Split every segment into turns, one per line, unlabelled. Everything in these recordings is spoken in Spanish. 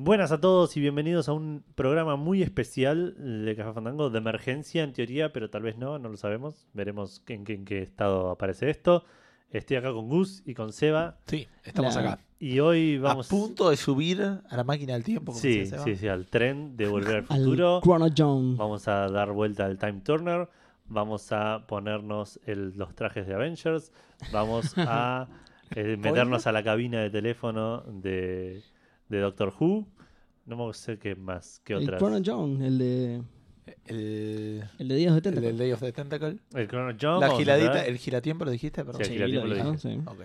Buenas a todos y bienvenidos a un programa muy especial de Café Fandango, de emergencia en teoría, pero tal vez no, no lo sabemos. Veremos en qué, en qué estado aparece esto. Estoy acá con Gus y con Seba
Sí, estamos
La-
acá.
y hoy vamos...
A punto de subir a la máquina del tiempo. como
Sí,
se llama.
sí, sí, al tren de volver al
Al
futuro.
Chrono Jones.
Vamos a dar vuelta al Time Turner. Vamos a ponernos el- los trajes de Avengers. Vamos a eh, meternos a la cabina de teléfono de, de Doctor Who. No me sé qué más, qué
El
otras.
Chrono Jones, el de,
El,
el de Días de
el
Tentacle.
de Day of the Tentacle.
El Chrono Jump.
La
vamos a
giladita,
entrar.
el giratiempo lo dijiste, perdón.
Sí, el giratiempo lo
dijo,
dije.
sí.
Ok.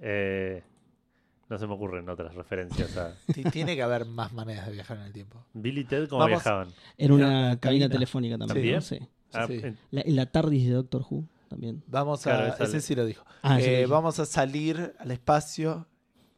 Eh, no se me ocurren otras referencias a
Ti- Tiene que haber más maneras de viajar en el tiempo.
Billy y Ted, cómo
Vamos.
viajaban.
Era una
Era una
cabina,
cabina.
telefónica también.
¿También?
¿no? Sí.
Ah,
sí.
en-
La, y la TARDIS de Doctor Who también.
Vamos
Claro,
a.
esa
Ese
le-
sí lo dijo.
Ah, ese
Eh,
lo dije.
vamos a salir al espacio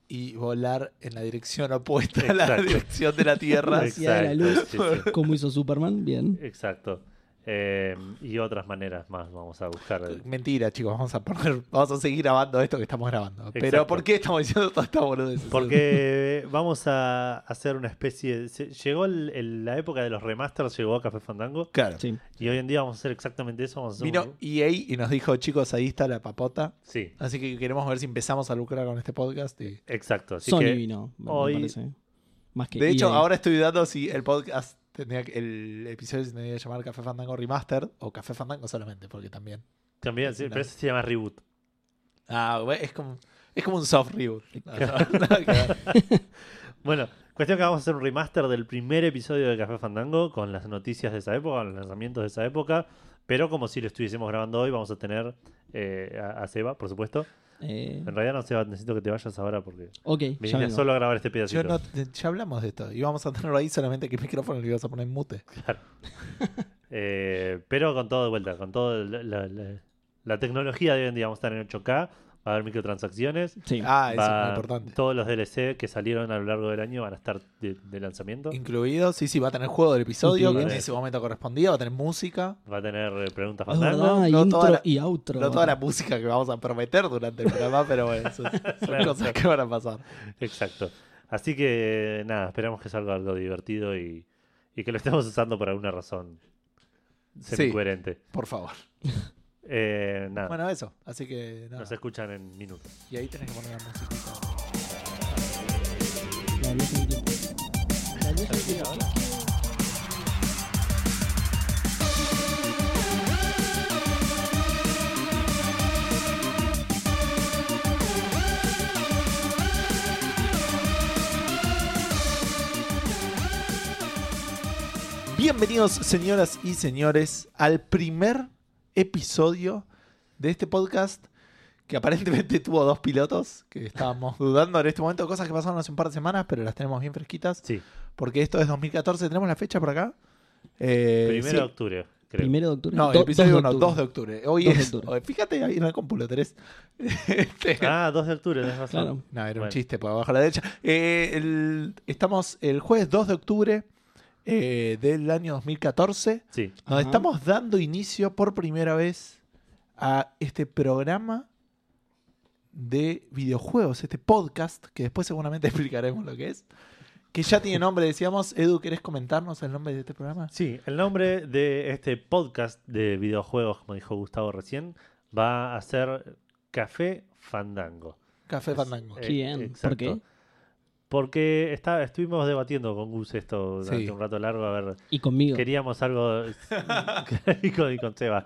y volar en la dirección opuesta a la
Exacto.
dirección de la Tierra.
Sí. hacia la luz.
sí, sí.
¿Cómo hizo Superman? Bien.
Exacto. Eh, y otras maneras más vamos a buscar.
Mentira, chicos, vamos a poner, vamos a seguir grabando esto que estamos grabando. Pero
Exacto.
¿por qué estamos diciendo toda esta boludez?
Porque vamos a hacer una especie de... se- Llegó el- el- la época de los remasters, llegó a Café Fandango.
Claro.
Sí.
Y hoy en día vamos a hacer exactamente eso. Vamos a hacer
Vino
un-
EA y nos dijo, chicos, ahí está la papota.
Sí,
Así que queremos ver si empezamos a lucrar con este podcast. y-
exacto. Así
Sony
que
vino, me- me
hoy-
parece. Más que E
De hecho,
EA.
ahora estoy dudando si el podcast tenía que- el episodio se tenía que llamar Café Fandango Remastered o Café Fandango solamente, porque también.
también, sí,
No.
pero eso se llama reboot.
Ah, bueno, es como, es como un soft reboot.
Bueno, cuestión que vamos a hacer un remaster del primer episodio de Café Fandango con las noticias de esa época, los lanzamientos de esa época. Pero como si lo estuviésemos grabando hoy, vamos a tener eh, a, a Seba, por supuesto.
Eh,
En realidad no, Seba, necesito que te vayas ahora porque
ok, ya
viniste
vengo.
solo a grabar este
Yo
pedacito.
no- ya hablamos de esto. Y vamos a tenerlo ahí solamente que el micrófono lo ibas a poner en mute.
Eh, pero con todo de vuelta, con todo el- la, la- la tecnología de hoy en día vamos a estar en 8K, va a haber microtransacciones,
Sí.
Ah, eso
va-
es muy importante.
todos los DLC que salieron a lo largo del año van a estar de, de lanzamiento,
Incluido, sí, sí, va a tener juego del episodio que en
Incluido.
ese momento correspondía, va a tener música.
va a tener eh, preguntas
es verdad,
fandango.
hay
no
intro
toda la-
y outro.
No toda la música que vamos a prometer durante el programa, pero bueno, eso es- son
Claro,
cosas que van a pasar.
Exacto. Así que nada, esperamos que salga algo divertido y, y que lo estemos usando por alguna razón semi-coherente.
Por favor.
Eh, nada,
Bueno, eso. Así que nada.
nos escuchan en minutos.
Y ahí tenés que poner la musiquita.
La luz en el tiempo. La luz en el tiempo.
Bienvenidos, señoras y señores, al primer episodio de este podcast que aparentemente tuvo dos pilotos que estábamos dudando en este momento, cosas que pasaron hace un par de semanas, pero las tenemos bien fresquitas,
Sí,
porque esto es 2014, tenemos la fecha por acá. Eh,
primero
sí.
de octubre, creo.
Primero de octubre.
No,
Do-
el episodio
dos
1,
de
2 de
octubre.
octubre. Hoy
2 de
es.
octubre.
Fíjate ahí en el cómpulo, tenés. Este,
Ah, 2 de octubre, tenés razón.
Claro.
No, era
Bueno.
un chiste por abajo a la derecha. Eh, el- estamos el jueves 2 de octubre eh, del año 2014.
Sí,
Nos
Ajá.
estamos dando inicio por primera vez a este programa de videojuegos, este podcast, que después seguramente explicaremos lo que es. Que ya tiene nombre, decíamos. Edu, ¿querés comentarnos el nombre de este programa?
Sí, el nombre de este podcast de videojuegos, como dijo Gustavo recién, va a ser Café Fandango.
Café Fandango.
Eh,
Bien,
exacto.
¿por qué?
Porque está, estuvimos debatiendo con Gus esto
Sí.
durante un rato largo, a ver,
Y conmigo.
queríamos algo y con, y con Seba.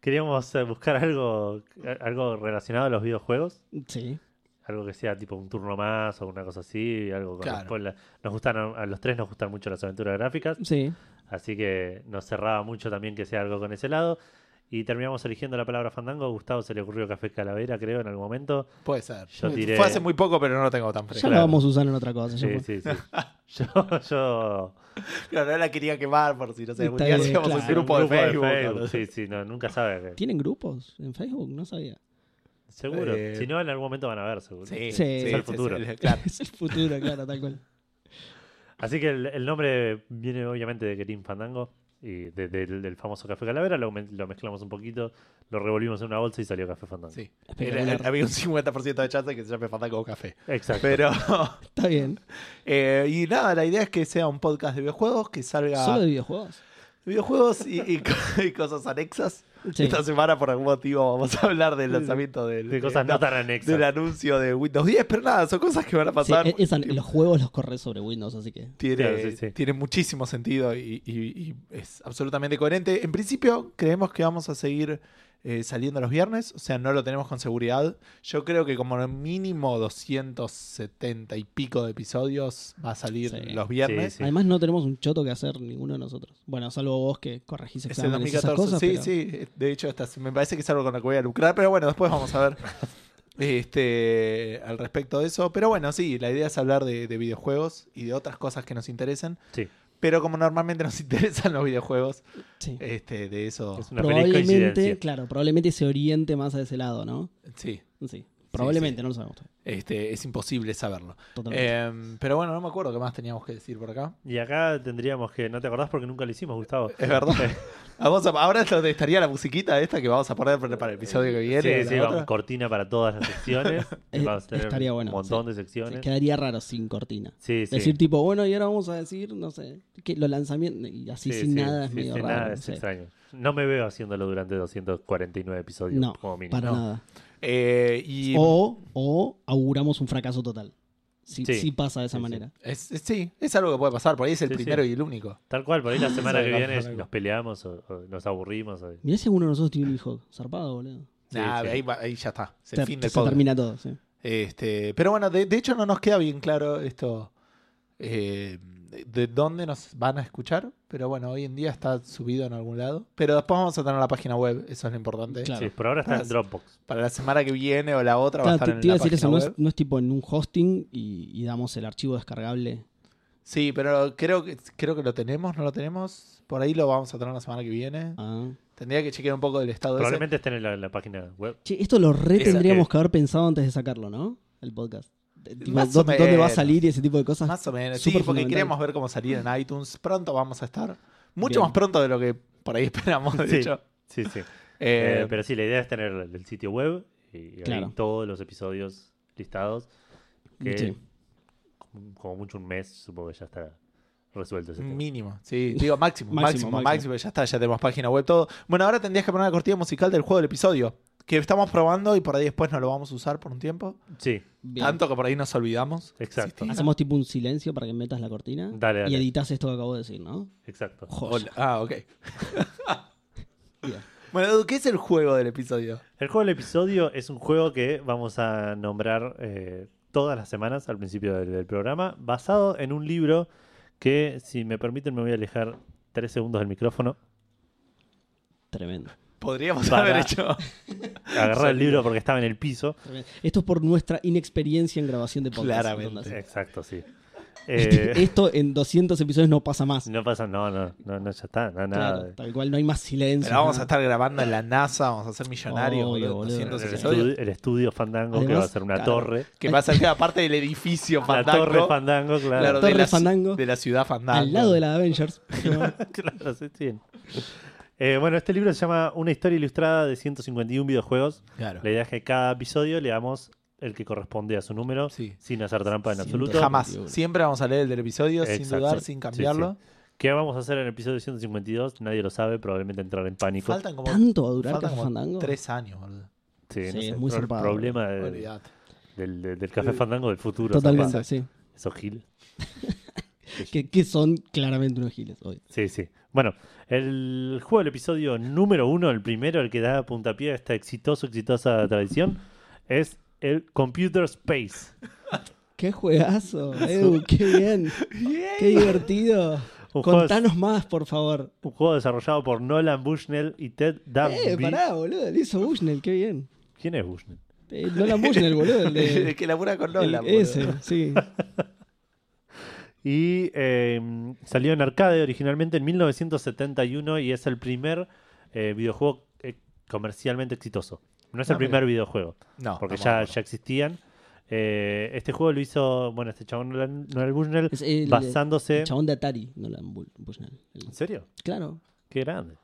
Queríamos eh, buscar algo, algo relacionado a los videojuegos,
Sí.
algo que sea tipo un turno más o una cosa así, algo con
Claro.
después la- nos gustan a- a los tres nos gustan mucho las aventuras gráficas.
Sí.
Así que nos cerraba mucho también que sea algo con ese lado. Y terminamos eligiendo la palabra fandango. A Gustavo se le ocurrió café calavera, creo, en algún momento.
Puede ser.
Yo tiré-
Fue hace muy poco, pero no lo tengo tan
Ya
fresco.
lo
Claro.
vamos a usar en otra cosa. ya
Sí, sí,
fue.
sí. Yo, yo.
Claro, no la quería quemar por si no sé,
Está
un día
bien,
hacíamos
claro.
un grupo, de Facebook. ¿no?
Sí, sí, no, nunca sabe.
¿Tienen grupos en Facebook? No sabía.
Seguro.
Eh.
Si no, en algún momento van a ver, seguro.
Sí,
Sí.
sí,
Es
el futuro.
sí, claro.
es el futuro, claro, tal cual.
Así que el, el nombre viene obviamente de Kerim Fandango. y de- del, del famoso café calavera, lo, men- lo mezclamos un poquito, lo revolvimos en una bolsa y salió café fandango.
Sí. Era-
Espectacular.
había un 50% de chance que se llame Fandango Café.
Exacto.
Pero.
Está bien.
eh, y nada, la idea es que sea un podcast de videojuegos, que salga
Solo de videojuegos.
videojuegos y, y co- y cosas anexas.
Sí.
Esta semana, por algún motivo, vamos a hablar del
Sí, sí.
lanzamiento del,
de cosas
eh,
no
no,
tan anexas.
del anuncio de Windows 10. Pero nada, son cosas que van a pasar.
Sí, e- esa- los juegos los corres sobre Windows, así que.
tiene,
Claro, sí, sí.
tiene muchísimo sentido y, y- y es absolutamente coherente. En principio, creemos que vamos a seguir eh, saliendo los viernes, o sea, no lo tenemos con seguridad. Yo creo que como mínimo 270 y pico de episodios va a salir
Sí.
los viernes.
Sí.
Además, no tenemos un choto que hacer ninguno de nosotros. Bueno, salvo vos que corregís
Es el
exámenes y esas
2014.
cosas.
sí,
pero-
sí. De hecho, esta- me parece que es algo con lo que voy a lucrar, pero bueno, después vamos a ver este, al respecto de eso. Pero bueno, sí, la idea es hablar de, de videojuegos y de otras cosas que nos interesen.
Sí.
Pero como normalmente nos interesan los videojuegos,
sí.
este, de eso.
Es una feliz
Probablemente,
coincidencia.
claro, probablemente se oriente más a ese lado, ¿no?
Sí,
Sí. Probablemente, no lo sabemos. todavía.
este, es imposible saberlo.
Eh,
Totalmente.
Em, pero bueno, no me acuerdo qué más teníamos que decir por acá.
Y acá tendríamos que, no te acordás porque nunca lo hicimos, Gustavo.
Es verdad. Vamos a- ahora es donde estaría la musiquita esta que vamos a poner para para el episodio que viene.
Sí,
la
sí,
otra.
vamos, cortina para todas las secciones.
Eh,
vamos a tener
estaría bueno,
un montón
sí.
de
Sí,
secciones.
quedaría raro sin cortina.
Sí, sí.
Decir tipo, bueno, y ahora vamos a decir, no sé, que los lanzamientos y así
Sí,
sin
sí,
nada es
sí,
medio
sin
raro.
nada, es
sí.
extraño. No me veo haciéndolo durante 249 episodios
No,
como mínimo.
para
No.
nada.
Eh, y
O, o auguramos un fracaso total. Si,
Sí.
si pasa de esa
Sí, sí.
manera.
Es- es- sí, es algo que puede pasar. Por ahí es el
Sí, sí.
primero y el único.
Tal cual, por ahí la semana que
Salgamos
viene
algo.
nos peleamos o, o nos aburrimos. o-
Mirá si alguno de nosotros tiene un hijo. Zarpado, boludo.
Sí,
Nah,
sí.
Ahí, va- ahí ya está. Es el
Se,
fin del
se
podcast.
termina todo, sí.
Este, pero bueno, de, de hecho no nos queda bien claro esto. eh, de- de dónde nos van a escuchar. Pero bueno, hoy en día está subido en algún lado. Pero después vamos a tener la página web. Eso es lo importante.
Claro.
Sí, por ahora está en
Ahora-
Dropbox.
Para la semana que viene o la otra va a
Claro,
estar
te,
en
te iba
la
a decir
página
eso, no
web.
es, no es tipo en un hosting y, y damos el archivo descargable.
Sí, pero creo que, creo que lo tenemos, no lo tenemos. Por ahí lo vamos a tener la semana que viene.
Ah.
Tendría que chequear un poco del estado ese.
Probablemente estén en la, en la página web.
Che, esto lo re
Esa
tendríamos
que-
que haber pensado antes de sacarlo, ¿no? El podcast. De- tipo,
Más
¿dó-
o
¿dónde, va a
menos.
salir y ese tipo de cosas?
Más o menos. Sí,
Súper
porque
fundamental.
queremos ver cómo salir en iTunes. Pronto vamos a estar. Mucho
Bien.
más pronto de lo que por ahí esperamos, de
Sí.
hecho.
Sí, sí.
Eh,
Eh, pero sí, la idea es tener el, el sitio web y, y ahí
Claro.
todos los episodios listados. Que
Sí.
como- como mucho un mes, supongo que ya está resuelto ese tema.
Mínimo, sí, digo máximo, máximo,
Máximo,
máximo,
máximo.
ya está, ya tenemos página web, todo. Bueno, ahora tendrías que poner la cortina musical del juego del episodio, que estamos probando y por ahí después no lo vamos a usar por un tiempo.
Sí,
Bien.
Tanto que por ahí nos olvidamos.
Exacto.
Existía.
Hacemos tipo un silencio para que metas la cortina
Dale, dale.
y editas esto que acabo de decir, ¿no?
exacto.
Joya.
Hola. Ah, ok.
Bien.
Bueno, Edu, ¿qué es el juego del episodio?
El juego del episodio es un juego que vamos a nombrar eh, todas las semanas al principio del, del programa, basado en un libro que, si me permiten, me voy a alejar tres segundos del micrófono,
Tremendo.
Podríamos
Para-
haber hecho.
agarrar el libro porque estaba en el piso.
Tremendo. Esto es por nuestra inexperiencia en grabación de podcast.
Claramente.
¿entendés?
Exacto, sí. Eh,
Esto en 200 episodios no pasa más.
no pasa, no, no, no, no, ya está, no,
Claro,
nada.
tal cual, no hay más silencio.
Pero vamos a
nada.
estar grabando en la NASA, vamos a ser millonarios, boludo,
Obvio, boludo.
200
El,
episodios.
estu- el estudio Fandango que
Además,
va a ser una
claro,
torre.
Que va a ser cada parte del edificio
La
Fandango.
torre Fandango,
Claro,
claro.
de
Torre
la,
Fandango.
de la ciudad Fandango.
Al lado de la Avengers.
Claro, sí, sí. Eh, bueno, este libro se llama Una historia ilustrada de 151 videojuegos.
Claro.
La idea es que cada episodio le damos el que corresponde a su número
Sí.
sin hacer trampa en
Sin
absoluto.
duda.
Jamás.
21.
Siempre vamos a leer el del episodio sin
Exacto.
dudar,
Sí,
sin cambiarlo.
¿Qué vamos a hacer en el episodio 152? Nadie lo sabe, probablemente entrar en pánico.
Faltan como,
¿Tanto va a durar
faltan
Café
como
Fandango?
tres años, boludo.
Sí, no
Sí,
sé,
es muy
pro-
zarpado. Eh,
problema de-
Olvidate.
del, del- del café fandango del futuro.
Totalmente,
zarpado.
sí.
Esos giles.
Que, que son claramente unos giles hoy.
Sí, sí. Bueno, el juego del episodio número uno, el primero, el que da puntapié a esta exitoso, exitosa tradición, es el Computer Space.
¡Qué juegazo! Edu, ¡Qué bien! ¡Qué divertido!
Un juego,
Contanos más, por favor.
un juego desarrollado por Nolan Bushnell y Ted Dabney.
¡Eh, pará, boludo! Le hizo Bushnell, qué bien.
¿Quién es Bushnell?
Eh, Nolan Bushnell, boludo. el de-
El que labura con Lola,
el-
boludo.
ese, sí.
Y eh, salió en arcade originalmente en 1971 y es el primer eh, videojuego eh, comercialmente exitoso. No es el
Ah,
primer videojuego,
No,
porque
estamos
ya,
de
ya
acuerdo.
existían. Eh, este juego lo hizo, bueno, este chabón Nolan Nolan Bushnell
Es el-
basándose...
El chabón de Atari, Nolan Bu- Bushnell. El-
¿En serio?
Claro.
Ah,
Qué grande.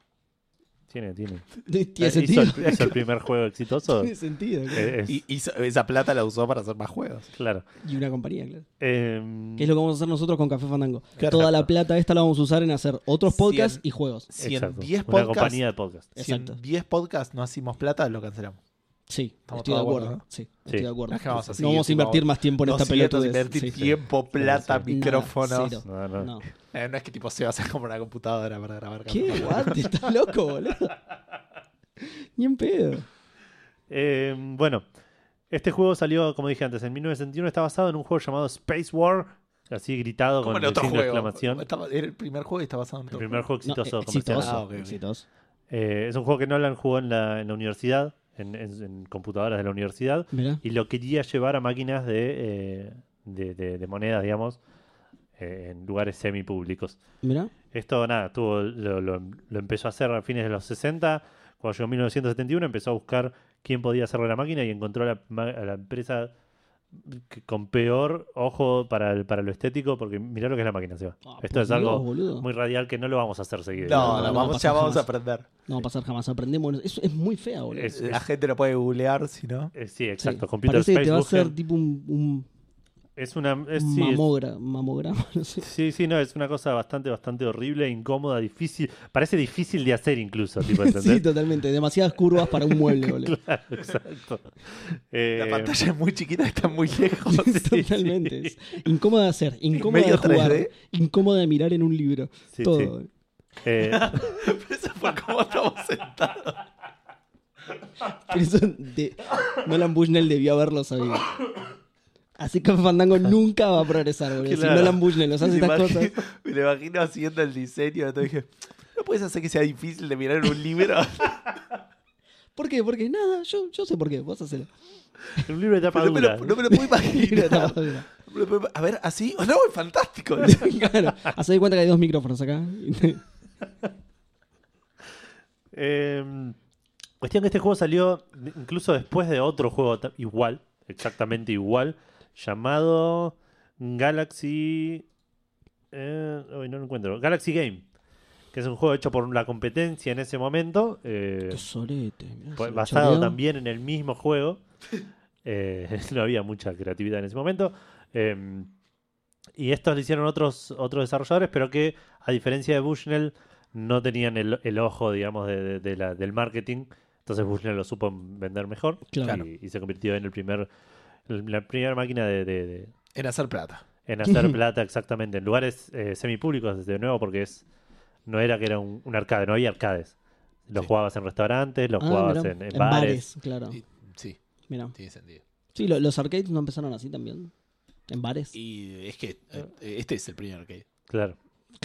Tiene, tiene.
Tiene
Eh, hizo,
sentido.
el, hizo el primer juego exitoso.
Tiene sentido. claro.
Eh, es-
Y, y esa- esa plata la usó para hacer más juegos.
claro.
Y una compañía, claro.
Em,
Que es lo que vamos a hacer nosotros con Café Fandango.
Claro.
Toda la plata esta la vamos a usar en hacer otros podcasts
Cien.
y juegos.
Si en
exacto.
10
Una
podcasts,
compañía de podcast.
si en
Exacto.
10 podcasts no hacemos plata, lo cancelamos.
Sí,
Estamos
estoy de
todos de
acuerdo.
acuerdo,
Sí,
Sí.
estoy de acuerdo.
No es que vamos a
no
seguir,
vamos a
tipo,
invertir más tiempo en
No
esta
sirve
pelota.
invertir tiempo, plata,
Sí.
micrófonos.
Nada,
No, no.
No.
Eh, no es que tipo se va a hacer como una computadora para grabar.
¿Qué?
capaz.
What? ¿Estás loco, boludo? Ni en pedo.
Eh, bueno, este juego salió, como dije antes, en 1961. Está basado en un juego llamado Space War, así gritado
Como
con
en
el
otro
signo de
juego.
exclamación.
Estaba- era el primer juego y está basado
El
en otro
primer juego
No,
exitoso.
eh,
comercial.
exitoso.
Ah, ok, ok.
exitoso.
Eh, es un juego que Nolan jugó en la, en la universidad, en, en- en computadoras de la universidad,
Mirá.
y lo quería llevar a máquinas de, eh, de, de- de monedas, digamos, eh, en lugares semipúblicos.
Mirá.
Esto, nada, tuvo, lo, lo- lo empezó a hacer a fines de los 60. Cuando llegó 1971, empezó a buscar quién podía hacerle la máquina y encontró a la, ma- a la empresa que- con peor ojo para, el- para lo estético, porque mirá lo que es la máquina, Seba.
Ah,
Esto
por
es algo
Dios, boludo.
muy radial que no lo vamos a hacer seguido.
No, no, vamos,
no, no
ya
pasa
vamos a
jamás.
aprender.
No va a pasar jamás. Aprendemos. Es, es muy fea, boludo.
Es-
La gente lo puede googlear, si no.
Eh, sí,
Sí.
exacto. Computer
Parece que
Space
te va a
Busquen.
hacer tipo un, un
Es una. es- Eh, sí, es-
mamogra- mamograma. No sé.
sí, sí, no, es una cosa bastante, bastante horrible, incómoda, difícil. Parece difícil de hacer incluso, tipo,
Sí,
¿entendés?
totalmente. Demasiadas curvas para un mueble, boludo.
Claro, exacto. Eh,
La pantalla es muy chiquita, está muy lejos.
Totalmente. Es incómodo de hacer, incómodo
Medio
de jugar,
3D.
incómodo de mirar en un libro.
sí,
todo.
sí. Eh,
Eso fue como estamos sentados.
Pero eso de- Nolan Bushnell debió haberlo sabido. Así que Fandango nunca va a progresar, boludo.
Claro.
Si Nolan Bushnell nos
Me
hace estas
imagino-
cosas.
Me lo imagino haciendo el diseño. Entonces dije, ¿no puedes hacer que sea difícil de mirar en un libro?
¿Por qué? Porque nada, yo, yo sé por qué. Vos hacelo.
un libro de tapa
no, me lo,
dura.
no me lo puedo
Mira,
imaginar.
está bien.
No me lo puedo ima- A ver, así. Oh, no, es fantástico.
claro. Haced de cuenta que hay dos micrófonos acá.
Eh, cuestión que este juego salió de- incluso después de otro juego ta- igual, exactamente igual, llamado Galaxy. eh, uy, no lo encuentro. Galaxy Game, que es un juego hecho por la competencia en ese momento. eh,
Qué solete.
Fue
mirá, se lo
Pues basado
choreó.
también en el mismo juego. Eh, no había mucha creatividad en ese momento. Eh, y estos lo hicieron otros, otros desarrolladores, pero que, a diferencia de Bushnell, no tenían el, el ojo, digamos, de- de- de la- del marketing. Entonces Bushnell lo supo vender mejor.
Claro.
Y, y se convirtió en el primer, en la primera máquina de, de- de-
En hacer plata.
en hacer plata, exactamente. En lugares eh, semipúblicos, de nuevo, porque es no era que era un, un arcade, no había arcades. Lo
Sí.
jugabas en restaurantes, lo
Ah,
jugabas
mirá,
en, en bares.
claro.
Y- sí,
Mirá.
tiene sentido.
Sí, lo- los arcades no empezaron así también. En bares.
Y es que eh, este es el primer arcade.
Claro.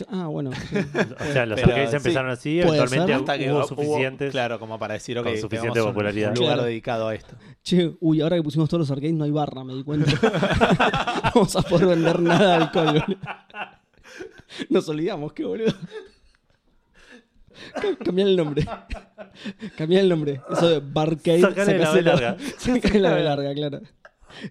Ah, bueno. sí.
O sea, los
Pero,
arcades
sí,
empezaron así,
puede
eventualmente
ser.
hubo, suficientes.
claro, como para decir, ok,
Con suficiente
tenemos un-
popularidad.
Un lugar
Claro.
dedicado a esto.
Che, uy, ahora que pusimos todos los arcades no hay barra, me di cuenta. No Vamos a poder vender nada de alcohol, boludo. Nos olvidamos, qué boludo. Ca- Cambiar el nombre. Cambiar el nombre. Eso de barcade.
Sacale
sacáselo-
la B larga.
Sacale la B larga, claro.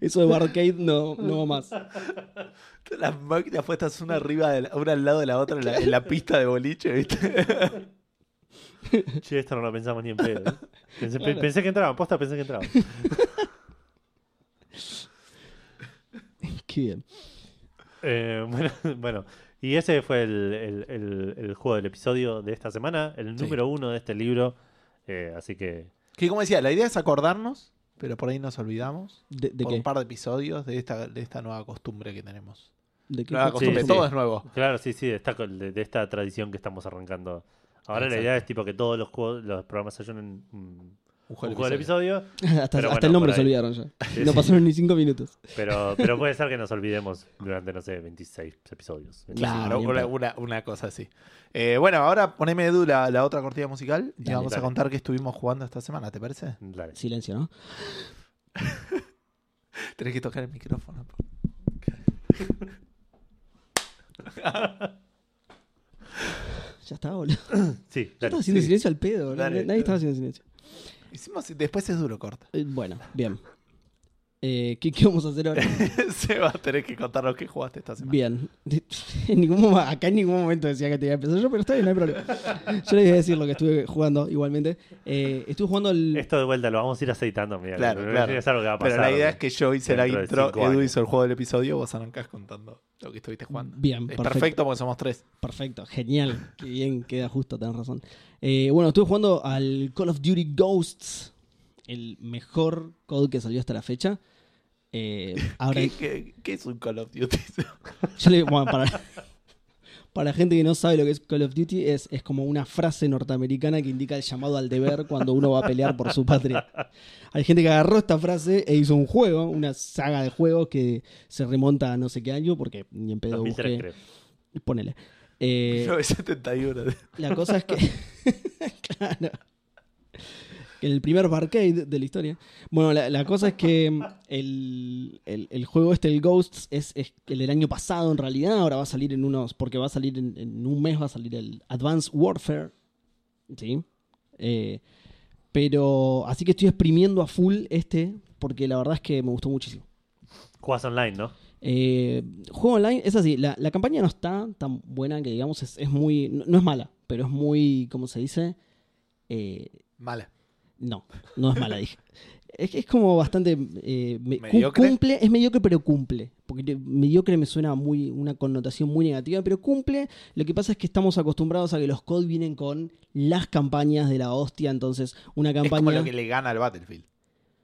Eso de barcade no, no va más.
Todas Las máquinas puestas una arriba, de la- una al lado de la otra en la, en la pista de boliche, ¿viste?
Che, esto no lo pensamos ni en pedo. ¿eh? Pensé, pe-
Claro.
pensé que entraban, posta pensé que entraban.
Qué bien.
Eh, bueno, bueno, y ese fue el, el- el- el juego del episodio de esta semana, el
Sí.
número uno de este libro. eh, así que
Que como decía, la idea es acordarnos, pero por ahí nos olvidamos.
¿De, de
por
qué?
un par de episodios de esta, de esta nueva costumbre que tenemos.
¿De qué?
Nueva
Sí,
costumbre,
sí.
todo es nuevo.
Claro, sí, sí, está con- de, de esta tradición que estamos arrancando. Ahora la
Exacto.
idea es tipo que todos los juegos, los programas ayunen un,
Un
un
juego,
juego del episodio,
Hasta,
Pero
hasta
bueno,
el nombre
por
se
ahí.
olvidaron ya.
Sí,
No
sí.
pasaron ni cinco minutos.
pero, pero puede ser que nos olvidemos durante, no sé, 26 episodios.
Claro,
Ah, bien,
una,
bien.
una- una cosa así. Eh, bueno, ahora poneme Edu la, la otra cortina musical y
Dale,
vamos a
dale.
contar qué estuvimos jugando esta semana, ¿te parece?
Dale.
Silencio, ¿no?
Tenés que tocar el micrófono. po.
Ya está, boludo.
Sí,
Yo
dale.
estaba haciendo
sí.
silencio al pedo, boludo.
Dale.
Nadie estaba haciendo silencio.
Hicimos, después es duro corta.
Eh, Bueno, bien. Eh, ¿qué, qué vamos a hacer ahora?
Se va a tener que contar lo que jugaste esta semana.
Bien. En ningún momo- acá en ningún momento decía que te iba a empezar yo, pero está bien, no hay problema. Yo les voy a decir lo que estuve jugando igualmente. Eh, estuve jugando el.
Esto de vuelta lo vamos a ir aceitando, mira.
Claro,
pero
claro.
Es algo que va a pasar.
Pero la idea es que yo hice la
dentro de
intro,
cinco
Edu
años.
hizo el juego del episodio, vos arrancás contando lo que estuviste jugando.
Bien,
es
perfecto.
perfecto porque somos tres.
Perfecto, genial. Qué bien, queda justo, tenés razón. Eh, bueno, estuve jugando al Call of Duty Ghosts, el mejor COD que salió hasta la fecha. Eh, ahora,
¿Qué, qué, qué es un Call of Duty?
yo le- bueno, para, para gente que no sabe lo que es Call of Duty, es, es como una frase norteamericana que indica el llamado al deber cuando uno va a pelear por su patria. Hay gente que agarró esta frase e hizo un juego, una saga de juegos que se remonta a no sé qué año, porque ni en pedo
2003,
busqué.
creo.
Ponele. Eh,
971.
La cosa es que. claro. El primer barcade de la historia. Bueno, la, la cosa es que mm, el, el- el juego este, el Ghosts, es, es el del año pasado en realidad. Ahora va a salir en unos. Porque va a salir en, en un mes, va a salir el Advanced Warfare. ¿Sí? Eh, pero. Así que estoy exprimiendo a full este. Porque la verdad es que me gustó muchísimo.
Jugás online, ¿no?
Eh, juego online, es así, la, la campaña no está tan buena que digamos, es, es muy. No, no es mala, pero es muy. ¿Cómo se dice? Eh,
Mala.
no, no es mala, dije. Es que es como bastante. eh, me- cu-
¿Mediocre?
Cumple, es mediocre, pero cumple. Porque te- mediocre me suena muy una connotación muy negativa, pero cumple. Lo que pasa es que estamos acostumbrados a que los COD vienen con las campañas de la hostia, entonces una
Es como
campaña.
lo que le gana al Battlefield.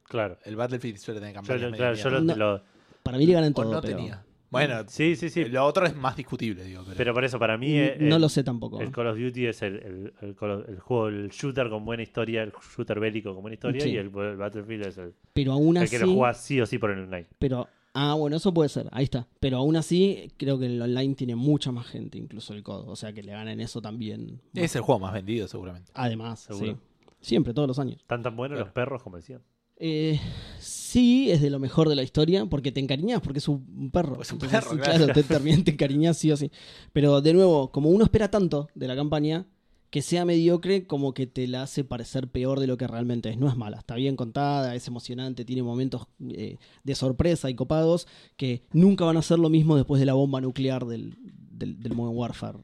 Claro.
El Battlefield suele
Yo,
tener campañas.
lo-
medio
claro, yo lo,
No.
lo-
Para mí le ganan
mierda.
todo.
O no
pero
tenía. Bueno,
Sí, sí, sí.
lo otro es más discutible, digo. Pero,
Pero por eso, para mí. eh,
no
el-
lo sé tampoco.
El Call of Duty es el, el- el Call of- el juego, el shooter con buena historia, el shooter bélico con buena historia,
Sí.
y el, el Battlefield es el,
Pero aún
el
así.
que lo jugás sí o sí por el online.
Pero, ah, bueno, eso puede ser, ahí está. Pero aún así, creo que el online tiene mucha más gente, incluso el COD. O sea, que le ganan eso también.
es el juego más vendido, seguramente.
Además,
Seguro.
sí. Siempre, todos los años.
Están tan buenos
Claro.
los perros como decían.
Eh, sí, es de lo mejor de la historia, porque te encariñas, porque es un perro.
Es un
Entonces,
perro,
claro.
claro.
te, terminas, te encariñas sí o sí. Pero, de nuevo, como uno espera tanto de la campaña, que sea mediocre como que te la hace parecer peor de lo que realmente es. No es mala, está bien contada, es emocionante, tiene momentos eh, de sorpresa y copados que nunca van a ser lo mismo después de la bomba nuclear del, del, del Modern Warfare.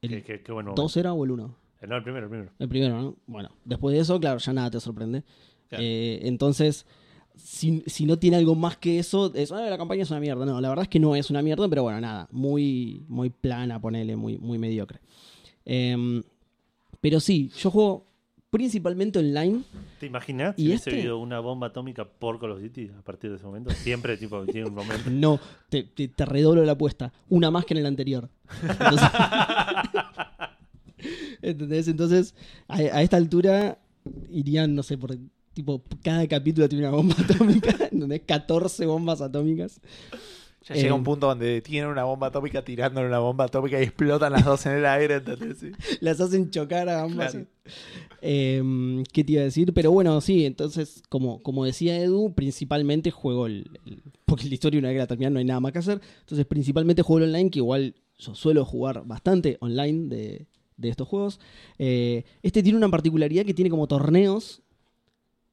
Qué,
¿El
qué- qué buen momento.
2 era o el 1?
Eh, No, el primero, el primero.
El primero, ¿no? Bueno, después de eso, claro, ya nada te sorprende.
Claro.
Eh, entonces, si, si no tiene algo más que eso, es, "Ah, la campaña es una mierda. No, la verdad es que no es una mierda, pero bueno, nada, muy, muy plana, ponele, muy, muy mediocre. Em, pero sí, yo juego principalmente online.
¿Te imaginas
¿Y
si hubiese
este?
habido una bomba atómica por Call of Duty a partir de ese momento? Siempre, tipo, tiene un momento.
No, te, te- te redoblo la apuesta. Una más que en el anterior. Entonces, ¿Entendés? Entonces, a, a esta altura irían, no sé, por tipo, cada capítulo tiene una bomba atómica, ¿entendés? 14 bombas atómicas.
Ya
Eh,
llega un punto donde tienen una bomba atómica, tirando una bomba atómica y explotan las dos en el aire, ¿entendés? Sí.
Las hacen chocar a ambas.
Claro.
Em, ¿Qué te iba a decir? Pero bueno, sí, entonces, como, como decía Edu, principalmente juego el, el- Porque la historia una vez que la terminan no hay nada más que hacer. Entonces, principalmente juego el online, que igual yo suelo jugar bastante online de, de estos juegos. Eh, este tiene una particularidad que tiene como torneos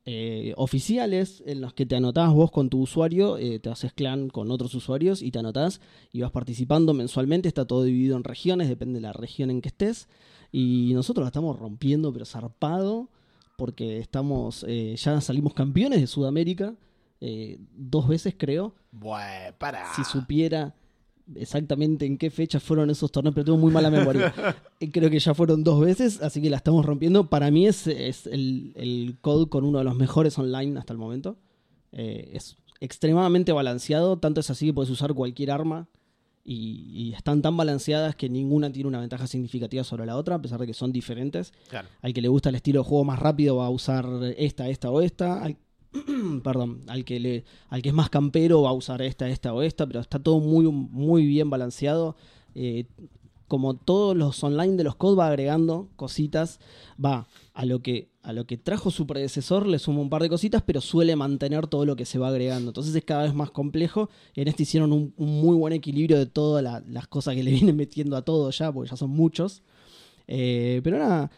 eh, oficiales en los que te anotás vos con tu usuario, eh, te haces clan con otros usuarios y te anotás y vas participando mensualmente. Está todo dividido en regiones, depende de la región en que estés. Y nosotros la estamos rompiendo, pero zarpado, porque estamos eh, ya salimos campeones de Sudamérica eh, dos veces, creo.
Bueno, para.
Si supiera exactamente en qué fecha fueron esos torneos, pero tengo muy mala memoria. Eh, Creo que ya fueron dos veces, así que la estamos rompiendo. Para mí es, es el, el COD con uno de los mejores online hasta el momento. Eh, es extremadamente balanceado, tanto es así que puedes usar cualquier arma y, y están tan balanceadas que ninguna tiene una ventaja significativa sobre la otra, a pesar de que son diferentes.
Claro.
Al que le gusta el estilo de juego más rápido va a usar esta, esta o esta. Al, perdón, al que, le, al que es más campero va a usar esta, esta o esta, pero está todo muy, muy bien balanceado. Eh, como todos los online de los COD va agregando cositas, va a lo que a lo que trajo su predecesor le suma un par de cositas, pero suele mantener todo lo que se va agregando. Entonces es cada vez más complejo. En este hicieron un, un muy buen equilibrio de todas la- las cosas que le vienen metiendo a todo ya, porque ya son muchos. Eh, pero nada,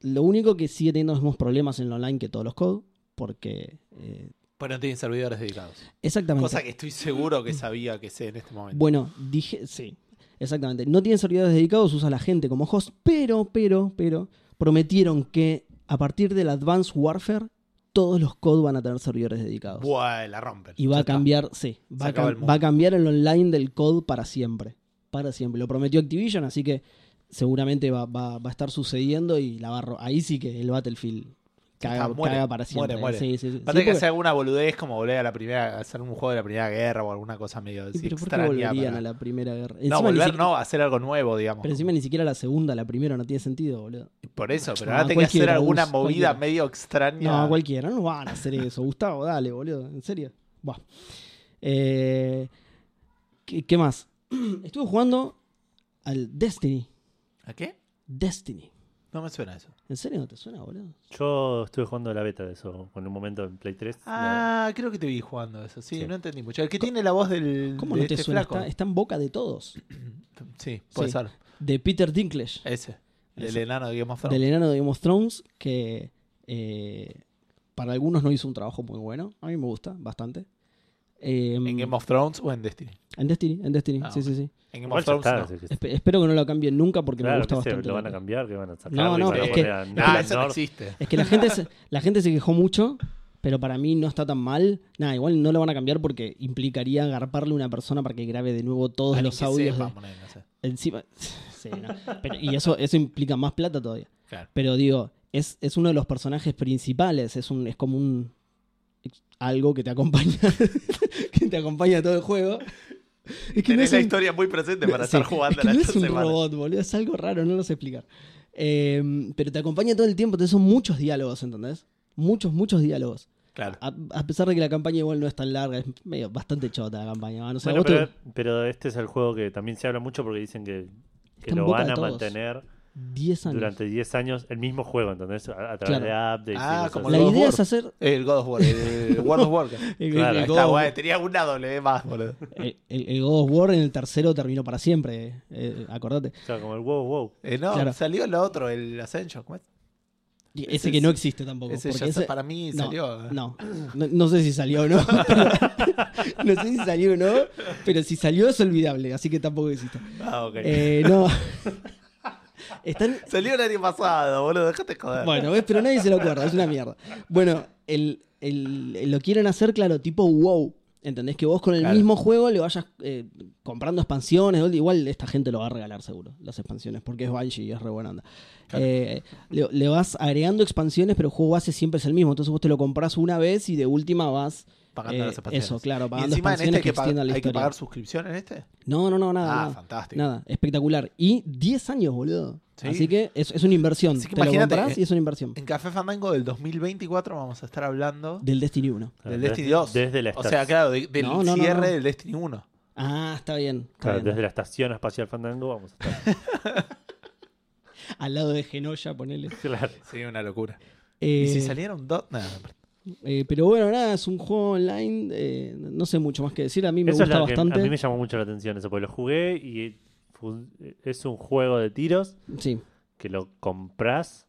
lo único que sigue teniendo los mismos problemas en el online que todos los COD, porque eh,
Pero Pues no tiene servidores dedicados.
Exactamente.
Cosa que estoy seguro que sabía que sé en este momento.
Bueno, dije, sí, exactamente. No tienen servidores dedicados, usa la gente como host, pero, pero, pero, prometieron que a partir del Advanced Warfare, todos los COD van a tener servidores dedicados.
Buah, la rompen.
y va
Ya
a
está.
cambiar, sí, va a,
acaba
cam-
el mundo.
va a cambiar el online del COD para siempre. Para siempre. Lo prometió Activision, así que seguramente va, va- va a estar sucediendo y la barro. Ahí sí que el Battlefield caga,
Ah, muere,
caga para
muere,
siempre.
muere.
Sí, sí, sí.
Aparte
Sí,
que
porque-
hacer alguna boludez como volver a la primera, hacer un juego de la primera guerra o alguna cosa medio así
¿Y pero por qué
extraña
volverían
para-
a la primera guerra?
No,
Encima ni
volver
siquiera-
no, hacer algo nuevo, digamos.
Pero encima ni siquiera la segunda, la primera no tiene sentido, boludo.
Por eso, pero
No,
ahora tenés que hacer
cualquiera,
alguna
Gus,
movida
cualquiera.
medio extraña.
No, cualquiera, no van a hacer eso. Gustavo, dale, boludo, en serio. Buah. Eh, ¿qué, qué más? Estuve jugando al Destiny.
¿A qué?
Destiny.
No me suena eso.
¿En serio no te suena, boludo?
Yo estuve jugando la beta de eso en un momento en Play 3. la-
Ah, creo que te vi jugando eso. Sí,
Sí.
no entendí mucho. El que tiene la voz del.
¿Cómo
de
no te
este
suena?
flaco.
Está, está en boca de todos.
Sí, puede
Sí.
ser.
De Peter Dinklage,
Ese. El
Ese.
enano de Game of
del
Thrones.
enano de Game of Thrones, que eh, para algunos no hizo un trabajo muy bueno. A mí me gusta bastante. Eh,
¿En Game of Thrones o en Destiny?
en Destiny, en Destiny,
Ah,
sí, sí, sí.
En Game
Igual ya
of Thrones.
está,
no.
así que-
Espe- espero que no lo cambien nunca porque me
claro,
gusta
que se-
bastante.
lo van a
que-
cambiar, que van a sacar.
No,
y
no,
van a
pero es
poner
que-
a
Nah,
Ned
eso Ah, no
North.
existe.
Es que la gente, se, la gente se quejó mucho, pero para mí no está tan mal. Nada, igual no lo van a cambiar porque implicaría agarparle a una persona para que grabe de nuevo todos
Alguien
los
que
audios.
sepa,
de-
poner, no sé.
encima. Sí, no. Pero- y eso, eso implica más plata todavía.
Claro.
Pero digo, es, es uno de los personajes principales. Es, un, es como un. Algo que te acompaña. que te acompaña todo el juego. Es que no
Tenés
es
la
un-
historia muy presente para
Sí,
estar jugando
es que
a
no
la
es un
semana.
robot, boludo, es algo raro, no lo sé explicar. Eh, pero te acompaña todo el tiempo, entonces son muchos diálogos, ¿entendés? Muchos, muchos diálogos.
Claro.
A, a pesar de que la campaña igual no es tan larga, es medio bastante chota la campaña. No sé,
Bueno,
vos
pero,
te-
pero este es el juego que también se habla mucho porque dicen que, que
Está en
lo
boca
van
de
a
todos.
mantener
10 años.
durante 10 años el mismo juego, ¿entendés? A, a través de updates. y
Ah,
cosas
como
así.
La
God of
idea
War.
es hacer...
El God of War. El World of Warcraft.
El,
Claro,
el
Ahí
God
está,
of-
guay, tenía una W más, boludo.
el- el- el God of War en el tercero terminó para siempre, eh, acordate.
O sea, como el wow, wow.
Eh, no,
Claro.
salió lo otro, el Ascension. ¿cómo es?
Y Ese,
Ese
que
es-
no existe tampoco.
Ese
porque
ya
ese-
para mí
No,
salió. eh.
No, no, no sé si salió o no. pero- no sé si salió o no, pero si salió es olvidable, así que tampoco existe.
Ah, ok.
Eh, no. Están.
Salió el año pasado, boludo. Dejate joder.
Bueno, ¿ves? pero nadie se lo acuerda, es una mierda. Bueno, el, el- el- lo quieren hacer, claro, tipo wow. ¿Entendés? Que vos con el
Claro.
mismo juego le vayas eh, comprando expansiones. Igual esta gente lo va a regalar seguro, las expansiones, porque es Banshee y es re buena onda.
Claro.
Eh, le, le vas agregando expansiones, pero el juego base siempre es el mismo. Entonces vos te lo compras una vez y de última vas
pagando
eh,
las expansiones.
Eso, claro,
y
pagando
encima en
expansiones
este
que,
que pa-
extiendan la
hay que
historia.
pagar suscripción en este.
No, no, no, nada.
ah,
nada.
fantástico.
Nada, espectacular. Y 10 años, boludo.
Sí.
Así que es, es una inversión.
Así que
Te lo
imagínate,
compras
eh,
y es una inversión.
En Café Fandango del 2024 vamos a estar hablando
Del Destiny 1.
del
Desde-
Destiny 2.
Desde la
o
estación.
sea, claro, de- del
No, no, no,
cierre
no.
del Destiny 1.
Ah, está bien. está
claro,
bien.
desde la estación espacial Fandango vamos a estar.
Al lado de Genoya, ponele.
Claro.
Sí, una locura.
Eh,
y si saliera un dot, nada.
eh, pero bueno, nada, es un juego online. eh, no sé mucho más que decir. A mí me
Eso es
gusta
lo que
bastante.
a mí me llamó mucho la atención eso, porque lo jugué y fun- es un juego de tiros
Sí.
que lo compras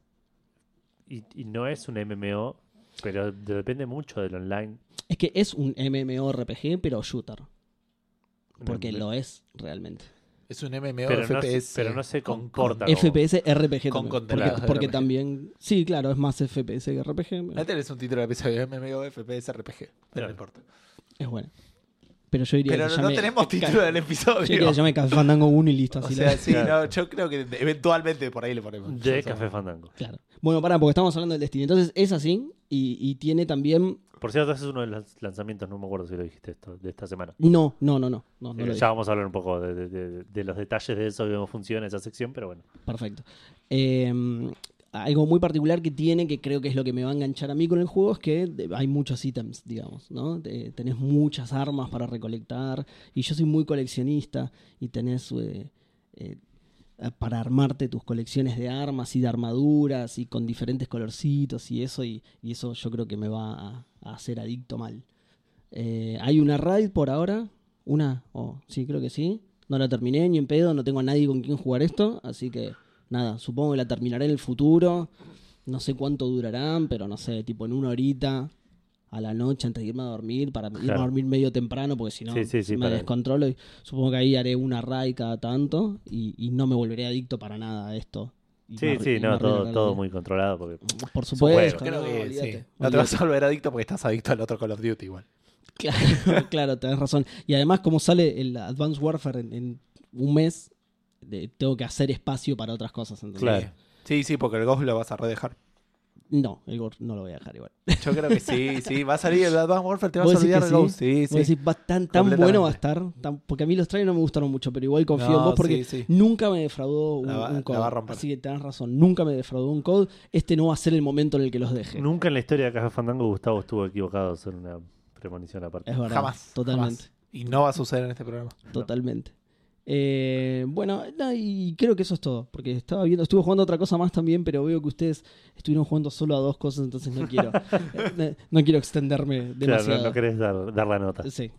y, y no es un MMO, pero depende mucho del online.
Es que es un MMORPG, pero shooter. Porque
No-
lo es realmente.
Es un MMO
pero, no,
FPS.
pero no se
con-
comporta. como-
FPS RPG
Con
también.
contenidos
porque
de
porque
RPG.
también. Sí, claro, es más FPS que RPG.
No tenés un título de episodio MMO FPS RPG. Pero
Claro.
no importa.
Es bueno. Pero yo diría
Pero
que
no,
ya me-
tenemos título del episodio.
Yo diría que llame Café Fandango 1 y listo.
o
Así
sea,
la-
sí,
Claro.
no, yo creo que eventualmente por ahí le ponemos.
De Café Fandango.
Claro. Bueno, pará, porque estamos hablando del destino. Entonces es así y, y tiene también...
Por cierto, ese es uno de los lanzamientos, no me acuerdo si lo dijiste esto, de esta semana.
No, no, no, no. no, no
Eh,
lo
ya vamos a hablar un poco de, de- de- de los detalles de eso, de cómo funciona esa sección, pero bueno.
dije. Perfecto. Eh, algo muy particular que tiene, que creo que es lo que me va a enganchar a mí con el juego, es que de- hay muchos ítems, digamos, ¿no? Te- tenés muchas armas para recolectar y yo soy muy coleccionista y tenés... eh, eh, para armarte tus colecciones de armas y de armaduras y con diferentes colorcitos y eso, y, y eso yo creo que me va a, a hacer adicto mal. Eh, hay una raid por ahora, una, o sí, creo que sí. No la terminé ni en pedo, no tengo a nadie con quien jugar esto, así que nada, supongo que la terminaré en el futuro. No sé cuánto durarán, pero no sé, tipo en una horita a la noche antes de irme a dormir, para irme
Claro.
a dormir medio temprano, porque si no
Sí, sí, sí,
me
para-
descontrolo. Y supongo que ahí haré una raid cada tanto y, y no me volveré adicto para nada a esto. Y me
Sí,
arru-
sí,
y me
no,
arruina
todo,
la
todo
realidad.
muy controlado porque
Por
Bueno,
supuesto,
creo
no,
que
Pues, olvídate,
sí. No te vas
olvídate.
a volver adicto porque estás adicto al otro Call of Duty igual.
Claro, claro, tenés razón. Y además, como sale el Advanced Warfare en, en un mes, de- tengo que hacer espacio para otras cosas. entonces-
Claro.
Sí, sí, porque el Ghost lo vas a redejar.
No, el Gor no lo voy a dejar igual.
Yo creo que sí, sí. Va a salir el Advanced Warfare, te vas
¿Vos
a
decís
olvidar
que
del
sí?
Ghost. Sí,
Vos
sí.
decís, va tan, tan
Completamente.
bueno va a estar. tan- porque a mí los trailers no me gustaron mucho, pero igual confío en
No,
vos porque
sí, sí.
nunca me defraudó un,
La va-
un
la
code.
va a romper.
Así que tenés razón, nunca me defraudó un code. Este no va a ser el momento en el que los deje.
nunca en la historia de Café Fandango Gustavo estuvo equivocado en una premonición aparte.
Es verdad.
Jamás.
Totalmente.
jamás. Y no va a suceder en este programa.
Totalmente. Eh, bueno, no, y creo que eso es todo. Porque estaba viendo, estuve jugando otra cosa más también, pero veo que ustedes estuvieron jugando solo a dos cosas, entonces no quiero, eh, no, no quiero extenderme
Claro, no,
demasiado.
no querés dar, dar la nota.
Sí.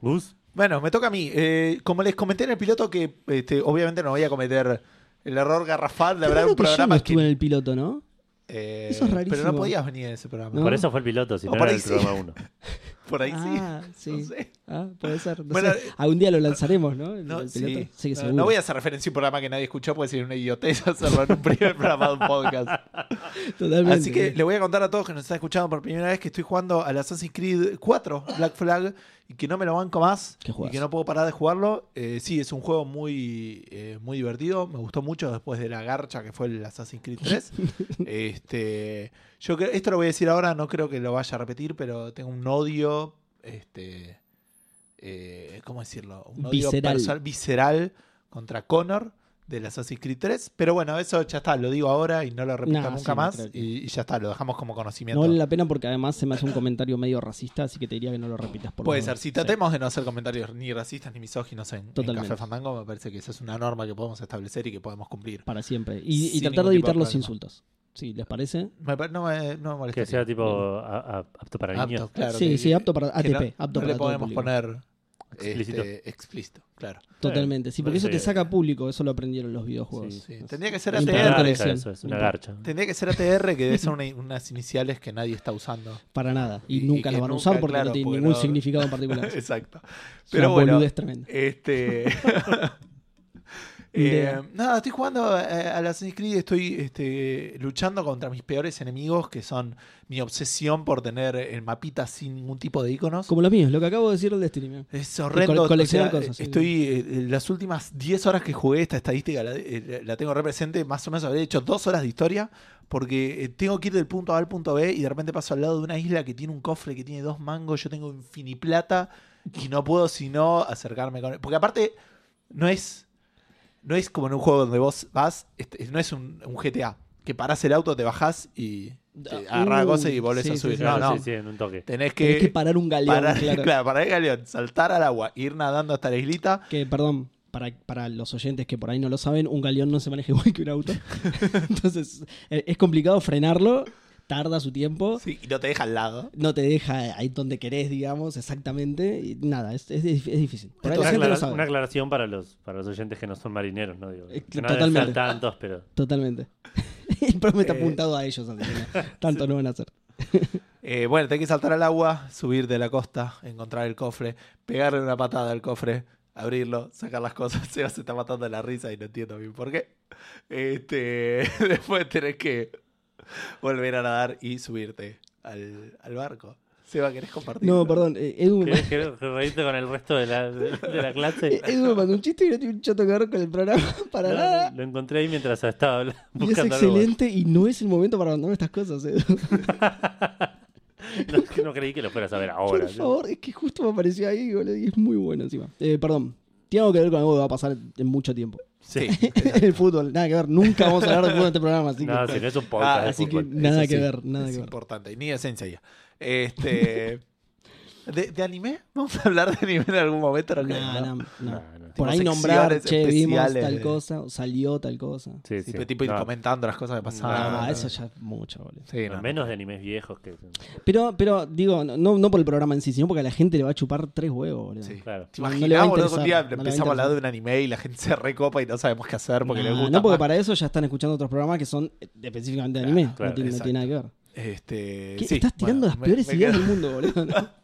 Gus,
Bueno, me toca a mí. Eh, como les comenté en el piloto, que este, obviamente no voy a cometer el error garrafal de
Qué
hablar de
raro
un
que yo no
programa
estuve en el piloto, ¿no?
Eh,
Eso es rarísimo.
Pero no podías venir en ese programa.
No.
por eso fue el piloto, si
O
no
por
era
ahí
el
sí.
programa 1.
Por ahí
Ah,
sí.
sí.
No sé.
Ah, puede ser. No
Bueno,
sé.
eh,
Algún día lo lanzaremos, ¿no? El-
No,
el
sí.
piloto. Sí, que
No,
seguro.
no voy a hacer referencia a un programa que nadie escuchó porque sería una idiotez hacerlo en un primer programa de un podcast.
Totalmente.
Así que le voy a contar a todos que nos están escuchando por primera vez que estoy jugando al Assassin's Creed 4 Black Flag y que no me lo banco más
Qué
y
juegazo.
que no puedo parar de jugarlo. Eh, sí, es un juego muy, eh, muy divertido. Me gustó mucho después de la garcha que fue el Assassin's Creed 3. este, yo creo- esto lo voy a decir ahora, no creo que lo vaya a repetir, pero tengo un odio, este, eh, ¿cómo decirlo? Un odio
Visceral.
personal- visceral contra Connor del Assassin's Creed 3, pero bueno, eso ya está, lo digo ahora y no lo repito
Nah, sí,
nunca
no
más
creo que-
y, y ya está, lo dejamos como
No
conocimiento.
vale la pena porque además se me hace un comentario medio racista, así que te diría que no lo repitas por
Puede
favor.
ser, si
Sí.
tratemos de no hacer comentarios ni racistas ni misóginos en, en
Totalmente.
Café Fandango, me parece que esa es una norma que podemos establecer y que podemos cumplir.
Para siempre. Y, y
Sin
tratar
ningún tipo
de
de
evitar los
problema.
insultos. Sí, ¿les parece?
Me pa- no, me, no me molesta.
Que sea tipo a- a- apto para
Apto,
niños.
claro,
sí,
que-
sí, apto para ATP.
que no-
apto
no
para
le
todo
podemos
público.
poner eh, este,
Explícito.
explícito, claro.
Totalmente, sí, porque eso
Parece-
te saca público, eso lo aprendieron los videojuegos.
Sí,
Es-
Tendría que ser
Ni
Es una
ATR.
para nada.
garcha
conexión.
eso, es una
Ni-
garcha.
Tendría que ser ATR, que debe ser una- unas iniciales que nadie está usando.
Para nada. Y,
Y-
nunca
y
las
que
van a
nunca,
usar porque
claro,
no tienen
porque
ningún
no-
significado en particular. Es
Exacto.
una
Pero bueno,
boludez tremenda.
Este. eh,
Idea.
nada, estoy jugando eh, al Assassin's Creed. Estoy este, luchando contra mis peores enemigos, que son mi obsesión por tener el mapita sin ningún tipo de iconos.
Como los míos, lo que acabo de decir del Destiny. mira.
Es horrendo.
cole- coleccionar
o sea,
cosas, sí.
Estoy. eh, las últimas 10 horas que jugué esta estadística la, eh, la tengo represente. Más o menos habré hecho dos horas de historia. Porque eh, tengo que ir del punto A al punto B y de repente paso al lado de una isla que tiene un cofre que tiene dos mangos. Yo tengo infiniplata y no puedo sino acercarme con él. Porque aparte, no es. No es como en un juego donde vos vas. este, no es un, un GTA. Que parás el auto, te bajás y te
Ah,
agarrás
uh,
cosas y volvés
sí,
a
sí,
subir.
sí,
no,
Claro,
no.
sí, sí, en un toque.
Tenés que.
Tenés que parar un galeón,
Para,
claro.
claro. para el galeón, saltar al agua, ir nadando hasta la islita.
Que, perdón, para, para los oyentes que por ahí no lo saben, un galeón no se maneja igual que un auto. Entonces, eh, es complicado frenarlo, tarda su tiempo.
Sí, y no te deja al lado.
No te deja ahí donde querés, digamos, exactamente. y nada, es, es, es difícil. Por ahí
Una,
la gente lo
aclara-
sabe.
una aclaración para los, para los oyentes que no son marineros, ¿no? Digo,
Eh,
que no deben
totalmente.
ser tantos, pero.
Totalmente. El profe está
Eh,
apuntado a ellos, así que no, tanto no van a hacer.
Eh, bueno, tenés que saltar al agua, subir de la costa, encontrar el cofre, pegarle una patada al cofre, abrirlo, sacar las cosas. Seba se está matando de la risa y no entiendo bien por qué. Este, después tenés que volver a nadar y subirte al, al barco. Seba, ¿querés compartir?
No, perdón, eh, Edu, me
¿Querés, querés reírte con el resto de la, de, de la clase?
Eh, Edu me mandó un chiste y no tiene un chato que ver con el programa para
No,
nada.
Lo encontré ahí mientras estaba habla-
Y es
buscando algo.
excelente y no es el momento para abandonar estas cosas, Edu.
No, que no creí que lo fueras a ver ahora.
Por favor, es que justo me apareció ahí boludo, y es muy bueno encima. Eh, perdón, tiene algo que ver con algo que va a pasar en mucho tiempo.
Sí.
el fútbol, nada que ver. Nunca vamos a hablar de fútbol en este programa, así que,
No, si no es un podcast.
Ah,
de
así que
fútbol.
nada
Eso
que
sí,
ver, nada
es
que ver.
importante, ni esencia ya. Este, ¿de, de anime? ¿Vamos a hablar de anime en algún momento? No, creo, ¿no?
Nah, nah, nah.
No, no.
Por ahí
Tipo
nombrar,
secciones
che, vimos
especiales eh.
tal
de-
cosa, o salió tal cosa.
Sí,
Sí,
sí.
pero tipo ir
No,
comentando las cosas que pasaban.
Ah, eso ya es mucho, boludo.
Sí, no.
Menos de animes viejos que.
Pero, pero digo, no- no, no por el programa en sí, sino porque a la gente le va a chupar tres huevos, boludo.
Sí.
Claro.
¿Te
No- no
imaginas,
le va a
boludo, un día
interesar, no le va a
empezamos a hablar
interesar.
de un anime y la gente se recopa y no sabemos qué hacer porque
Nah,
le gusta?
No, porque
más?
para eso ya están escuchando otros programas que son eh, específicamente de anime.
claro,
no, tiene, no
exacto.
tiene nada que ver.
Este,
¿Qué?
sí,
Estás tirando
bueno,
las
me-
peores
me
ideas
quedo-
del mundo, boludo. ¿no?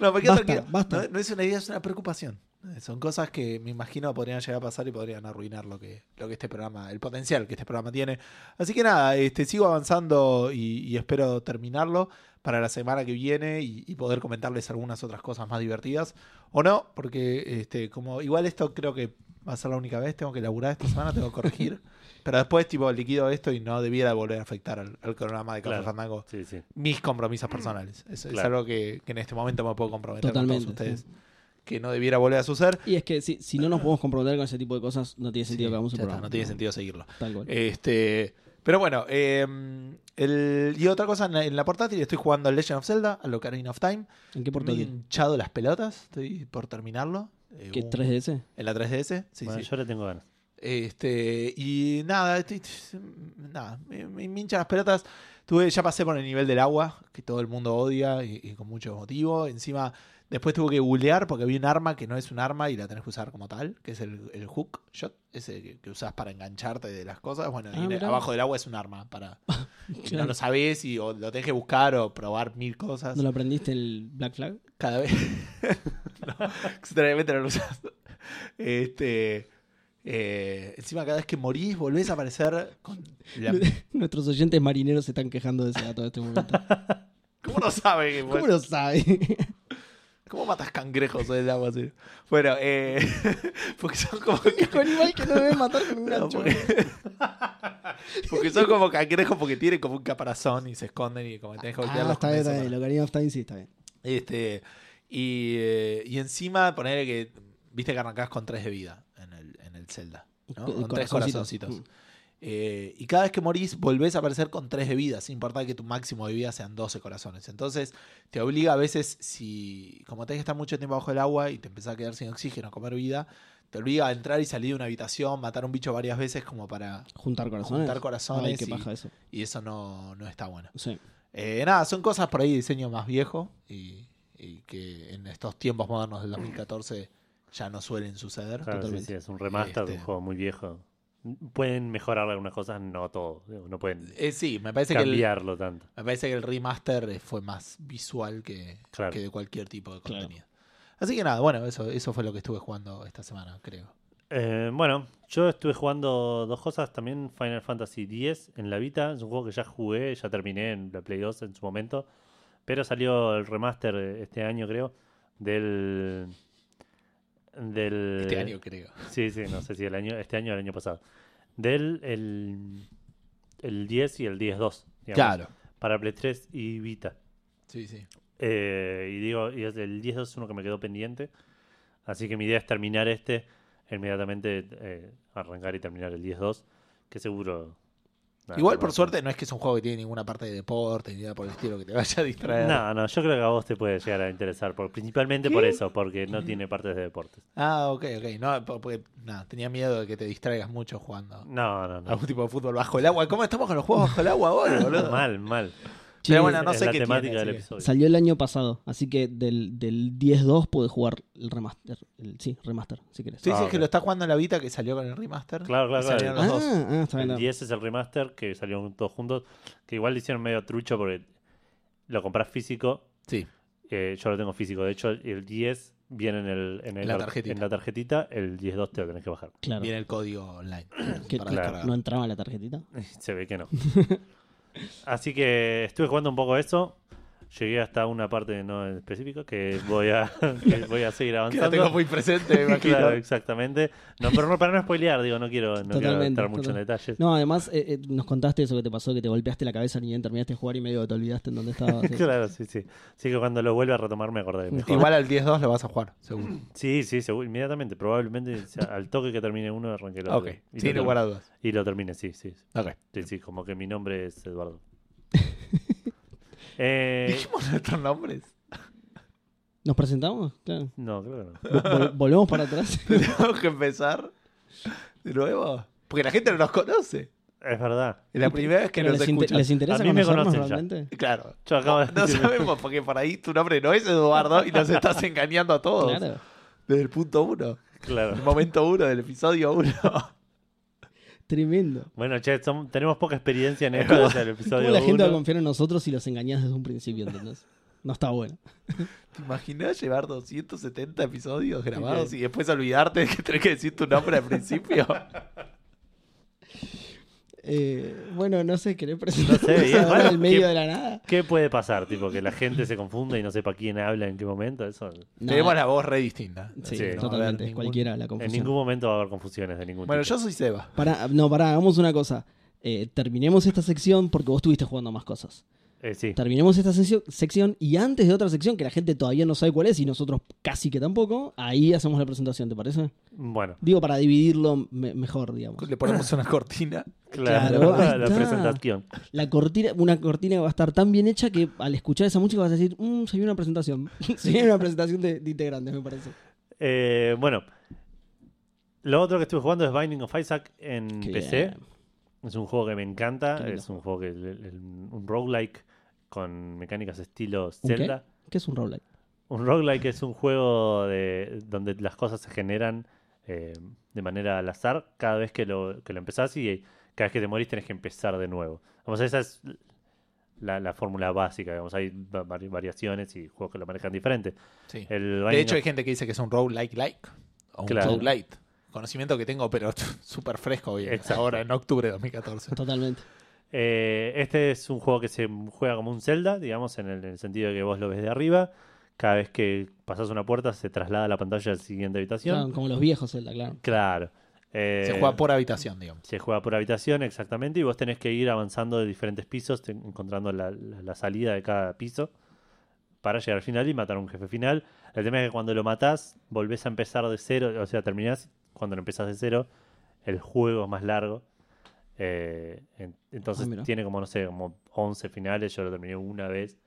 No, me quedo
Basta,
tranquilo.
basta.
No, no es una idea, es una preocupación. Eh, Son cosas que me imagino podrían llegar a pasar y podrían arruinar lo que, lo que este programa, el potencial que este programa tiene. Así que nada, este, sigo avanzando y, y espero terminarlo para la semana que viene y, y poder comentarles algunas otras cosas más divertidas. O no, porque este, como igual esto creo que va a ser la única vez, tengo que laburar esta semana, tengo que corregir. Pero después, tipo, liquido esto y no debiera volver a afectar al, al programa de Café
Claro.
Fandango
Sí, sí.
mis compromisos personales. Es, es
Claro.
algo que, que en este momento me puedo comprometer
Totalmente,
con todos ustedes. Que no debiera volver a suceder.
Y es que si, si no nos podemos comprometer con ese tipo de cosas, no tiene sentido
Sí,
que hagamos un
ya está,
programa.
no tiene sentido seguirlo.
Tal cual.
Este, pero bueno, eh, el- y otra cosa, en la, en la portátil estoy jugando al Legend of Zelda, al Ocarina of Time.
¿En qué
Me he
portátil?
hinchado las pelotas, estoy por terminarlo. Eh,
¿Qué
un-
3DS?
En la 3DS, sí,
Bueno,
sí.
yo le tengo ganas.
Este, y nada, estoy- estoy- nada me, me me hinchan las pelotas. Tuve, ya pasé por el nivel del agua, que todo el mundo odia y, y con mucho motivo. Encima, después tuve que bulear porque había un arma que no es un arma y la tenés que usar como tal, que es el, el hook shot, ese que, que usás para engancharte de las cosas. Bueno,
Ah,
y
mirá.
abajo del agua es un arma para. y no
Claro.
lo sabés y o lo tenés que buscar o probar mil cosas
¿No lo aprendiste el Black Flag?
cada vez. no, extrañamente no lo usas. Este. eh, encima, cada vez que morís, volvés a aparecer con la-
Nuestros oyentes marineros se están quejando de ese dato en este momento.
¿Cómo no sabe que
¿Cómo lo sabe?
¿Cómo matas cangrejos en el agua así? Bueno, eh, porque son como.
Un animal que no debe matar con un
No,
gancho.
porque... porque son como cangrejos porque tienen como un caparazón y se esconden y como tenés que golpearlos
Ah, está
con
bien,
eso
está
para-
bien. Lo Ocarina of Time sí está bien.
Este, y, eh, y encima, ponerle que. Viste que arrancás con 3 de vida en el, en el Zelda. ¿no?
Co-
Con 3
corazoncitos. Mm.
corazoncitos. Eh, y cada vez que morís, volvés a aparecer con 3 de vida, sin importar que tu máximo de vida sean 12 corazones. Entonces, te obliga a veces, si como tenés que estar mucho tiempo bajo el agua y te empezás a quedar sin oxígeno, a comer vida, te obliga a entrar y salir de una habitación, matar a un bicho varias veces como para...
Juntar corazones.
Juntar corazones
Ay, qué
y-
paja eso.
Y eso no, no está bueno.
Sí.
Eh, nada, son cosas por ahí de diseño más viejo y, y que en estos tiempos modernos del 2014 ya no suelen suceder.
Claro, sí,
Totalmente.
sí, es un remaster de un
Este.
juego muy viejo. Pueden mejorar algunas cosas, no todo. Digo, No pueden
Eh, sí, me parece, que el,
cambiarlo tanto.
me parece que el remaster eh, fue más visual que,
Claro.
que de cualquier tipo de
Claro.
contenido. Así que nada, bueno, eso, eso fue lo que estuve jugando esta semana, creo.
Eh, bueno, yo estuve jugando dos cosas también. Final Fantasy X en la Vita. Es un juego que ya jugué, ya terminé en la Play 2 en su momento. Pero salió el remaster eh, este año, creo, del... del
Este año, creo.
Sí, sí, no sé si el año, este año o el año pasado. Del el, el 10 y el 10-2, digamos,
Claro.
para Play 3 y Vita.
Sí, sí.
Eh, y digo, y es- el 10-2 es uno que me quedó pendiente. Así que mi idea es terminar este, e inmediatamente eh, arrancar y terminar el 10-2, que seguro... nada,
Igual,
no
por
va a-
suerte, no es que es un juego que tiene ninguna parte de deporte ni nada por el estilo que te vaya a distraer.
No, no, yo creo que a vos te puede llegar a interesar, por- principalmente por eso, porque no tiene partes de deportes.
Ah, ok, ok. No, po- porque nada, tenía miedo de que te distraigas mucho jugando
No, no, no.
algún tipo de fútbol bajo el agua. ¿Cómo estamos con los juegos bajo el agua ahora, boludo?
Mal, mal.
Che,
Pero bueno, no
es
sé
la
qué tiene,
temática
así
del
que-
episodio.
Salió el año pasado, así que del, del 10-2 podés jugar el remaster. el- sí, remaster, si querés.
Sí,
Ah,
sí, es
ok.
que lo está jugando en la Vita que salió con el remaster.
Claro, claro,
Y salieron
claro.
los
ah,
dos.
ah, está bien.
El
no.
10 es el remaster que salieron todos juntos. Que igual le hicieron medio trucho porque lo compras físico.
Sí.
eh, yo lo tengo físico. De hecho, el 10 viene en, el, en, el
La
ar-
tarjetita.
en la tarjetita. El 10.2 te lo tenés que bajar.
Claro.
Viene el código online.
Que-
para
que-
descargar.
no entraba la tarjetita.
Se ve que no. Así que estuve jugando un poco eso. Llegué hasta una parte no en específico que voy a, que voy a seguir
Que
avanzando.
lo tengo muy presente, me imagino.
Claro, exactamente. No, pero no, para no spoilear, digo, no quiero, no quiero
Totalmente,
entrar mucho en
total-
detalles.
No, además eh, eh, nos contaste eso que te pasó, que te golpeaste la cabeza ni bien terminaste de jugar y medio te olvidaste en dónde estabas. sí.
Claro, sí, sí. Así que cuando lo vuelva a retomar me acordaré mejor.
Igual al 10-2 lo vas a jugar, seguro.
Sí, sí, seguro, inmediatamente. Probablemente o sea, al toque que termine uno, arranque el otro.
ok,
Y,
sin
lo Eh.
lugar
termine,
a dudas.
y lo termine, sí, sí.
Ok.
Sí, sí, como que mi nombre es Eduardo. Eh,
¿Dijimos nuestros nombres?
¿Nos presentamos? Claro.
no, creo que no.
Vol- vol- volvemos para atrás.
¿Tenemos que empezar de nuevo? Porque la gente no nos conoce.
Es verdad.
Es la primera vez que
Pero
nos
les, inter-
escuchan.
¿Les interesa
A mí me
conocernos
conocen ya.
realmente?
Claro.
Yo acabo de
No
decir-
sabemos, porque por ahí tu nombre no es Eduardo y nos estás engañando a todos.
Claro.
Desde el punto uno, el
Claro.
momento uno del episodio uno.
Tremendo.
Bueno, che, som- tenemos poca experiencia en esto desde el
¿Cómo
episodio
la gente va a
uno.
confiar en nosotros si los engañás desde un principio, entendés? No está bueno.
¿Te imaginas llevar 270 episodios grabados y después olvidarte de que tenés que decir tu nombre al principio?
Eh, bueno, no sé, ¿querés presentar
No sé, bien, bueno,
en el medio
¿qué-
de la nada?
¿Qué puede pasar? Tipo, que la gente se confunda y no sepa quién habla en qué momento. Eso,
Tenemos
No,
la voz re distinta.
Sí,
Sí, no, a ver,
totalmente.
ningún-
Cualquiera la
en
confusión.
ningún momento va a haber confusiones de ningún
Bueno,
tipo.
yo soy Seba.
Pará, no, pará, hagamos una cosa. Eh, terminemos esta sección porque vos estuviste jugando más cosas.
Eh, sí.
Terminemos esta sesio- sección y antes de otra sección que la gente todavía no sabe cuál es y nosotros casi que tampoco, ahí hacemos la presentación, ¿te parece?
Bueno,
Digo, para dividirlo me- mejor, digamos.
Le ponemos una cortina.
claro,
Claro, ahí
la, la
está.
presentación.
La cortina, una cortina que va a estar tan bien hecha que al escuchar esa música vas a decir, mmm, se viene una presentación. se viene una presentación de, de integrantes, me parece.
Eh, bueno, lo otro que estuve jugando es Binding of Isaac en
Qué
PC.
bien.
Es un juego que me encanta.
Qué lindo.
Es un juego que el- el- un roguelike con mecánicas estilo
¿Un qué?
Zelda.
¿Qué es un roguelike?
Un roguelike es un juego de, donde las cosas se generan eh, de manera al azar cada vez que lo, que lo empezás y cada vez que te morís tenés que empezar de nuevo. Vamos, esa es la, la fórmula básica, digamos. Hay va- vari- variaciones y juegos que lo manejan diferente.
Sí.
El
De
Binding
hecho,
of-
hay gente que dice que es un road like like o un
Claro.
road light. Conocimiento que tengo, pero súper fresco hoy,
Exacto.
ahora en octubre de 2014.
Totalmente.
Eh, este es un juego que se juega como un Zelda, digamos, en el, en el sentido de que vos lo ves de arriba. Cada vez que pasas una puerta se traslada la pantalla a la siguiente
Claro,
habitación.
como los viejos Zelda, claro.
Claro. Eh,
Se juega por habitación, digamos.
se juega por habitación, exactamente, y vos tenés que ir avanzando de diferentes pisos, te- encontrando la, la- la salida de cada piso para llegar al final y matar a un jefe final. El tema es que cuando lo matás, volvés a empezar de cero, o sea, terminás cuando lo empezás de cero, el juego es más largo. Eh, en- entonces
Ah, mira.
tiene como, no sé, como 11 finales, yo lo terminé una vez.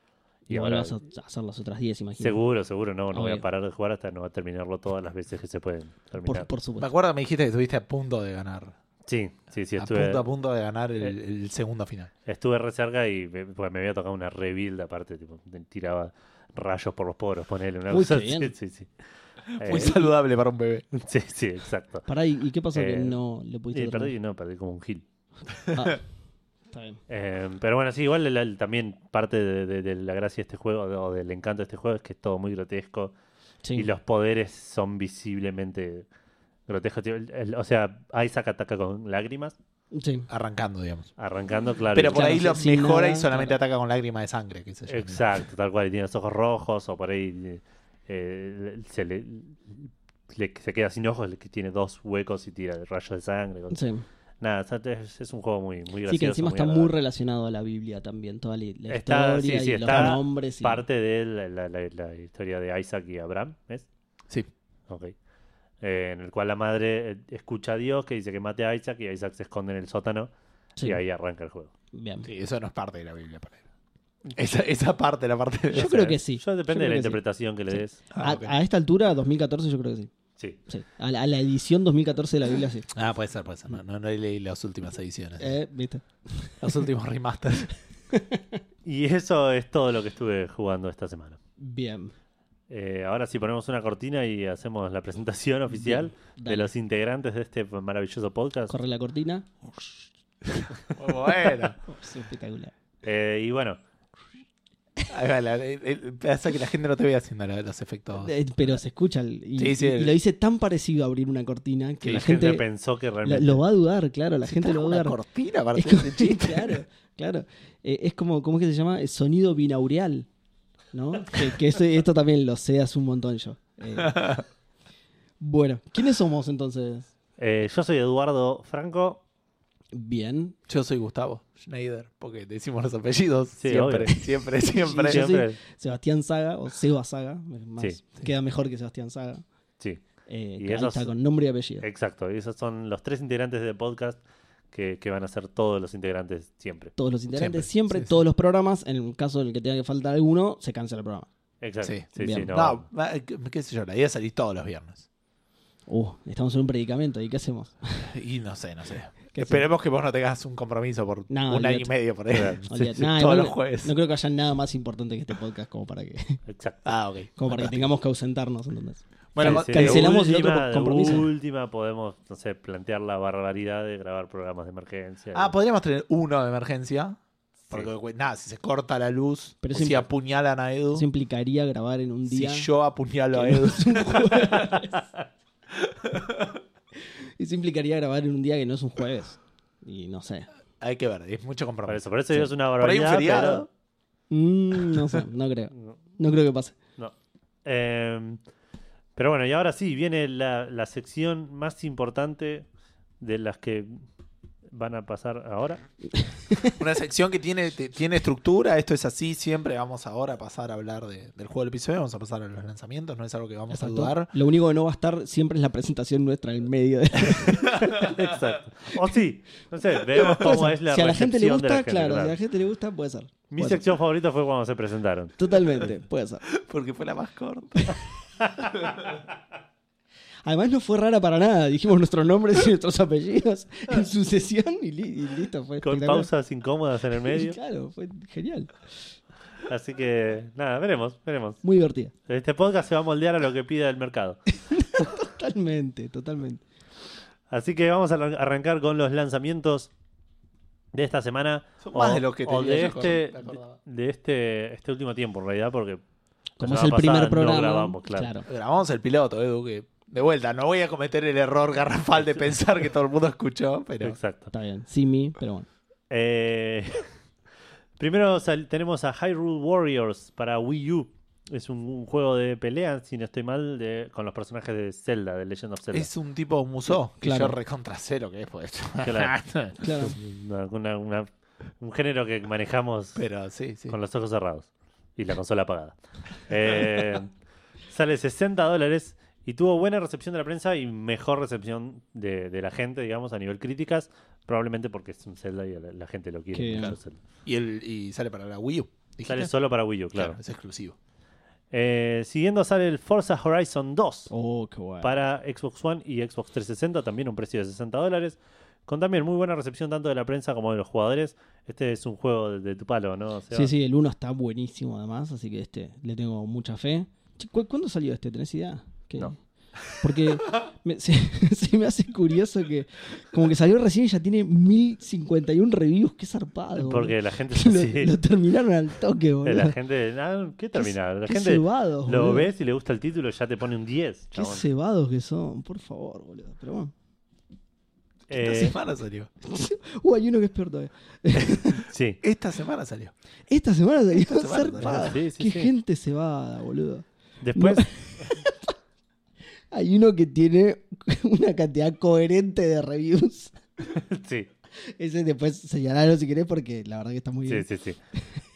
Y
ahora-
vas a hacer las otras 10, imagino.
Seguro, seguro, no, no voy a
Obvio.
parar de jugar hasta no terminarlo todas las veces que se pueden
Por,
terminar.
por
Me
supuesto.
acuerdo que me dijiste que estuviste a punto de ganar.
Sí, sí, sí,
a
estuve... Eh,
punto a punto de ganar el, el segundo final.
Estuve re cerca y me, pues, me había tocado una rebuild aparte, tipo, te tiraba rayos por los poros, ponele una
Uy,
cosa
qué
así,
bien.
Sí, sí. Eh,
Muy saludable para un bebé.
sí, sí, exacto.
Pará, ¿y y qué pasó que
Eh,
no le pudiste
Y
terminar?
perdí, no, perdí como un gil.
Ah, está bien.
Eh, pero bueno, sí, igual el- el- también parte de, de- de la gracia de este juego de- o del encanto de este juego es que es todo muy grotesco
Sí.
y los poderes son visiblemente grotescos. Tipo, el- el- o sea, Isaac ataca con lágrimas,
Sí.
Arrancando, digamos.
arrancando, claro.
Pero
y-
por ahí
Claro,
lo
sí, sin
mejora y
nada,
solamente ataca con lágrima de sangre. qué sé yo.
Exacto, tal cual. Y tiene los ojos rojos o por ahí eh, se le, le- se queda sin ojos, le- que tiene dos huecos y tira rayos de sangre. cosas.
Sí.
Nada, o sea, es, es un juego muy, muy gracioso.
Sí, que encima está muy
agradable.
relacionado a la Biblia también, toda la, la
Está-
historia
sí, sí,
y los
está
nombres. y-
Parte de la, la- la- la historia de Isaac y Abraham, ¿ves?
Sí.
Ok. Eh, en el cual la madre eh, escucha a Dios que dice que mate a Isaac y Isaac se esconde en el sótano
Sí,
y ahí arranca el juego.
bien.
Sí, eso no es parte de la Biblia. para él. Esa, esa parte, la parte de...
Yo creo que sí.
Yo
Yo
depende
creo
de la
que sí.
interpretación que le
Sí.
des.
Ah,
a,
ok.
a esta altura, 2014, yo creo que sí.
Sí.
Sí. A, la, a la edición 2014 de la Biblia, sí.
Ah, puede ser, puede ser. No, no, no leí las últimas ediciones.
Eh, ¿viste?
Los últimos remasters.
Y eso es todo lo que estuve jugando esta semana.
Bien.
Eh, ahora sí ponemos una cortina y hacemos la presentación oficial
Bien,
de
dale.
los integrantes de este maravilloso podcast.
Corre la cortina.
Muy bueno.
Es espectacular.
Eh, y bueno,
Ahí va, la- el- el- Pasa que la gente no te ve haciendo la- los efectos.
Eh, Pero se escucha. el- Y,
Sí, sí,
y-
el-
y lo hice tan parecido a abrir una cortina que
que
la gente,
pensó que
la-
realmente...
lo va a dudar, claro. La gente
Trajo
lo va a
una
dudar.
cortina para
Es
hacer
como-
ese chiste.
Claro, claro. Eh, es como, ¿cómo es que se llama? Eh, Sonido binaural. ¿No? Que, que eso- esto también lo sé hace un montón yo. Eh, bueno, ¿quiénes somos entonces?
Eh, yo soy Eduardo Franco.
Bien.
Yo soy Gustavo Schneider, porque decimos los apellidos
Sí,
siempre,
obvio.
siempre, siempre.
Sí, yo
Siempre-
Sebastián Saga, o Seba Saga. es más,
Sí.
Queda mejor que Sebastián Saga.
sí,
Eh,
Y
que ahí
esos-
está con nombre y apellido.
exacto. Y esos son los tres integrantes del podcast que, que van a ser todos los integrantes siempre.
Todos los integrantes,
Siempre.
siempre,
Sí, sí.
todos los programas. En el caso en el que tenga que faltar alguno, se cancela el programa.
Exacto.
Sí,
Sí, sí,
bien.
no.
No, ma- qué qué sé yo, la idea es salir todos los viernes.
Uh, estamos en un predicamento. ¿Y qué hacemos?
Y no sé, no sé.
¿Qué
Esperemos que vos no tengas un compromiso por
No,
un año y
olvídate.
medio por ahí.
Claro.
Sí,
Olvídate.
sí,
Nah,
todos
igual
los jueves.
No creo que haya nada más importante que este podcast como para que
Exacto.
Ah, ok.
Como para que
Fantástico.
tengamos que ausentarnos, entonces.
Bueno,
Sí, sí. cancelamos
de
el otro
última,
compromiso.
De última podemos, no sé, plantear la barbaridad de grabar programas de emergencia.
Ah, podríamos tener uno de emergencia.
Sí.
Porque, güey, nada, si se corta la luz,
Pero
o
siempre-
si apuñalan a Edu,
Eso implicaría grabar en un
si
día.
yo apuñalo a
que no
Edu.
es un jueves. Eso implicaría grabar en un día que no es un jueves. Y no sé.
Hay que ver, es mucho
Por
compromiso.
eso, por eso
Sí.
es una
Por ahí un
barbaridad.
feriado.
Mm, no sé, no creo.
pero- no,
No creo que pase.
no. Eh, pero bueno, y ahora sí, viene la, la sección más importante de las que van a pasar ahora.
Una sección que tiene, te- tiene estructura, esto es así, siempre vamos ahora a pasar a hablar de- del juego del episodio, vamos a pasar a los lanzamientos, no es algo que vamos
Exacto.
a dudar.
Lo único que no va a estar siempre es la presentación nuestra en el medio. De...
Exacto. O sí, no sé, veremos cómo es la
si a la gente le
recepción de
gusta,
la gente,
claro,
claro.
Si a la gente le gusta, puede ser.
Mi
Puede ser.
sección favorita fue cuando se presentaron.
Totalmente, puede ser.
Porque fue la más corta.
Además no fue rara para nada. Dijimos nuestros nombres y nuestros apellidos en sucesión y, li- y listo. Fue
Con
espectacular.
pausas incómodas en el medio.
Claro, fue genial.
Así que, nada, veremos, veremos.
Muy divertida.
Este podcast se va a moldear a lo que pida el mercado.
Totalmente, totalmente.
Así que vamos a arran- arrancar con los lanzamientos de esta semana.
Son
o-
más de los que
o
tenía
de
yo,
este,
me acordaba.
de este este último tiempo, en realidad, porque la
Como es el
semana pasada
primer
no
programa.
grabamos, claro.
Grabamos el piloto, Edu, que de vuelta, no voy a cometer el error garrafal de pensar que todo el mundo escuchó, pero
Exacto.
está bien. Simi, pero bueno.
Eh, primero sal- tenemos a Hyrule Warriors para Wii U. Es un, un juego de pelea, si no estoy mal, de- con los personajes de Zelda, de Legend of Zelda.
es un tipo musó, que
Claro.
yo recontra cero que es, pues.
Claro.
Claro.
Una- una- una- un género que manejamos
pero sí, sí.
con los ojos cerrados y la consola apagada. Eh, sale 60 dólares y tuvo buena recepción de la prensa y mejor recepción de, de la gente, digamos, a nivel críticas, probablemente porque es un Zelda y la, la gente lo quiere.
Qué
mucho
bien.
Zelda.
Y, el, y sale para la Wii U. ¿dijiste?
Sale solo para Wii U, claro.
Es exclusivo.
Eh, siguiendo sale el Forza Horizon 2
Oh, qué bueno.
para Xbox One y Xbox 360, también a un precio de 60 dólares. Con también muy buena recepción tanto de la prensa como de los jugadores. Este es un juego de, de tu palo, ¿no? Seba?
Sí, sí, el 1 está buenísimo además, así que este le tengo mucha fe. Che, ¿cu- ¿Cuándo salió este? ¿Tenés idea? Que-
No.
Porque me- se, se me hace curioso que como que salió recién y ya tiene 1051 reviews, qué zarpado.
Porque la gente...
boludo. lo,
sí.
lo terminaron al toque, boludo.
La gente, ah, ¿qué terminar? La
qué
gente
cebados,
lo
boludo.
ves y le gusta el título, ya te pone un 10.
Qué
chabón.
cebados que son, por favor, boludo. Pero bueno.
Eh,
Esta semana salió.
Uh, hay uno que es peor todavía.
sí.
Esta semana salió.
Esta semana salió
semana salió.
zarpado.
Sí, sí, sí.
qué gente cebada, boludo.
Después,
Hay uno que tiene una cantidad coherente de reviews.
sí,
Ese después señalalo si querés porque la verdad que está muy
sí,
bien.
sí, sí.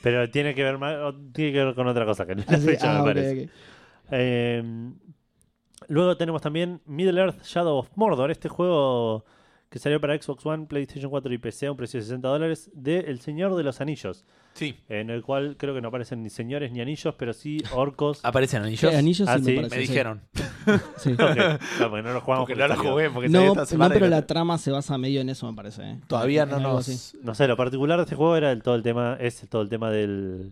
Pero tiene que ver más, o tiene que ver con otra cosa que no es la
Así-
fecha,
ah,
me
ok,
parece.
ok.
Eh, luego tenemos también Middle Earth Shadow of Mordor, este juego que salió para Xbox One, PlayStation 4 y PC a un precio de 60 dólares de El Señor de los Anillos,
Sí.
en el cual creo que no aparecen ni señores ni anillos, pero sí orcos.
Aparecen anillos.
Eh, anillos
Ah,
sí
sí,
me parece.
Me
sí.
dijeron.
Sí.
Ok, claro, porque no lo jugamos
Porque
porque
no la
salió.
jugué, porque salió
No,
esta semana.
no,
y
pero
no-
la trama se basa medio en eso, me parece. ¿eh?
Todavía
En
no
algo
nos.
así.
No sé, lo particular de este juego era el, todo el tema, es todo el tema del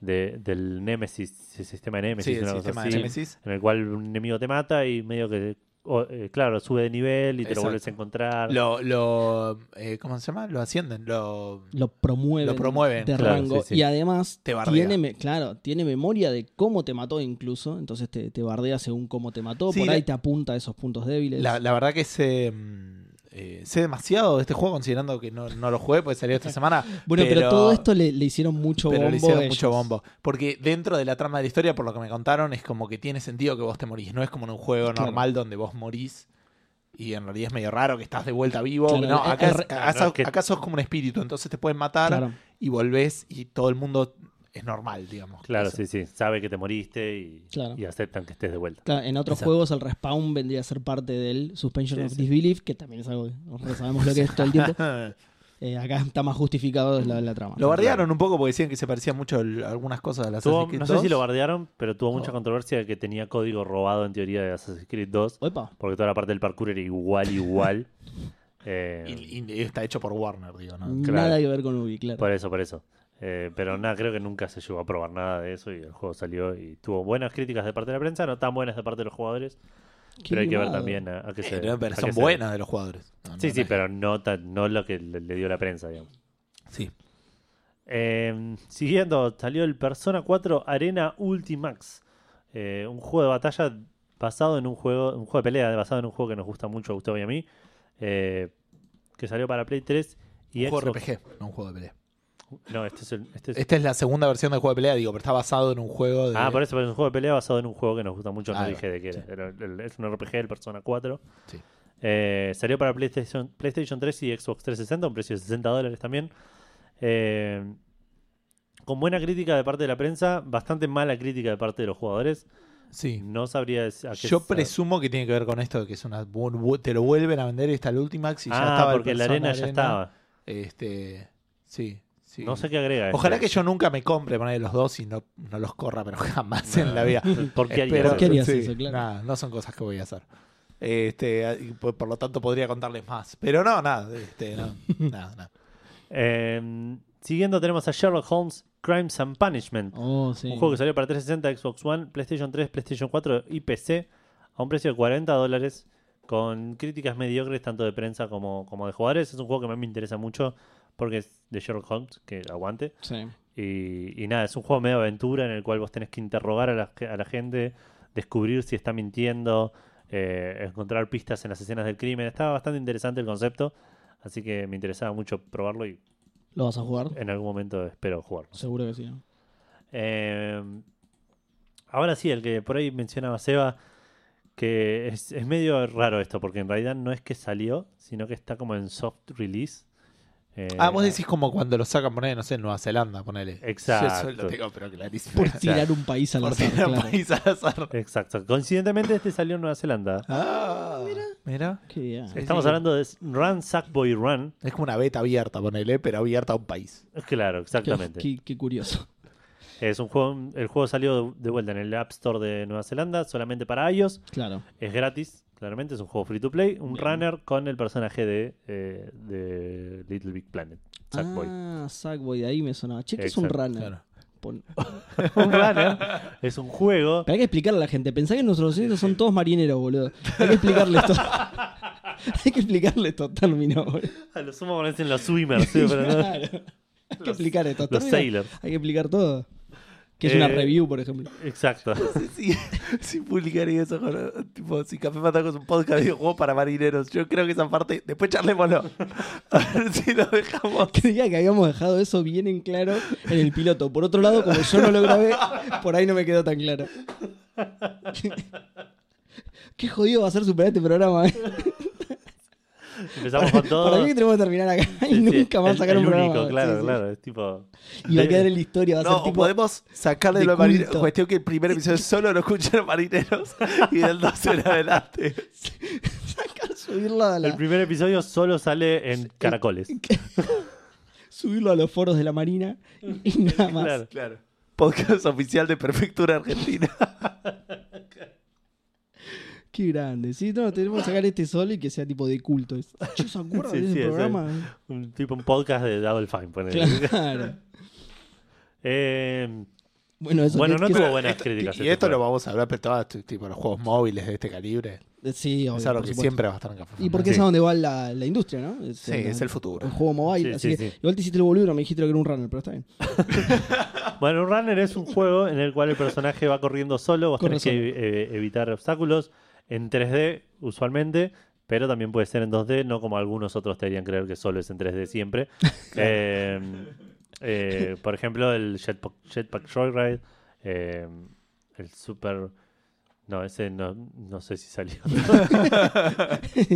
de- del Nemesis, el sistema de Nemesis,
Sí, el
una cosa
sistema de
así,
Nemesis.
en el cual un enemigo te mata y medio que, o, eh, claro, sube de nivel y te lo
Exacto.
vuelves a encontrar.
Lo, lo eh, ¿Cómo se llama? Lo ascienden. Lo.
Lo promueven.
Lo promueven,
De
claro,
rango.
sí, sí.
Y además,
Te bardea.
tiene, me- claro, tiene memoria de cómo te mató incluso. Entonces te, te bardea según cómo te mató.
Sí,
por
la-
ahí te apunta a esos puntos débiles.
La, la verdad que sé, mm, eh, sé demasiado de este juego, considerando que no, no lo jugué, porque salió esta semana.
bueno, pero, todo esto le, le hicieron mucho
pero
bombo.
le hicieron
ellos.
mucho bombo. Porque dentro de la trama de la historia, por lo que me contaron, es como que tiene sentido que vos te morís. No es como en un juego
Claro.
normal donde vos morís y en realidad es medio raro que estás de vuelta vivo.
Claro,
no,
eh,
acá,
eh,
es-
claro,
acá
no,
sos-
es que-
acá sos como un espíritu, entonces te pueden matar
Claro.
y volvés y todo el mundo es normal, digamos.
Claro,
Eso.
sí, sí, sabe que te moriste y,
Claro.
y aceptan que estés de vuelta.
Claro, en otros
Exacto.
juegos el respawn vendría a ser parte del suspension
Sí,
of
sí.
disbelief, que también es algo que nosotros sabemos lo que es todo el tiempo. Eh, acá está más justificado la, la trama.
Lo bardearon un poco porque decían que se parecían mucho el- algunas cosas de las
Tuvo-
Assassin's Creed
no sé si
2.
lo bardearon, pero tuvo mucha
Oh.
controversia de que tenía código robado en teoría de Assassin's Creed 2,
Opa.
porque toda la parte del parkour era igual, igual. Eh,
Y, y está hecho por Warner, digo, ¿no?
Ah, claro.
Nada que ver con Ubi, claro.
Por eso, por eso. Eh, pero nada, creo que nunca se llegó a probar nada de eso y el juego salió y tuvo buenas críticas de parte de la prensa, no tan buenas de parte de los jugadores,
Qué
pero hay que ver
mimado.
también a, a qué se...
Eh, Pero, pero
a qué
son
se-
buenas de los jugadores. No,
Sí,
no,
sí,
no.
pero no, tan- no lo que le, le dio la prensa, digamos.
Sí.
Eh, siguiendo, salió el Persona 4 Arena Ultimax. Eh, un juego de batalla basado en un juego, un juego de pelea basado en un juego que nos gusta mucho a Gustavo y a mí. eh, que salió para Play 3 y
Un juego
Xbox.
RPG, no un juego de pelea.
No, este es el- este es-
Esta es la segunda versión del juego de pelea, digo, pero está basado en un juego de.
Ah, por eso, pero es un juego de pelea basado en un juego que nos gusta mucho. No
Ahí va,
dije de qué era.
sí.
Era el- es un RPG, el Persona 4.
Sí.
Eh, salió para PlayStation, PlayStation 3 y Xbox 360, un precio de 60 dólares también. Eh, con buena crítica de parte de la prensa, bastante mala crítica de parte de los jugadores.
Sí.
No sabría des- a qué
Yo
sa-
presumo que tiene que ver con esto, de que es una. bu- bu- Te lo vuelven a vender y está el Ultimax y ya
Ah,
estaba. el
porque la
Persona
arena ya estaba.
Este. Sí, sí.
No sé qué agrega.
Ojalá
este.
que yo nunca me compre poner los dos y no, no los corra, pero jamás en la vida.
¿Por qué harías eso?
Espero-
¿Por qué harías eso? Claro.
nada, no son cosas que voy a hacer. Este, y por, por lo tanto podría contarles más. Pero no, nada, este, no, nada, nada.
Eh, siguiendo tenemos a Sherlock Holmes Crimes and Punishment.
Oh, sí.
Un juego que salió para 360, Xbox One, PlayStation 3, PlayStation 4 y PC a un precio de 40 dólares con críticas mediocres tanto de prensa como, como de jugadores. Es un juego que a mí me interesa mucho porque es de Sherlock Holmes, que aguante.
Sí.
Y, y nada, es un juego medio aventura en el cual vos tenés que interrogar a la, ge- a la gente, descubrir si está mintiendo, eh, encontrar pistas en las escenas del crimen. Estaba bastante interesante el concepto, así que me interesaba mucho probarlo y
¿Lo vas a jugar?
en algún momento espero jugarlo.
Seguro que sí. ¿no?
Eh, ahora sí, el que por ahí mencionaba Seba, que es, es medio raro esto, porque en realidad no es que salió, sino que está como en soft release. Eh,
Ah, vos decís como cuando lo sacan, poner, no sé, en Nueva Zelanda, ponele.
Exacto.
Yo eso lo tengo, pero clarísimo.
Por tirar un país al
Por
azar,
tirar
claro.
país al azar.
Eh, Exacto. Coincidentemente este salió en Nueva Zelanda.
Ah, mira.
Qué bien.
Sí.
Estamos hablando de Run Sackboy Run.
Es como una beta abierta, ponele, pero abierta a un país.
Claro, exactamente.
Qué, qué curioso.
Es un juego, el juego salió de vuelta en el App Store de Nueva Zelanda, solamente para iOS.
Claro.
Es gratis, claramente, es un juego free to play, un
Bien.
runner con el personaje de, eh, de Little Big Planet, Sackboy.
Ah, Sackboy, de ahí me sonaba. Che, que es un
Exacto,
runner.
Claro.
Pon-
un runner es un juego.
Pero hay que explicarle a la gente. Pensá que nuestros oyentes son todos marineros, boludo. Hay que explicarles todo. hay que explicarles estos términos, boludo.
A lo sumo conocen los swimmers, sí, pero no-
Claro. Hay que explicar estos
los
términos.
sailors.
Hay que explicar todo. Que es una
Eh,
review, por ejemplo.
Exacto.
Si, si publicaría eso, con- tipo, si Café Pataco es un podcast de videojuegos para marineros, yo creo que esa parte, después charlémoslo. A ver si lo dejamos.
Creía que habíamos dejado eso bien en claro en el piloto. Por otro lado, como yo no lo grabé, por ahí no me quedó tan claro. Qué jodido va a ser superar este programa. ¿eh?
Empezamos con todo.
Para mí que tenemos que terminar acá
Sí,
y
sí,
nunca más
el-
sacar un
el único,
programa.
Claro,
Sí, sí.
claro. Es tipo.
Y va a
de-
quedar en la historia, va a
No,
ser tipo.
podemos sacarle
de
lo de marineros.
culto.
Cuestión que el primer episodio solo lo escuchan marineros y del 12 en adelante.
sacar- subirlo, a la-
El primer episodio solo sale en caracoles.
subirlo a los foros de la Marina y nada más.
Claro.
Claro. Podcast oficial de Prefectura Argentina.
Qué grande. Sí, no, tenemos que sacar este solo y que sea tipo de culto. Es- Che, ¿Se acuerdan
Sí,
de ese
sí, es el-
programa?
Un tipo un podcast de Double Fine, ponele.
Claro.
Eh,
Bueno, eso
Bueno,
que-
no
que-
tuvo buenas críticas.
Y
este
esto lo
juego.
vamos a hablar, pero todos estos, tipo, los juegos móviles de este calibre.
Sí, obvio,
es algo
por
que
supuesto.
siempre va a estar en Café
Y porque es a donde va la, la industria, ¿no? Es
Sí,
la-
es el futuro.
el juego mobile.
Sí,
así
sí,
que
sí.
igual te hiciste el boludo, no me dijiste lo que era un runner, pero está bien.
Bueno, un runner es un juego en el cual el personaje va corriendo solo, vos
Corre
tenés que eh, evitar obstáculos en 3D usualmente, pero también puede ser en 2D, no como algunos otros te harían creer que solo es en 3D siempre. Eh, eh, por ejemplo, el Jetpack, Jetpack Joyride, eh, el Super... No, ese no, no sé si salió.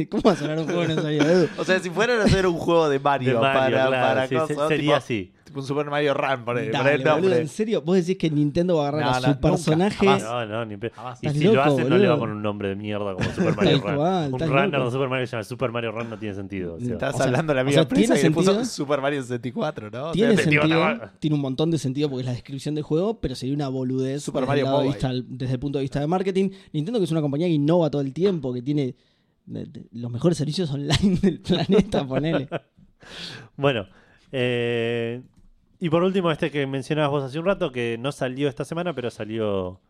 ¿Cómo va a sonar un juego que no sabía, Edu?
O sea, si fueran a hacer un juego de Mario,
De Mario,
para,
claro,
para
sí, se-
cosas,
sería
tipo,
así.
tipo un Super Mario Run, por el,
Dale,
el
boludo,
nombre.
¿en serio? ¿Vos decís que Nintendo va a agarrar
No,
a
no,
sus
nunca,
personajes?
jamás.
No, no, ni en pe-
Jamás.
Y
Estás
si lo
loco,
hace, no le va a
boludo.
poner un nombre de mierda como Super Mario
Tal
Run.
cual,
un
estás
runner
loco.
de Super Mario se llama Super Mario Run no tiene sentido. o sea.
Estás
O sea,
hablando de la
o
misma
sea, ¿tiene
empresa y le puso
sentido?
Super Mario 64, ¿no? O sea,
Tiene
te-
sentido,
sentido,
te va-
tiene un montón de sentido porque es la descripción del juego, pero sería una boludez
Super
desde,
Mario
el lado de
Mobile.
vista- desde el punto de vista de marketing. Nintendo que es una compañía que innova todo el tiempo, que tiene de- de- los mejores servicios online del planeta, ponele.
Bueno, eh, Y por último, este que mencionabas vos hace un rato, que no salió esta semana, pero salió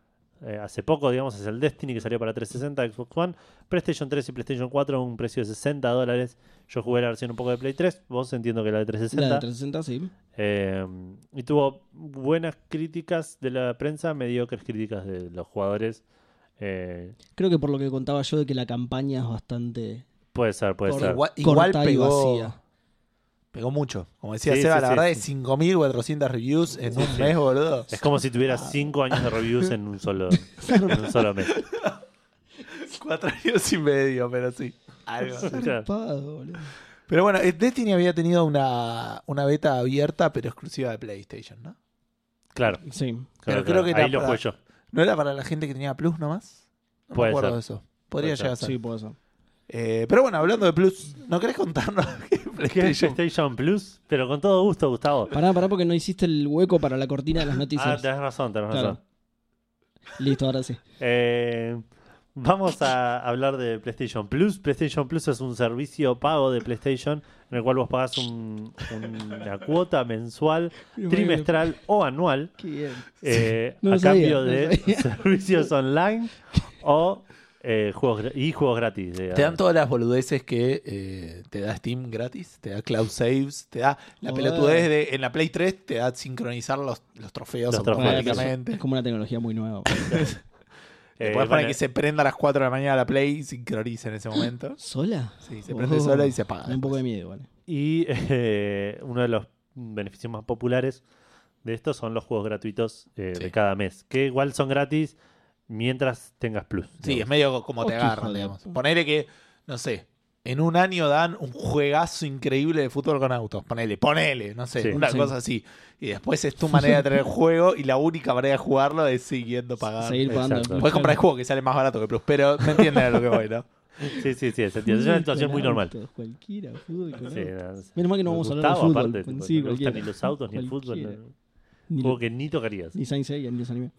eh, hace poco, digamos, es el Destiny que salió para 360, Xbox One, PlayStation 3 y PlayStation 4 a un precio de 60 dólares. Yo jugué la versión un poco de Play 3, vos entiendo que la de 360.
La de 360, sí.
Eh, y tuvo buenas críticas de la prensa, mediocres críticas de los jugadores. Eh,
Creo que por lo que contaba yo de que la campaña es bastante
puede ser, puede
Por
ser.
Igual, igual
corta y
pegó,
vacía.
pegó mucho. Como decía
Sí,
Seba,
sí,
la
sí,
verdad
sí.
es 5.400 reviews en un
sí.
mes, boludo.
Es como si tuviera 5 años de reviews en un solo, en un solo mes.
Cuatro años y medio, pero sí. Algo.
Zarpado, boludo.
Pero bueno, eh, Destiny había tenido una, una beta abierta, pero exclusiva de PlayStation, ¿no?
Claro,
Sí.
claro,
Pero creo
claro.
que era
ahí lo
para-
jugué yo.
¿No era para la gente que tenía Plus nomás? No
Puede
me acuerdo
ser.
de eso. Podría
Puede ser.
llegar a ser.
Sí, puede ser.
Eh, pero bueno, hablando de Plus, ¿no querés contarnos qué
¿Qué es
PlayStation?
PlayStation Plus? Pero con todo gusto, Gustavo.
Pará, pará, porque no hiciste el hueco para la cortina de las noticias.
Ah, tenés razón, tenés
Claro.
razón.
Listo, ahora sí.
Eh, vamos a hablar de PlayStation Plus. PlayStation Plus es un servicio pago de PlayStation en el cual vos pagás un- una cuota mensual, trimestral o anual
Qué bien.
eh,
No lo
a
sabía,
cambio
no lo
de
sabía.
servicios online o eh, juegos gra- y juegos gratis. eh, digamos.
Te dan todas las boludeces que eh, te da Steam gratis, te da Cloud Saves, te da la
Joder.
pelotudez de en la Play 3, te da sincronizar los, los trofeos
Los trofeos.
automáticamente.
Es como una tecnología muy nueva.
Eh,
Después para
bueno,
que se prenda a las 4 de la mañana la Play y sincronice en ese momento.
¿Sola?
Sí, se prende sola y se apaga.
Me da Un poco de miedo, vale.
Y eh, uno de los beneficios más populares de esto son los juegos gratuitos eh,
Sí.
de cada mes, que igual son gratis mientras tengas Plus.
Sí,
digamos.
es medio como te
Oh, qué hijo
agarran,
de
digamos.
puta.
Ponele que, no sé, en un año dan un juegazo increíble de fútbol con autos. Ponele, ponele, no sé,
Sí.
una
Sí.
cosa así. Y después es tu manera de tener el juego y la única manera de jugarlo es siguiendo pagando.
Seguir pagando.
Ah, Exacto.
Puedes comprar el juego que sale más barato que Plus, pero me entienden a lo que voy, ¿no?
Sí, sí, sí, se entiende. Es una situación muy normal.
Cualquiera, fútbol. con
Sí,
autos.
nada, sí.
Menos mal que no vamos a hablar de
Gustavo,
fútbol,
aparte,
con-
tipo,
sí,
no le gustan ni
cualquiera.
los autos, ni el fútbol.
Cualquiera.
no-
Ni,
Juego que ni tocarías.
ni Sainz ni los anime.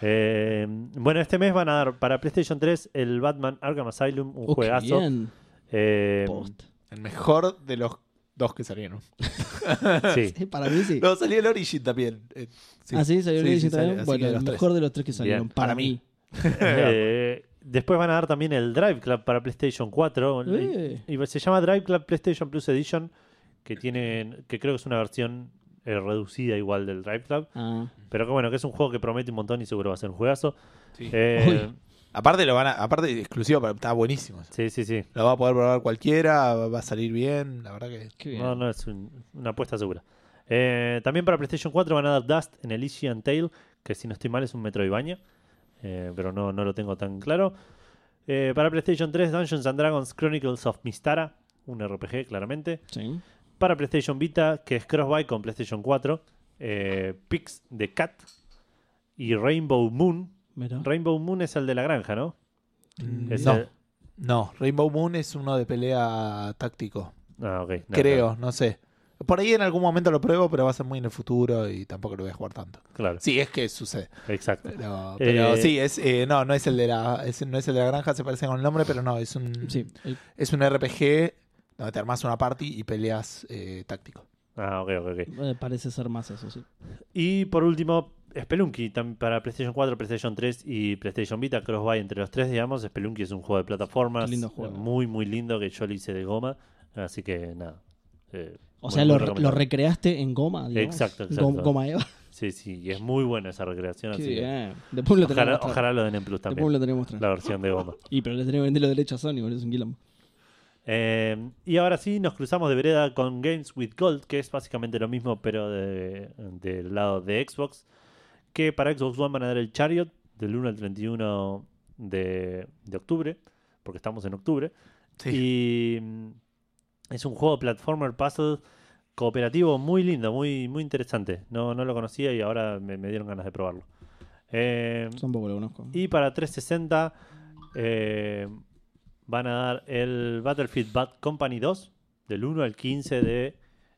Eh, bueno, este mes van a dar para PlayStation 3 el Batman Arkham Asylum, un
Oh, qué
juegazo.
bien.
Eh,
Post.
El mejor de los dos que salieron.
sí,
Eh, Para mí sí.
No, salió el Origin también. Eh, sí.
Ah, sí, salió el
Sí, sí,
Origin
salió,
también.
así
Bueno,
que
el
los tres.
mejor de los tres que salieron.
Bien,
Para,
para
mí.
Eh, después van a dar también el Drive Club para PlayStation 4.
Eh.
Y y se llama Drive Club PlayStation Plus Edition, que tiene, que creo que es una versión eh, reducida igual del Drive Club.
Ah,
Pero que bueno, que es un juego que promete un montón y seguro va a ser un juegazo.
Sí.
Eh,
Aparte, lo van a, aparte exclusivo, pero está buenísimo.
sí, sí, sí.
Lo va a poder probar cualquiera, va a salir bien, la verdad que...
qué bien.
No, no, es un- una apuesta segura. Eh, también para PlayStation 4 van a dar Dust en Elysian Tail, que si no estoy mal es un metro Metroidvania, eh, pero no, no lo tengo tan claro. Eh, para PlayStation 3, Dungeons and Dragons Chronicles of Mistara, un RPG claramente.
Sí.
Para PlayStation Vita, que es Crossbuy con PlayStation 4, eh, Pix de Cat y Rainbow Moon.
Mira.
Rainbow Moon es el de la granja, ¿no? Es
no,
el-
no, Rainbow Moon es uno de pelea táctico,
Ah, ok. No,
creo, no sé. Por ahí en algún momento lo pruebo, pero va a ser muy en el futuro y tampoco lo voy a jugar tanto.
Claro,
Sí, es que sucede.
exacto.
Pero, pero
Eh,
sí, es, eh, no, no es el de la, es- no es el de la granja, se parece con el nombre, pero no, es un,
Sí. el-
es un RPG donde te armas una party y peleas eh, táctico.
Ah, ok, ok, ok.
eh, parece ser más eso, sí.
Y por último, Spelunky tam- para PlayStation 4, PlayStation 3 y PlayStation Vita, Crossbuy entre los tres, digamos. Spelunky es un juego de plataformas
Qué lindo juego.
muy, muy lindo que yo lo hice de goma. Así que nada. Eh,
O
muy,
sea,
muy
lo, lo
recomendable.
recreaste en goma, digamos.
Exacto, exacto.
Gom- Goma Eva.
Sí, sí, y es muy buena esa recreación.
Qué
Así que
bien. Después lo tenemos.
ojalá, ojalá lo den en Plus
Después
también.
lo tenemos.
La versión de goma.
Y pero le tenemos que vender los derechos a Sony, boludo. Es un quilombo.
Eh, y ahora sí, nos cruzamos de vereda con Games with Gold, que es básicamente lo mismo, pero de- del lado de Xbox. Que para Xbox One van a dar el Chariot del 1 al 31 de, de octubre, porque estamos en octubre. Y mm, es un juego platformer puzzle cooperativo muy lindo, muy, muy interesante. No, no lo conocía y ahora me, me dieron ganas de probarlo. Eh,
Yo tampoco lo conozco.
y para 360 eh, van a dar el Battlefield Bad Company 2 del 1 al 15 de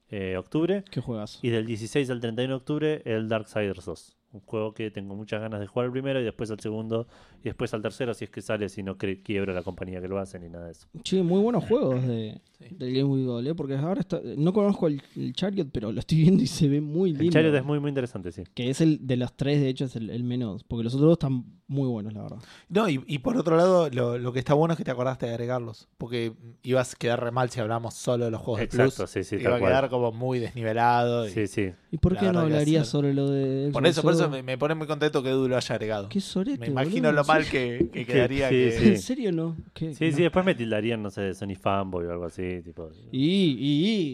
eh, octubre
¿Qué juegas?
y del 16 al 31 de octubre el Darksiders 2. un juego que tengo muchas ganas de jugar el primero y después al segundo y después al tercero si es que sale, si no cre- quiebra la compañía que lo hace ni nada de eso.
Che, muy buenos juegos de,
Sí.
del Game Boy Gold, ¿eh? porque ahora está- no conozco el, el Chariot, pero lo estoy viendo y se ve muy lindo.
El Chariot es muy, muy interesante, sí.
Que es el de los tres, de hecho, es el, el menos, porque los otros dos están muy buenos, la verdad.
No, y, y por otro lado, lo, lo que está bueno es que te acordaste de agregarlos. Porque ibas a quedar re mal si hablamos solo de los juegos de
Exacto,
Plus.
sí, sí,
Iba a
tal
quedar
cual.
como muy desnivelado. y-
Sí, sí.
¿Y por
La
qué no
verdad que
hablaría
hacer-
sobre lo de...
Por
Xbox
eso, por eso
Gold?
me, me pone muy contento que Edu lo haya agregado.
Qué sorete,
Me imagino
boludo,
lo
¿en
mal
serio?
que, que quedaría
Sí,
que.
sí.
¿En serio no? ¿Qué?
Sí,
No.
sí, después me tildarían, no sé, de Sony Fanboy o algo así. Tipo,
Y, y,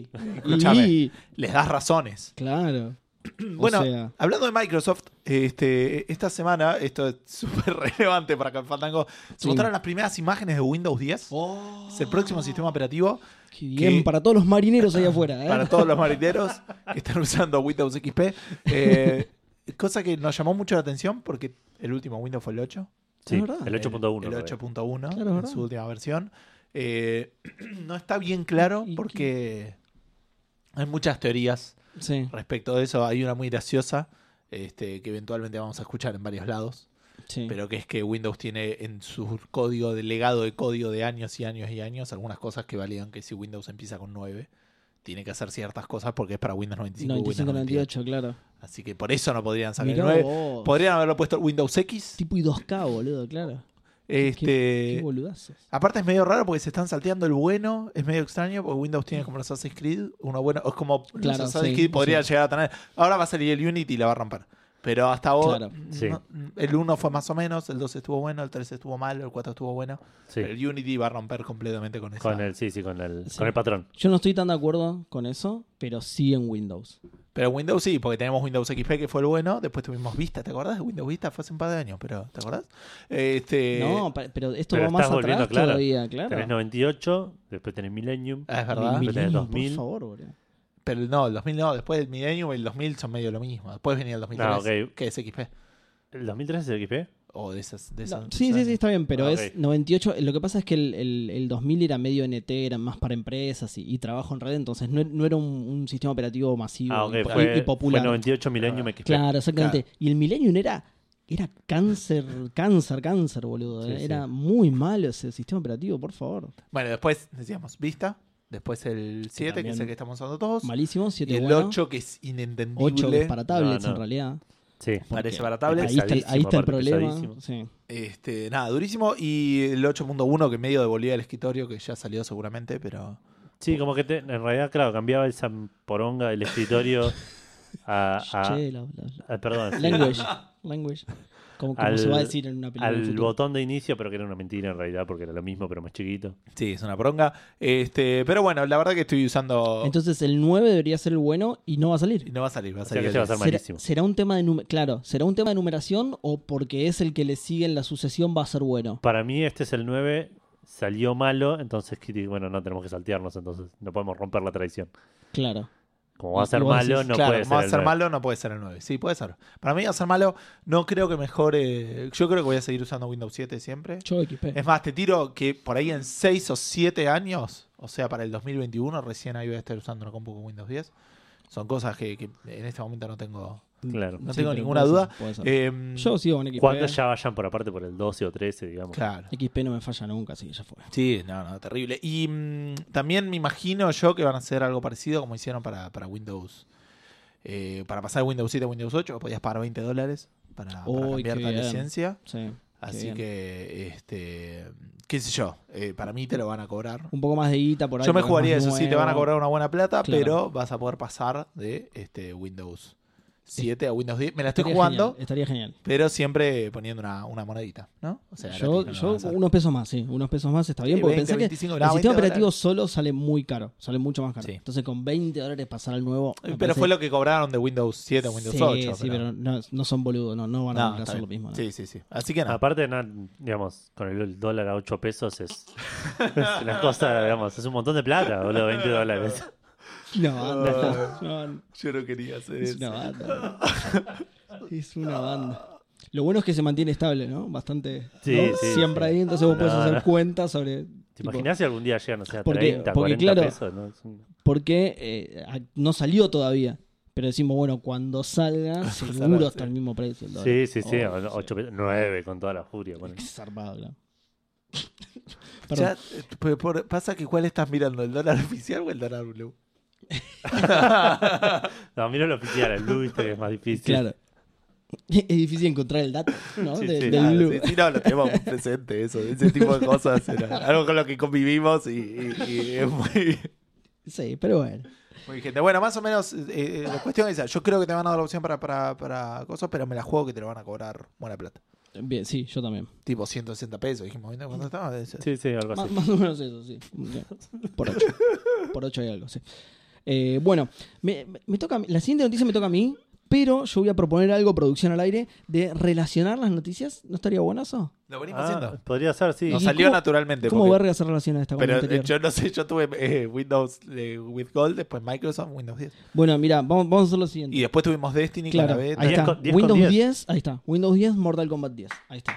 y,
Escúchame.
y,
Les das razones.
claro. O
Bueno,
sea,
hablando de Microsoft, este, esta semana, esto es súper relevante para Café Fandango, se
Sí. Oh.
mostraron las primeras imágenes de Windows 10. Es el próximo sistema operativo
qué bien,
que-
para todos los marineros allá afuera. ¿eh?
para todos los marineros que están usando Windows XP. Eh, cosa que nos llamó mucho la atención porque el último Windows fue el 8.
sí, el
es verdad.
8.1.
El
lo veo.
8.1
Claro,
en
verdad.
su última versión. Eh, no está bien claro
Y- y-
porque hay muchas teorías
Sí,
respecto de eso. Hay una muy graciosa este, que eventualmente vamos a escuchar en varios lados,
sí.
pero que es que Windows tiene en su código de legado de código de años y años y años algunas cosas que validan que si Windows empieza con 9 tiene que hacer ciertas cosas porque es para Windows 95, y Windows
95,
98.
98, claro.
Así que por eso no podrían sacar el
Mirá
9.
vos.
Podrían haberlo puesto Windows X.
Tipo y 2K, boludo, claro.
Este,
Qué boludazos.
Aparte es medio raro porque se están salteando el bueno, es medio extraño porque Windows tiene como los Assassin's Creed, uno bueno, es como los
Claro,
Assassin's
sí,
Creed podría
sí.
llegar a tener. Ahora va a salir el Unity y la va a romper. Pero hasta ahora
Claro.
Sí.
no- el 1 fue más o menos, el 2 estuvo bueno, el 3 estuvo malo, el 4 estuvo bueno,
Sí,
pero el Unity va a romper completamente con eso.
con el, sí, sí, con el,
Sí.
con el patrón.
Yo no estoy tan de acuerdo con eso, pero sí en Windows.
Pero Windows sí, porque tenemos Windows XP que fue el bueno, después tuvimos Vista, ¿te acordás? de Windows Vista fue hace un par de años, pero ¿te acordás? Este,
no, pa- pero esto
pero
va más
estás volviendo,
atrás
claro.
todavía, claro.
Tenés 98, después tenés Millennium.
Ah, es verdad.
Mil-
Millennium,
Tenés
por
2000.
favor, boludo.
Pero no, el 2000 no, después del Millennium y el 2000 son medio lo mismo. Después venía el 2003,
Ah, ok.
que es XP.
¿El 2003 es el XP?
O de esas. De
No,
esas- esos
sí, sí, sí,
años.
está bien, pero
Ah,
es
ok.
98. Lo que pasa es que el, el- el 2000 era medio NT, era más para empresas y, y trabajo en red, entonces no, no era un, un sistema operativo masivo
Ah, ok,
y- y,
fue,
y popular.
fue 98 Millennium XP.
Claro, exactamente. Y el Millennium era, era cáncer, cáncer, cáncer, boludo.
Sí,
eh.
sí.
era muy malo ese sistema operativo, por favor.
Bueno, después decíamos Vista, después el 7, que es el
también-
que estamos usando todos.
Malísimo,
y
7
el 8, que es
8
inentendible.
es para tablets
No, no.
en realidad.
Sí.
Parece
Porque
para tablets.
Ahí está, el- ahí está el
Pesadísimo, aparte,
problema.
pesadísimo.
Sí.
Este, nada, durísimo. Y el 8.1, que medio devolvía al escritorio, que ya salió seguramente, pero.
Sí, como que te- en realidad, claro, cambiaba el zamporonga del escritorio a. a-
Che, la- la-
a- perdón, sí,
Language. Language. Como, como
Al-
se va a decir en una película. en el
al
futuro.
botón de inicio, pero que era una mentira en realidad, porque era lo mismo, pero más chiquito.
Sí, es una poronga. Este, pero bueno, la verdad que estoy usando.
Entonces el 9 debería ser el bueno y no va a
y
salir.
no va a salir, va a
O sea
salir.
que
el
se va a hacer
diez.
¿Será,
malísimo.
será un tema de nume- claro, será un tema de numeración o porque es el que le sigue en la sucesión va a ser bueno.
Para mí, este es el 9, salió malo, entonces Kitty, bueno, no tenemos que saltearnos, entonces no podemos romper la tradición.
Claro.
Como va a
Y- y
ser
vos
malo,
decís,
no
claro,
puede
va
ser.
a
el
ser
9.
malo, no puede ser el 9. Sí, puede ser. Para mí va a ser malo, no creo que mejore. Yo creo que voy a seguir usando Windows 7 siempre.
Yo XP.
Es más, te tiro que por ahí en 6 o 7 años, o sea, para el 2021, recién ahí voy a estar usando una compu con Windows 10. Son cosas que, que en este momento no tengo.
Claro.
no
Sí,
tengo
pero
ninguna
puede
duda.
ser, puede ser.
Em,
Yo sigo con XP.
Cuando ya vayan por aparte por el 12 o 13, digamos.
Claro.
XP no me falla nunca, así que ya fue.
Sí, no, no, terrible. Y mm, también me imagino yo que van a hacer algo parecido como hicieron para, para Windows. eh, para pasar de Windows 7 a Windows 8, podías pagar 20 dólares para, para
Uy, qué
cambiar la
bien.
licencia.
Sí,
Así
bien.
que, este, qué sé yo, eh, para mí te lo van a cobrar.
un poco más de guita por ahí.
Yo me
porque es
jugaría
más
eso, sí, te van a
nuevo.
cobrar una buena plata,
Claro.
pero vas a poder pasar de este Windows 7 a Windows 10. Me la estoy
Estaría
jugando,
genial, estaría genial.
pero siempre poniendo una, una monedita, ¿no? O sea,
Yo,
gratis no lo
yo
vas a hacer.
unos pesos más, sí, unos pesos más está bien,
Sí,
porque
20,
pensé que
25,
el
no,
sistema
20
operativo
dólares.
solo sale muy caro, sale mucho más caro.
Sí.
Entonces con 20 dólares pasar al nuevo. me
Pero
parece-
fue lo que cobraron de Windows 7 a Windows 8.
Sí, pero no, no son boludos, no, no van
No,
a
está
hacer lo
bien.
mismo. ¿no?
Sí, sí, sí. Así que nada.
Aparte, na- digamos, con el dólar a 8 pesos es, es una cosa, digamos, es un montón de plata, boludo, 20 dólares.
No, banda, no, no,
Yo no quería hacer
es una banda. Es una banda. Lo bueno es que se mantiene estable, ¿no? Bastante.
Sí,
¿no?
sí,
Siempre
sí.
ahí, entonces vos
No,
podés hacer
no.
cuentas sobre.
¿Te
tipo,
imaginas si algún día llegan, o sea,
Porque-
30,
porque,
40
claro,
pesos? ¿no? Es un-
Porque eh, a- no salió todavía. Pero decimos, bueno, cuando salga, seguro está al mismo precio. el dólar.
Sí, sí, sí.
Oh,
o- ocho pe- nueve con toda la furia. ponele.
Qué zarpado, claro. Perdón.
Ya, eh, p- por- pasa que cuál estás mirando, el dólar oficial o el dólar blue.
No, mira lo oficial, el blue viste que es más difícil.
Claro. Es difícil encontrar el dato, ¿no?
Sí,
De-
sí. ah,
del
Claro,
blue.
sí, sí, no, lo tenemos muy presente eso, ese tipo de cosas. era algo con lo que convivimos y, y- y es muy,
Sí, pero bueno.
muy vigente. Bueno, más o menos, eh, eh, la cuestión es esa. Yo creo que te van a dar la opción para, para, para cosas, pero me la juego que te lo van a cobrar buena plata.
Bien, sí, yo también.
Tipo 160 pesos, dijimos, ¿viste? ¿cuánto estaba? Es-
Sí, sí, algo
Más,
así.
más o menos eso, sí. Ya. Por 8. Por 8 hay algo, sí. Eh, bueno, me, me toca, a mí- la siguiente noticia me toca a mí, pero yo voy a proponer algo, producción al aire, de relacionar las noticias. ¿No estaría bueno eso?
Lo venimos
Ah,
haciendo.
podría ser, sí.
No
Nos
¿y
salió
cómo-
naturalmente.
¿Cómo
porque-
verga se relaciona esta con la
Pero eh,
anterior?
yo no sé, yo tuve eh, Windows eh, with Gold, después Microsoft, Windows 10.
Bueno, mira, vamos, vamos a hacer lo siguiente.
Y después tuvimos Destiny
Claro,
con la beta.
ahí
Diez
está.
con- diez con
Windows
diez.
10. ahí está. Windows 10, Mortal Kombat 10. Ahí está.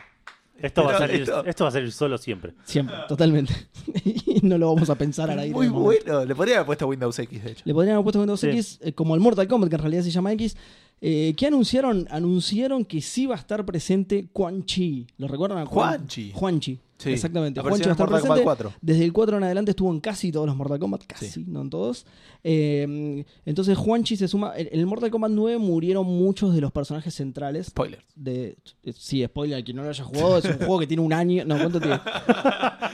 Esto va, a
Pero
salir,
esto-
esto va a salir solo siempre.
Siempre, totalmente. y no lo vamos a pensar al aire.
Muy
de momento.
bueno. Le podría haber puesto Windows X, de hecho.
Le podrían haber puesto Windows
Sí.
X, eh, como el Mortal Kombat, que en realidad se llama X. Eh, ¿Qué anunciaron? Anunciaron que sí va a estar presente Quan Chi. ¿Lo recuerdan? a
Quan Chi.
Quan Chi.
Sí.
Exactamente. Quan
Apareció en
Chi va a estar
Mortal Kombat 4.
presente. Desde el 4 en adelante estuvo en casi todos los Mortal Kombat, casi,
Sí.
no en todos. Eh, entonces Juanchi se suma. En en el Mortal Kombat 9 murieron muchos de los personajes centrales.
Spoilers.
De, sí, spoiler, quien no lo haya jugado, es un juego que tiene un año. No, ¿cuánto tiene?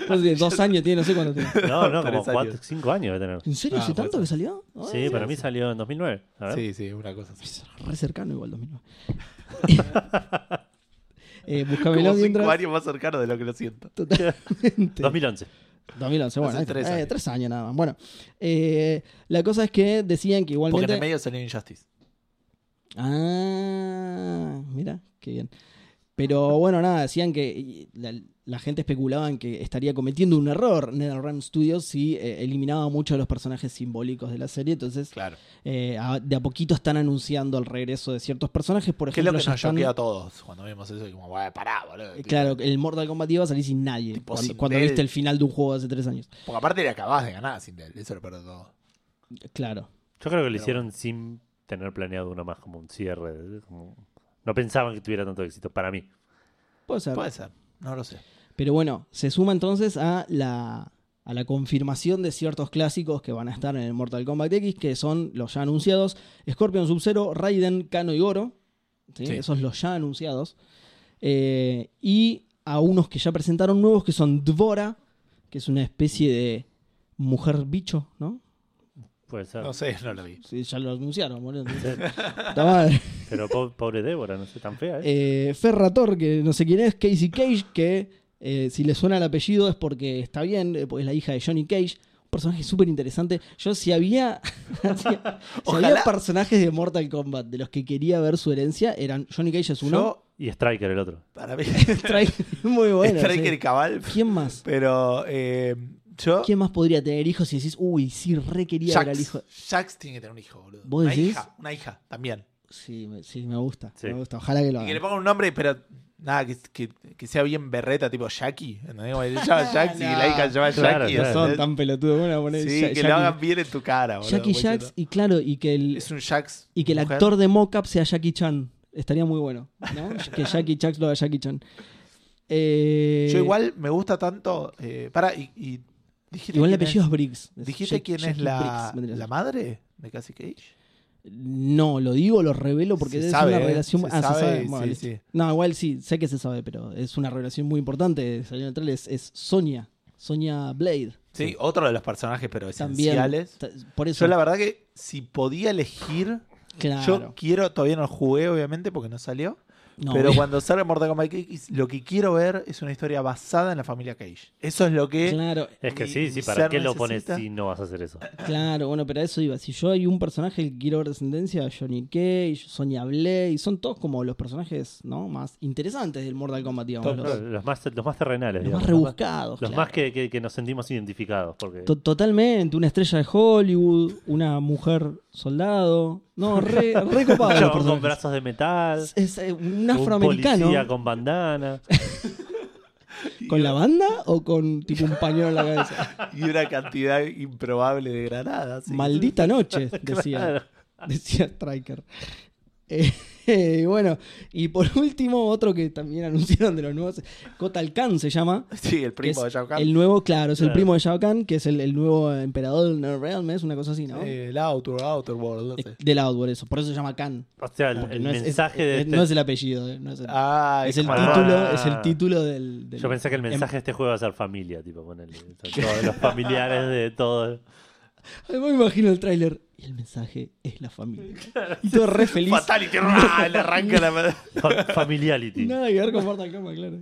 ¿Cuánto tiene? Dos años tiene, no sé cuánto tiene.
No, no, como
Tres
cuatro,
años.
cinco años va a tener.
¿En serio?
Ah,
¿Hace tanto
puede
que salió? Ah,
Sí, para mí salió en 2009. A ver.
Sí, sí, una cosa así.
Es re cercano igual 2009. eh, buscámelo
Como cinco
mientras...
años más cercano de lo que lo siento.
Totalmente.
2011.
2011, bueno.
Hace
ahí está.
tres
Eh,
años.
tres años nada más. Bueno, eh, la cosa es que decían
Porque en
que igualmente...
el medio salió Injustice.
Ah, mira, qué bien. Pero bueno, nada, decían que y, la, la gente especulaba en que estaría cometiendo un error NetherRealm Studios si eh, eliminaba mucho a los personajes simbólicos de la serie. Entonces,
Claro.
eh, a- de a poquito están anunciando el regreso de ciertos personajes. Por
Que es lo
ejemplo,
que
ya
nos
están-
choquea a todos cuando vimos eso. Y como, "Bueno, pará, boludo.
Eh, Claro, el Mortal Kombat iba a salir sin nadie.
Tipo,
cuando
sin
cuando
él.
viste el final de un juego de hace tres años.
Porque aparte le acabás de ganar sin él. Eso lo peor de todo.
Claro.
Yo creo que lo
Pero
hicieron sin tener planeado uno más, como un cierre. ¿eh? como- No pensaban que tuviera tanto éxito, para mí.
Puede ser.
Puede ser. No lo sé.
Pero bueno, se suma entonces a la, a la confirmación de ciertos clásicos que van a estar en el Mortal Kombat X, que son los ya anunciados: Scorpion Sub-Zero, Raiden, Kano y Goro. ¿sí?
Sí.
Esos los ya anunciados. Eh, y a unos que ya presentaron nuevos, que son Dvora, que es una especie de mujer bicho, ¿no?
Puede ser. Eh,
No sé, no lo vi.
Sí, ya lo anunciaron, boludo. Puta madre.
Pero po- pobre Débora, no sé, tan fea, ¿eh?
Eh, Ferrator, que no sé quién es, Casey Cage, que eh, si le suena el apellido es porque está bien, eh, porque es la hija de Johnny Cage. Un personaje súper interesante. Yo, si había, si había
Ojalá.
personajes de Mortal Kombat de los que quería ver su herencia, eran Johnny Cage es uno.
Yo,
Y Striker el otro.
para mí,
Stri- muy bueno.
Striker
sí.
y Cabal.
¿Quién más?
Pero eh, yo.
¿Quién más podría tener hijos si decís, uy, sí, re quería ver al hijo?
Jax. Jax tiene que tener un hijo, boludo.
¿Vos
una
decís?
hija, una hija también.
Sí, me, sí, me gusta.
Sí.
Me gusta. Ojalá que lo
Y que le
hagan.
pongan un nombre, pero nada, que, que, que sea bien berreta, tipo Jackie. ¿entendés? Como que se llama Jax y la hija se llama
Claro,
Jackie.
claro.
Son
¿entendés?
tan pelotudos. Bueno, poner
Sí,
Ya-
que
Jackie-
lo hagan bien en tu cara, boludo.
Jackie
porque
Jax, y claro, y que
no-
el,
Es un Jax.
Y que el
mujer.
actor de mocap sea Jackie Chan. Estaría muy bueno, ¿no? que Jackie Chan lo haga Jackie Chan. Eh,
Yo igual me gusta tanto. Eh, para, y. y dijiste
Igual el
quién
apellido
es-
es Briggs.
¿Dijiste
Jack-
quién es
Jackie
la,
Briggs, vendría a
la
ser.
madre de Cassie Cage?
No, lo digo, lo revelo porque
Se
es
sabe,
una
¿eh?
revelación.
Se
ah,
sabe,
se sabe.
sí,
Bueno, listo.
sí.
No, igual sí, sé que se sabe, pero es una revelación muy importante. Salió en el trailer, es, es Sonia. Sonia Blade.
Sí, otro de los personajes, pero
También.
esenciales.
Ta- Por eso.
Yo la verdad que si podía elegir, yo
claro.
quiero, todavía no jugué obviamente porque no salió,
No,
pero cuando salga Mortal Kombat X, lo que quiero ver es una historia basada en la familia Cage. Eso es lo que...
claro.
Es que
mi-
sí,
mi
sí,
ser
¿para qué lo pones
necesita-
si no vas a hacer eso?
Claro, bueno, pero a eso iba. Si yo hay un personaje que quiero ver descendencia, Johnny Cage, Sonya Blade, son todos como los personajes ¿no? más interesantes del Mortal Kombat, digamos.
Tom
Los,
Los, los más, los más terrenales,
los
digamos,
más
los más-
rebuscados.
Los
claro.
más que, que- que nos sentimos identificados. Porque
To- Totalmente, una estrella de Hollywood, una mujer soldado. No, re, re
Un
copado. los
chabón con
personajes.
brazos de metal,
Es- es, eh, un
un
afroamericano.
policía con bandana.
¿Con la banda o con tipo un pañuelo en la cabeza?
Y una cantidad improbable de granadas. sí.
Maldita noche, decía.
Claro.
decía Striker. Eh, eh, bueno, y por último, otro que también anunciaron de los nuevos, Kotal Kahn se llama.
Sí, el
que
primo de
es
Shao Kahn.
El nuevo, claro, es el
Claro.
primo de Shao Kahn, que es el, el nuevo emperador del Nether Realm, es una cosa así, ¿no?
Eh, el Outer, Outer World, no sé.
Es Del Outward, eso. Por eso se llama Khan.
O sea, el,
Porque
el
no es- es-
mensaje
es-
de este-
no es el apellido, eh, no es el,
Ah,
es el
como-
título,
Ah.
es el título del, del- em,
Yo pensé que el mensaje de este juego iba a ser familia, tipo, ponele. O sea, todos los familiares de todos.
Además me imagino el tráiler y el mensaje es la familia. Y todo re feliz.
Fatality, ¡ra! Ah, le arranca la.
Fa- familiality.
Nada que ver con Mortal Kombat, claro.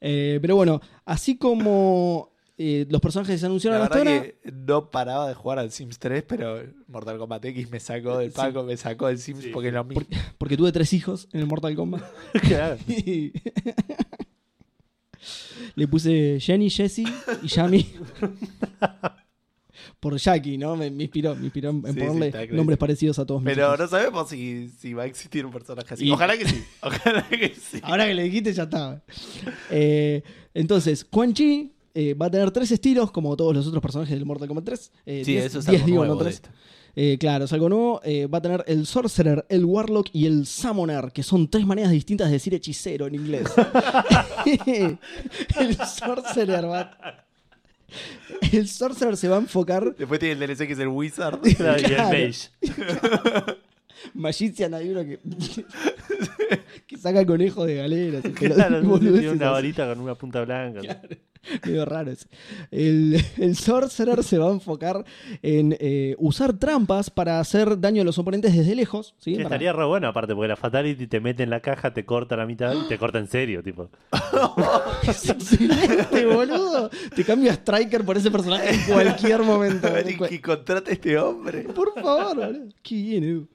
Eh, pero bueno, así como eh, los personajes que se
La
anunciaron hasta
verdad
ahora,
que no paraba de jugar al Sims 3, pero Mortal Kombat X me sacó del
Sí.
paco, me sacó del Sims
Sí.
porque es lo mismo.
Porque- porque tuve tres hijos en el Mortal Kombat.
Claro.
Y- Le puse Jenny, Jessie y Yami. Por Jackie, ¿no? Me, me inspiró, me inspiró en
Sí, sí,
ponerle
está claro.
nombres parecidos a todos mis
Pero
hijos.
no sabemos si, si va a existir un personaje así.
Y- Ah,
Ojalá que sí. Ojalá que sí.
Ahora que le dijiste, ya estaba. Eh, entonces, Quan Chi eh, va a tener tres estilos, como todos los otros personajes del Mortal Kombat 3. Eh, diez- diez, digo, no tres. Eh, claro, es algo nuevo. Eh, va a tener el Sorcerer, el Warlock y el Summoner, que son tres maneras distintas de decir hechicero en inglés. el Sorcerer va. El Sorcerer se va a enfocar.
Después tiene el DLC que es el Wizard.
Claro, Y el
Claro.
mage.
Magician, hay uno que. que saca conejos de galeras. y
Claro, sí, sí,
boludeces
tiene una
así.
varita con una punta blanca.
Medio raro ese. El, el Sorcerer se va a enfocar en eh, usar trampas para hacer daño a los oponentes desde lejos. ¿sí?
Sí,
Para-
estaría re bueno aparte, porque la Fatality te mete en la caja, te corta la mitad y te corta en serio, tipo.
Es excelente, boludo. Te cambio a Striker por ese personaje en cualquier momento.
A ver, y
boludo.
que contrate a este hombre.
Por favor, boludo. Qué bien, Edu.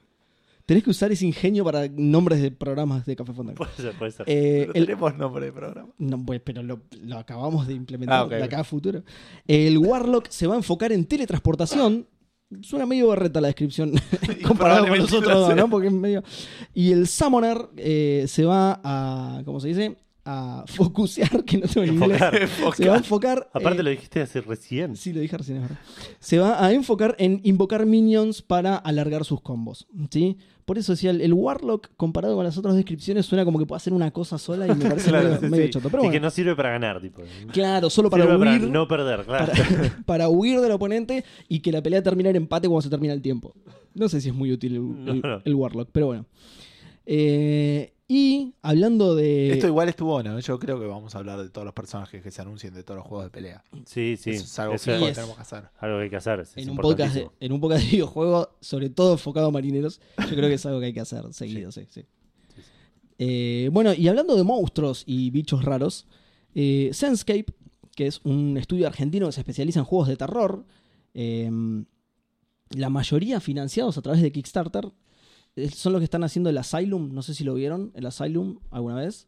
Tenés que usar ese ingenio para nombres de programas de Café Fonda.
Puede ser, puede ser.
Eh,
No
el-
tenemos nombre de programa.
No, pues, pero lo, lo acabamos de implementar
Ah, ok,
de
ok.
acá a futuro. El Warlock se va a enfocar en teletransportación. Suena medio berreta la descripción comparado con los
probablemente
otros
lo
dos,
sea.
¿no? Porque es medio. Y el Summoner eh, se va a. ¿Cómo se dice? A focusear, que no tengo ni idea.
Enfocar.
Se va a enfocar.
Aparte
eh,
lo dijiste hace recién.
Sí, lo dije recién, es verdad. Se va a enfocar en invocar minions para alargar sus combos. ¿sí? Por eso decía, el, el Warlock, comparado con las otras descripciones, suena como que puede hacer una cosa sola y me parece
Claro,
medio,
sí,
medio
sí.
choto.
y
Pero
que
bueno,
no sirve para ganar, tipo.
claro, solo para
Sirve
huir,
no perder, claro.
para, para huir del oponente y que la pelea termine en empate cuando se termina el tiempo. No sé si es muy útil el,
No,
el-
no.
el Warlock, pero bueno. Eh, y hablando de...
Esto igual estuvo bueno. ¿eh? Yo creo que vamos a hablar de todos los personajes que se anuncien de todos los juegos de pelea.
Sí, sí.
Eso es algo
Eso es
fijo que
es.
tenemos que hacer.
algo que hay que hacer. es- es
en un, podcast de,
importantísimo.
en un podcast de videojuegos, sobre todo enfocado a marineros, yo creo que es algo que hay que hacer seguido, sí, sí.
Sí, sí.
Eh, bueno, y hablando de monstruos y bichos raros, eh, Senscape, que es un estudio argentino que se especializa en juegos de terror, eh, la mayoría financiados a través de Kickstarter, eh, son los que están haciendo el Asylum, no sé si lo vieron, el Asylum alguna vez.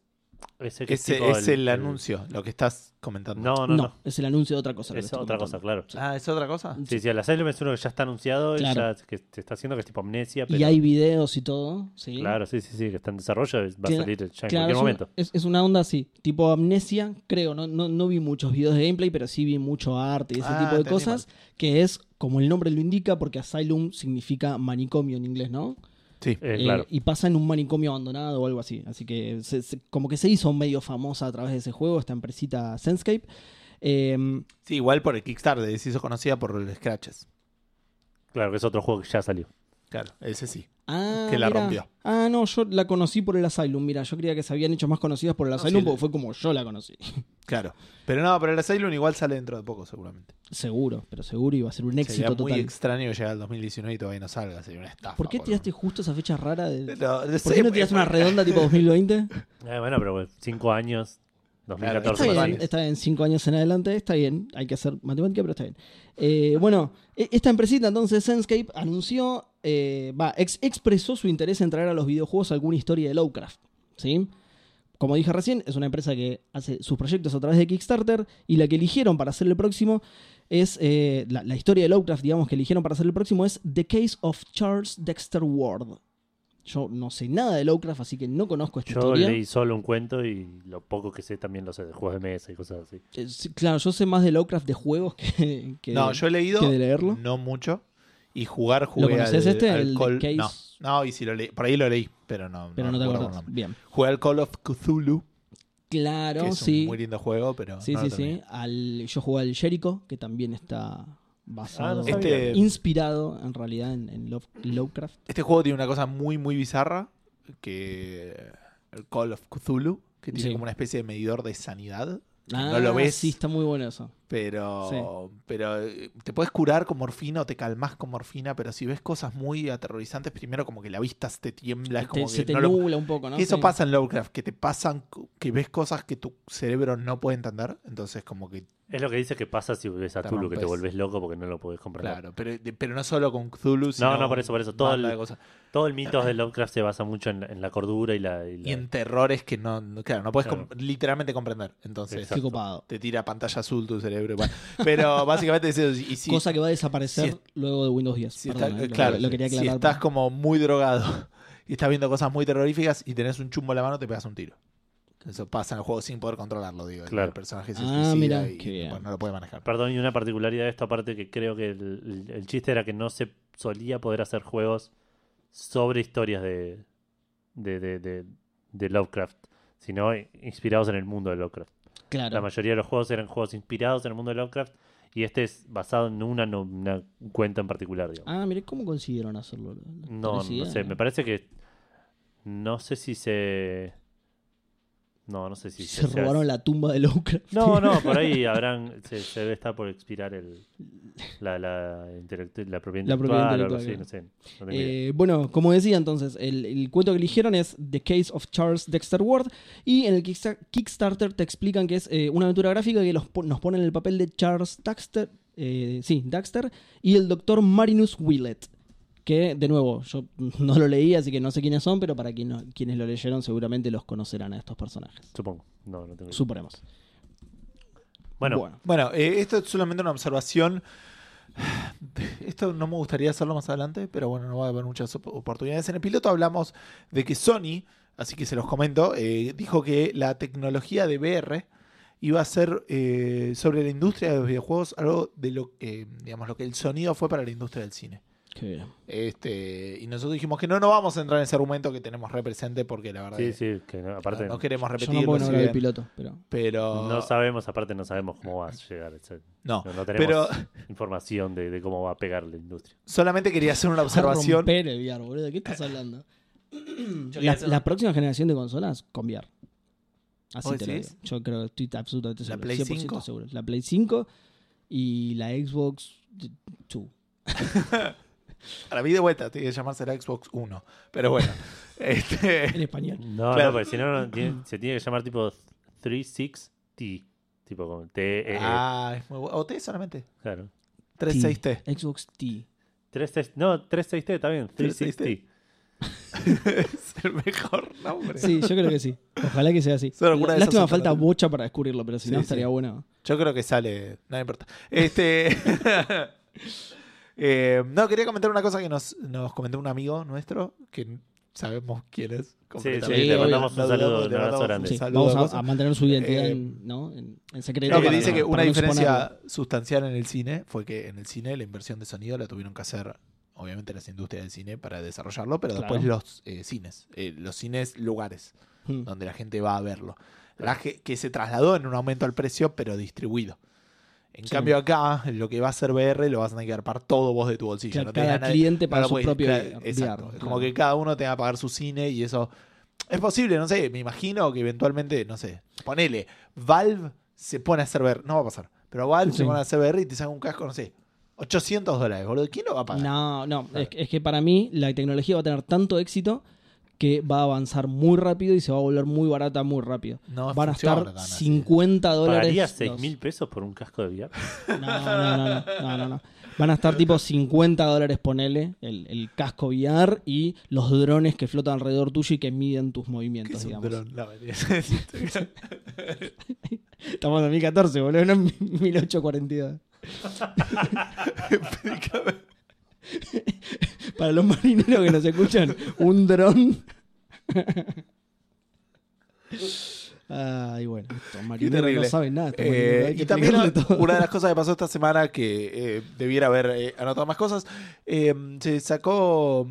Ese, que
Ese
tipo
es el, anuncio, lo que estás comentando.
No, no, no.
es el anuncio de otra cosa. lo que
Es
estoy
otra
comentando.
cosa, claro.
Ah, ¿es otra cosa?
Sí, sí, el Asylum es uno que ya está anunciado y
Claro.
ya que se está haciendo que es tipo amnesia. Pero,
Y hay videos y todo, sí.
Claro, sí, sí, sí, que está en desarrollo. Va a
Tiene-
salir ya en
Claro,
cualquier
es,
momento.
Una, es- es una onda así, tipo amnesia, creo. No, no, no vi muchos videos de gameplay, pero sí vi mucho arte y ese
Ah,
tipo de
entendí
cosas. Que es, como el nombre lo indica, porque asylum significa manicomio en inglés, ¿no?
Sí.
Eh,
Eh,
claro.
Y pasa en un manicomio abandonado o algo así. Así que se- se- como que se hizo medio famosa a través de ese juego, esta empresita Senscape. Eh,
Sí, igual por el Kickstarter, se hizo conocida por los scratches.
Claro, que es otro juego que ya salió.
Claro, ese sí.
ah,
Que la
mirá.
rompió.
Ah, no, yo la conocí por el Asylum. Mira, yo creía que se habían hecho más conocidas por el
No,
Asylum
Ah, sí,
porque fue como yo la conocí.
Claro. Pero no, pero el Asylum igual sale dentro de poco, seguramente.
Seguro, pero seguro iba a ser un éxito
Sería muy
total.
extraño que llegue al 2019 y todavía no salga. Sería una estafa.
¿Por qué tiraste justo esa fecha rara? De...
No, no
¿Por
sé,
qué no
pues,
tiraste una redonda tipo 2020?
Eh, bueno, pero bueno, cinco años, 2014.
Claro,
Está
más o
bien,
menos.
está bien, cinco años en adelante, está bien, hay que hacer matemática, pero está bien. Eh, bueno, e- esta empresita entonces, Senscape, anunció, eh, va, ex- expresó su interés en traer a los videojuegos alguna historia de Lovecraft, ¿sí? Como dije recién, es una empresa que hace sus proyectos a través de Kickstarter y la que eligieron para hacer el próximo es, eh, la, la historia de Lovecraft, digamos, que eligieron para hacer el próximo es The Case of Charles Dexter Ward. Yo no sé nada de Lovecraft, así que no conozco esta
Yo
historia.
leí solo un cuento y lo poco que sé también lo sé de juegos de mesa y cosas así.
Eh, sí, claro, yo sé más de Lovecraft de juegos que, que
No, yo he leído.
que de leerlo.
No mucho. y jugar jugué
conoces
al,
este,
al
el de
Call-
Case?
No, no, y si lo leí, por ahí lo leí, pero no,
Pero no,
recuerdo
te
el
acordás.
nombre.
Bien.
Jugué al Call of Cthulhu, que
Claro,
es
sí.
un muy lindo juego, pero
Sí,
no lo
sí,
terminé.
sí. Al, yo jugué al Jericho, que también está basado,
Ah, no
sabía.
inspirado en realidad en, en Love- Lovecraft.
Este juego tiene una cosa muy, muy bizarra, que el Call of Cthulhu, que tiene
Sí.
como una especie de medidor de sanidad,
Ah,
no lo ves.
Sí, está muy bueno eso.
pero, pero eh, te puedes curar con morfina o te calmas con morfina, pero si ves cosas muy aterrorizantes, primero como que la vista se te tiembla, es
Te-
como
se
que
te
no lo
nubla un poco, ¿no?
Que eso
Sí.
pasa en Lovecraft, que te pasan, que ves cosas que tu cerebro no puede entender, entonces como que,
Es lo que dice que pasa si ves a
Te
Tulu, que te
rompes.
volvés loco porque no lo podés comprender.
claro, pero, de- pero no solo con Cthulhu, sino
no, por eso, por eso, todo
banda
el-
de cosas.
Todo el mito de Lovecraft se basa mucho en, en la cordura y la. y la-
Y en terrores que no, no- claro, no puedes
Claro.
com- literalmente comprender, entonces
Exacto.
Estoy copado.
te tira pantalla azul tu cerebro. bueno. Pero básicamente es eso, y si,
Cosa que va a desaparecer
si es-
luego de Windows 10.
si
Perdón,
está-
eh, lo-
claro,
lo, quería
si
aclarar.
estás como muy drogado y estás viendo cosas muy terroríficas y tenés un chumbo en la mano, te pegas un tiro. Eso pasa en el juego sin poder controlarlo, digo.
Claro.
El personaje se
Ah,
suicida
mirá,
y
qué bien.
bueno, no lo puede manejar.
Perdón, y una particularidad de esta parte que creo que el, el- el chiste era que no se solía poder hacer juegos sobre historias de, de, de- de- de Lovecraft, sino inspirados en el mundo de Lovecraft.
claro.
La mayoría de los juegos eran juegos inspirados en el mundo de Lovecraft y este es basado en una, no- una cuenta en particular, digamos.
Ah, mire, ¿cómo consiguieron hacerlo? ¿No
No,
tenés
no
idea?
sé, me parece que. No sé si se. No, no sé si
Se robaron la tumba de Lovecraft.
No, no, por ahí habrán. Se, se debe estar por expirar el, la, la, intelectu- la propiedad
La
intelectual
propiedad
o algo así, no
intelectual,
sé. no tengo idea.
Eh, bueno, como decía entonces, el, el cuento que eligieron es The Case of Charles Dexter Ward y en el Kicksta- Kickstarter te explican que es eh, una aventura gráfica que los po- nos pone en el papel de Charles Dexter, eh, sí, Dexter y el doctor Marinus Willett. Que, de nuevo, yo no lo leí, así que no sé quiénes son, pero para quien no- quienes lo leyeron seguramente los conocerán a estos personajes.
Supongo. No, no tengo idea.
Suponemos.
Mm. Bueno,
Bueno, eh, esto es solamente una observación. Esto no me gustaría hacerlo más adelante, pero bueno, no va a haber muchas op- oportunidades. En el piloto hablamos de que Sony, así que se los comento, eh, dijo que la tecnología de VR iba a ser eh, sobre la industria de los videojuegos algo de lo que, digamos, lo que el sonido fue para la industria del cine.
Qué bien.
Este, y nosotros dijimos que no, no vamos a entrar en ese argumento que tenemos represente porque la verdad
sí,
es que
sí, que no- aparte.
Ah,
no
No,
queremos
Yo
repetirlo.
no puedo
si
nombrar el
bien,
piloto, pero.
pero
sabemos, aparte no sabemos cómo va a llegar. o sea,
no,
no, no tenemos
pero
información de, de cómo va a pegar la industria.
solamente quería hacer una
A
observación.
romper el VR, boludo. ¿De qué estás hablando?
quería
la,
hacer-
la próxima generación de consolas con VR. Así
¿Vos
te lo digo.
decís?
Yo creo, estoy absolutamente
¿La
seguro.
Play
100%
5?
seguro. La Play 5 y la Xbox 2.
Para mí de vuelta tiene que llamarse la Xbox 1. Pero bueno.
En
este,
español.
No,
Claro.
no, porque si no, no tiene- se tiene que llamar tipo 36T. Tipo como T. E,
Eh,
ah, es muy bueno. ¿O T solamente?
Claro.
36T.
Xbox T.
36 no, 36T está bien. 36T.
es el mejor nombre.
Sí, yo creo que sí. Ojalá que sea así.
Solo alguna de esas
Lástima,
son
falta
caras.
bocha para descubrirlo, pero si
Sí,
no
sí.
estaría bueno.
Yo creo que sale. No me importa. Este. eh, no, quería comentar una cosa que nos, nos comentó un amigo nuestro que sabemos quién es. completamente.
sí, le
No
mandamos un
dudamos,
saludo,
le
un abrazo
mandamos
grande.
Sí,
saludo,
vamos
cosa.
a, a mantener su identidad
Eh,
en, ¿no? en, en secreto.
No, que
para
dice
no-
que
para
una
no exponerlo.
diferencia sustancial en el cine fue que en el cine la inversión de sonido la tuvieron que hacer, obviamente, las industrias del cine para desarrollarlo, pero
Claro.
después los eh, cines, eh, los cines lugares
Mm.
donde la gente va a verlo. La ge- que se trasladó en un aumento al precio, pero distribuido. En
Sí.
cambio, acá lo que va a ser VR lo vas a tener que arpar todo vos de tu bolsillo.
Claro,
no te
cada
gana-
cliente
no
para
lo
su
puedes-
propio
claro,
VR,
exacto.
claro.
Como que cada uno tenga que pagar su cine y eso. Es posible, no sé. Me imagino que eventualmente, no sé. Ponele, Valve se pone a hacer VR. No va a pasar. Pero Valve
Sí.
se pone a hacer VR y te saca un casco, no sé. 800 dólares, boludo. ¿Quién lo va a pagar?
No, no,
Claro.
es, que- es que para mí la tecnología va a tener tanto éxito que va a avanzar muy rápido y se va a volver muy barata muy rápido.
No
Van a
funciona
estar
tan así.
50 dólares.
¿Pagarías
los-
6 mil pesos por un casco de VR?
No, no, no, no, no, no, no. Van a estar tipo 50 dólares, ponele, el, el casco VR y los drones que flotan alrededor tuyo y que miden tus
¿Qué
movimientos,
es un
digamos.
dron? No, mentira.
Estamos en 2014, boludo, no en 1842. Para los marineros que nos escuchan, un dron. Ay, bueno, estos
Qué
marineros
terrible.
no saben nada. estos
Eh,
marineros, hay que
y también
explicarle todo.
una de las cosas que pasó esta semana que eh, debiera haber eh, anotado más cosas, eh, se sacó,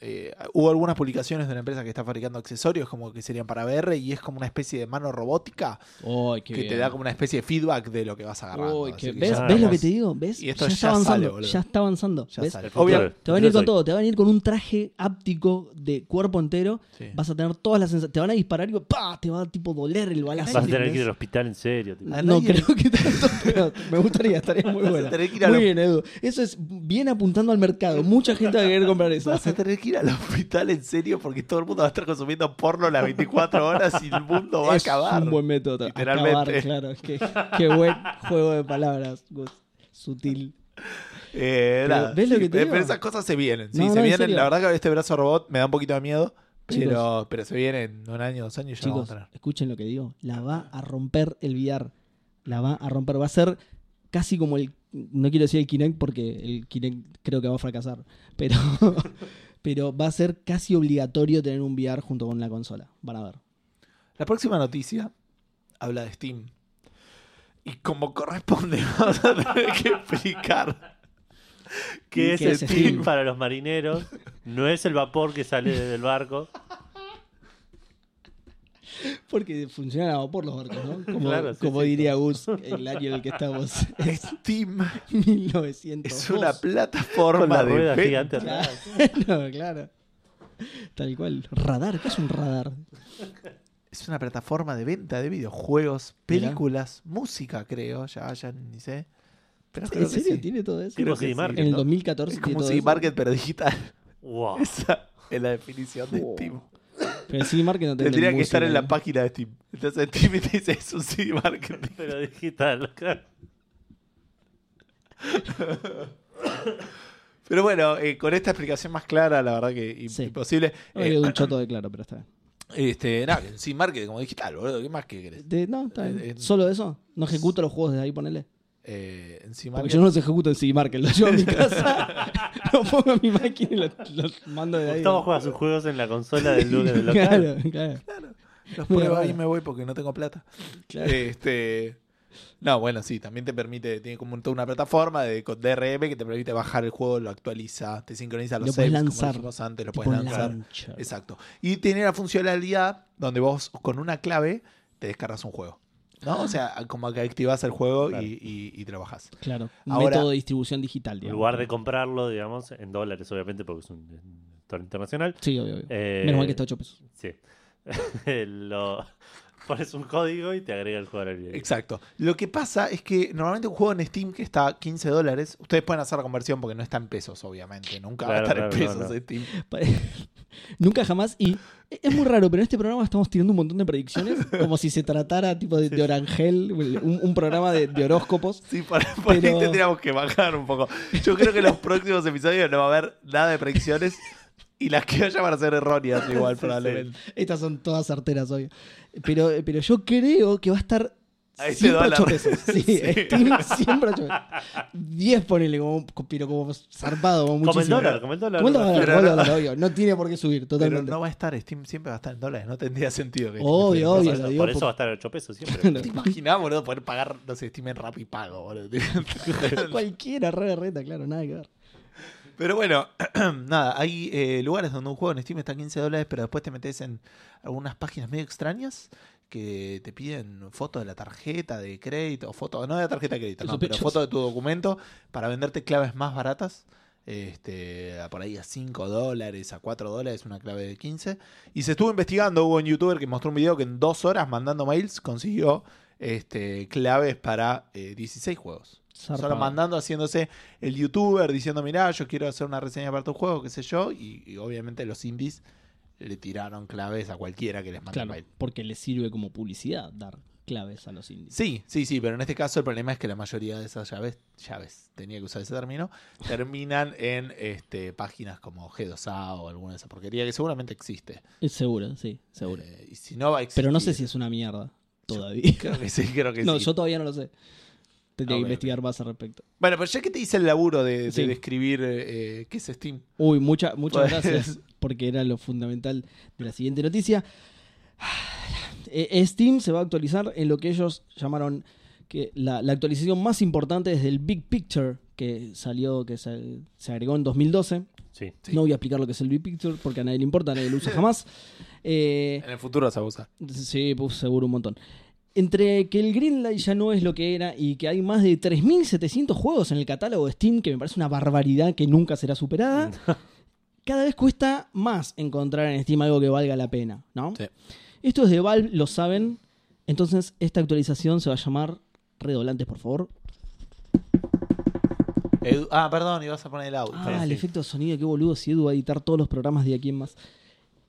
eh, hubo algunas publicaciones de una empresa que está fabricando accesorios como que serían para VR y es como una especie de mano robótica
Ay, qué
que te
bien.
da como una especie de feedback de lo que vas agarrando.
Uy,
así
que-
que
¿Ves,
ya
¿Ves lo
estamos-
que te digo? ¿Ves?
Y esto
ya,
ya
está
sale,
avanzando.
boludo.
ya está avanzando.
ya
¿ves?
sale.
futuro.
Obvio-
Te va a venir
Yo
con
soy.
todo, te va a venir con un traje áptico de cuerpo entero.
Sí.
Vas a tener todas las sensaciones. Te van a disparar y ¡pa! te va a tipo doler el balazo.
Vas a tener que ir al hospital en serio. tipo.
A
No
nadie-
creo que tanto, pero me gustaría, estaría muy
Vas a
bueno.
tener que ir a
Muy
lo-
bien, Edu. Eso es bien apuntando al mercado. Mucha gente va a querer comprar eso.
Vas a tener que ir al hospital en serio porque todo el mundo va a estar consumiendo porno las 24 horas y el mundo va a
es
acabar.
un buen método.
Literalmente.
Acabar, claro. es que- Qué buen juego de palabras, Gus. Sutil.
Eh,
Pero,
nada,
¿ves lo
sí,
que te
eh,
digo?
pero esas cosas se vienen. Sí,
No, no,
se
en
vienen.
serio.
La verdad que este brazo robot me da un poquito de miedo. Pero,
Chicos.
pero se viene en un año, dos años y ya lo
Chicos,
vamos a tener.
escuchen lo que digo. La va a romper el VR. La va a romper. Va a ser casi como el. No quiero decir el Kinect porque el Kinect creo que va a fracasar. Pero, pero va a ser casi obligatorio tener un VR junto con la consola. Van a ver.
La próxima noticia habla de Steam. Y como corresponde, vamos a tener que explicar
que
¿Qué
es
es
Steam,
Steam?
para los marineros. No es el vapor que sale del barco.
Porque funcionan a vapor los barcos, ¿no? Como,
Claro, sí,
como
sí.
diría Gus, el año en el que estamos es
Steam.
1900.
Es una
Con
plataforma
la
de
rueda
venta.
gigante. atrás.
Claro, claro. Tal cual. Radar, ¿qué es un radar?
Es una plataforma de venta de videojuegos,
Mirá.
películas, música, creo. Ya, ya ni sé. Pero creo
¿En
que
serio
sí.
tiene todo eso?
Creo que sí,
En el
¿no?
2014
Es
tiene
como
todo
si
eso.
Market, pero digital.
Wow.
Esa es la definición de
Wow.
Steam.
Pero el CD Market no te vende
Tendría que
Oh. música,
estar en
¿no?
la página de Steam. Entonces Steam te dice, es un CD marketing.
Pero digital. claro.
Pero bueno, eh, con esta explicación más clara, la verdad que im-
Sí.
imposible.
No me
Eh,
quedó un choto de claro, pero está bien.
este, nada, un CD marketing como digital, boludo. ¿Qué más que querés?
De- no, está bien.
Eh, eh,
¿Solo eso? ¿No ejecuto los juegos desde ahí, ponele?
Eh, en CD
Porque
marketing.
yo no los ejecuto en CD Market, los llevo a mi casa, los pongo en mi máquina y los, los mando de ahí.
Gustavo juega sus juegos en la consola del lugar del local.
Claro, claro.
Los
Muy
pruebo
raro.
y me voy porque no tengo plata.
claro.
Este. No, bueno, sí, también te permite, tiene como toda una plataforma de con DRM que te permite bajar el juego, lo actualiza, te sincroniza los
Lo podés
saves, como
lanzar.
dijimos antes, lo
Tipo
puedes lanzar.
launcher.
Exacto. Y tiene la funcionalidad donde vos con una clave te descargas un juego. ¿No? O sea, como que activas el juego
Claro.
y, y, y trabajas.
Claro, un
Ahora-
método de distribución digital,
En
digamos.
lugar de comprarlo, digamos, en dólares, obviamente, porque es un sector internacional.
Sí, obvio, obvio.
Eh,
Menos mal que está 8 pesos.
Sí. Lo- pones un código y te agrega el juego al video.
Exacto. Lo que pasa es que normalmente un juego en Steam que está a 15 dólares, ustedes pueden hacer la conversión porque no está en pesos, obviamente. Nunca va a
Claro,
estar en
claro,
pesos
no, no.
Steam.
Pa- Nunca jamás. Y es muy raro, pero en este programa estamos tirando un montón de predicciones, como si se tratara tipo de, de Orangel, un, un programa de, de horóscopos.
Sí, por, por
Pero-
ahí tendríamos que bajar un poco. Yo creo que en los próximos episodios no va a haber nada de predicciones y las que vayan van a ser erróneas igual probablemente.
Estas son todas certeras, obvio. Pero, pero yo creo que va a estar
A ese
siempre
dólar.
8 pesos. Sí,
Sí.
Steam siempre 8 pesos. 10 ponele, como, pero como zarpado, como
Como el
muchísimo.
dólar, como el dólar.
Como el dólar,
Pero
como el
no-
dólar, obvio. No tiene por qué subir,
Pero
totalmente.
no va a estar, Steam siempre va a estar en dólares, no tendría sentido que
Obvio,
Por
obvio,
eso,
lo digo
por eso
por-
va a estar a 8 pesos siempre.
¿Te imaginás, boludo, poder pagar, no sé, Steam en rap y pago, boludo?
Cualquiera, re de reta, claro, nada que ver.
Pero bueno, nada, hay eh, lugares donde un juego en Steam está a 15 dólares, pero después te metes en algunas páginas medio extrañas que te piden foto de la tarjeta de crédito, o foto, no de la tarjeta de crédito, no, pero
Sospechoso.
foto de tu documento para venderte claves más baratas. Este, a por ahí a 5 dólares, a 4 dólares, una clave de 15. Y se estuvo investigando, hubo un youtuber que mostró un video que en dos horas mandando mails consiguió este, claves para eh, 16 juegos. Solo
Zarpado.
mandando, haciéndose el youtuber, diciendo, mirá, yo quiero hacer una reseña para tu juego, qué sé yo. Y, y obviamente los indies le tiraron claves a cualquiera que les mande
Claro,
mail.
porque les sirve como publicidad dar claves a los indies.
Sí, sí, sí, pero en este caso el problema es que la mayoría de esas llaves, llaves, tenía que usar ese término, terminan en este, páginas como G2A o alguna de esas porquerías que seguramente existe.
Eh, Seguro, sí, seguro.
Eh, y si no va a existir.
Pero no sé si es una mierda todavía.
Creo que sí, creo que
no,
sí.
yo todavía no lo sé. Tendría
Ok,
que
ok.
investigar más al respecto.
Bueno, pero ya que te hice el laburo de, de
Sí.
describir eh, qué es Steam.
Uy, mucha- muchas
Pues-
gracias, porque era lo fundamental de la siguiente noticia. eh, Steam se va a actualizar en lo que ellos llamaron que la, la actualización más importante desde el Big Picture que salió, que se, se agregó en 2012.
Sí.
No voy a explicar lo que es el Big Picture porque a nadie le importa, nadie lo usa jamás. Eh,
En el futuro se usa.
Sí, pues seguro un montón. Entre que el Greenlight ya no es lo que era y que hay más de 3.700 juegos en el catálogo de Steam, que me parece una barbaridad que nunca será superada,
Mm.
cada vez cuesta más encontrar en Steam algo que valga la pena, ¿no?
Sí.
Esto es de Valve, lo saben. Entonces, esta actualización se va a llamar Redoblantes, por favor.
Edu- ah, perdón, ibas a poner el audio.
Ah, el
sí.
efecto de sonido, qué boludo. Si Edu va a editar todos los programas de aquí en más.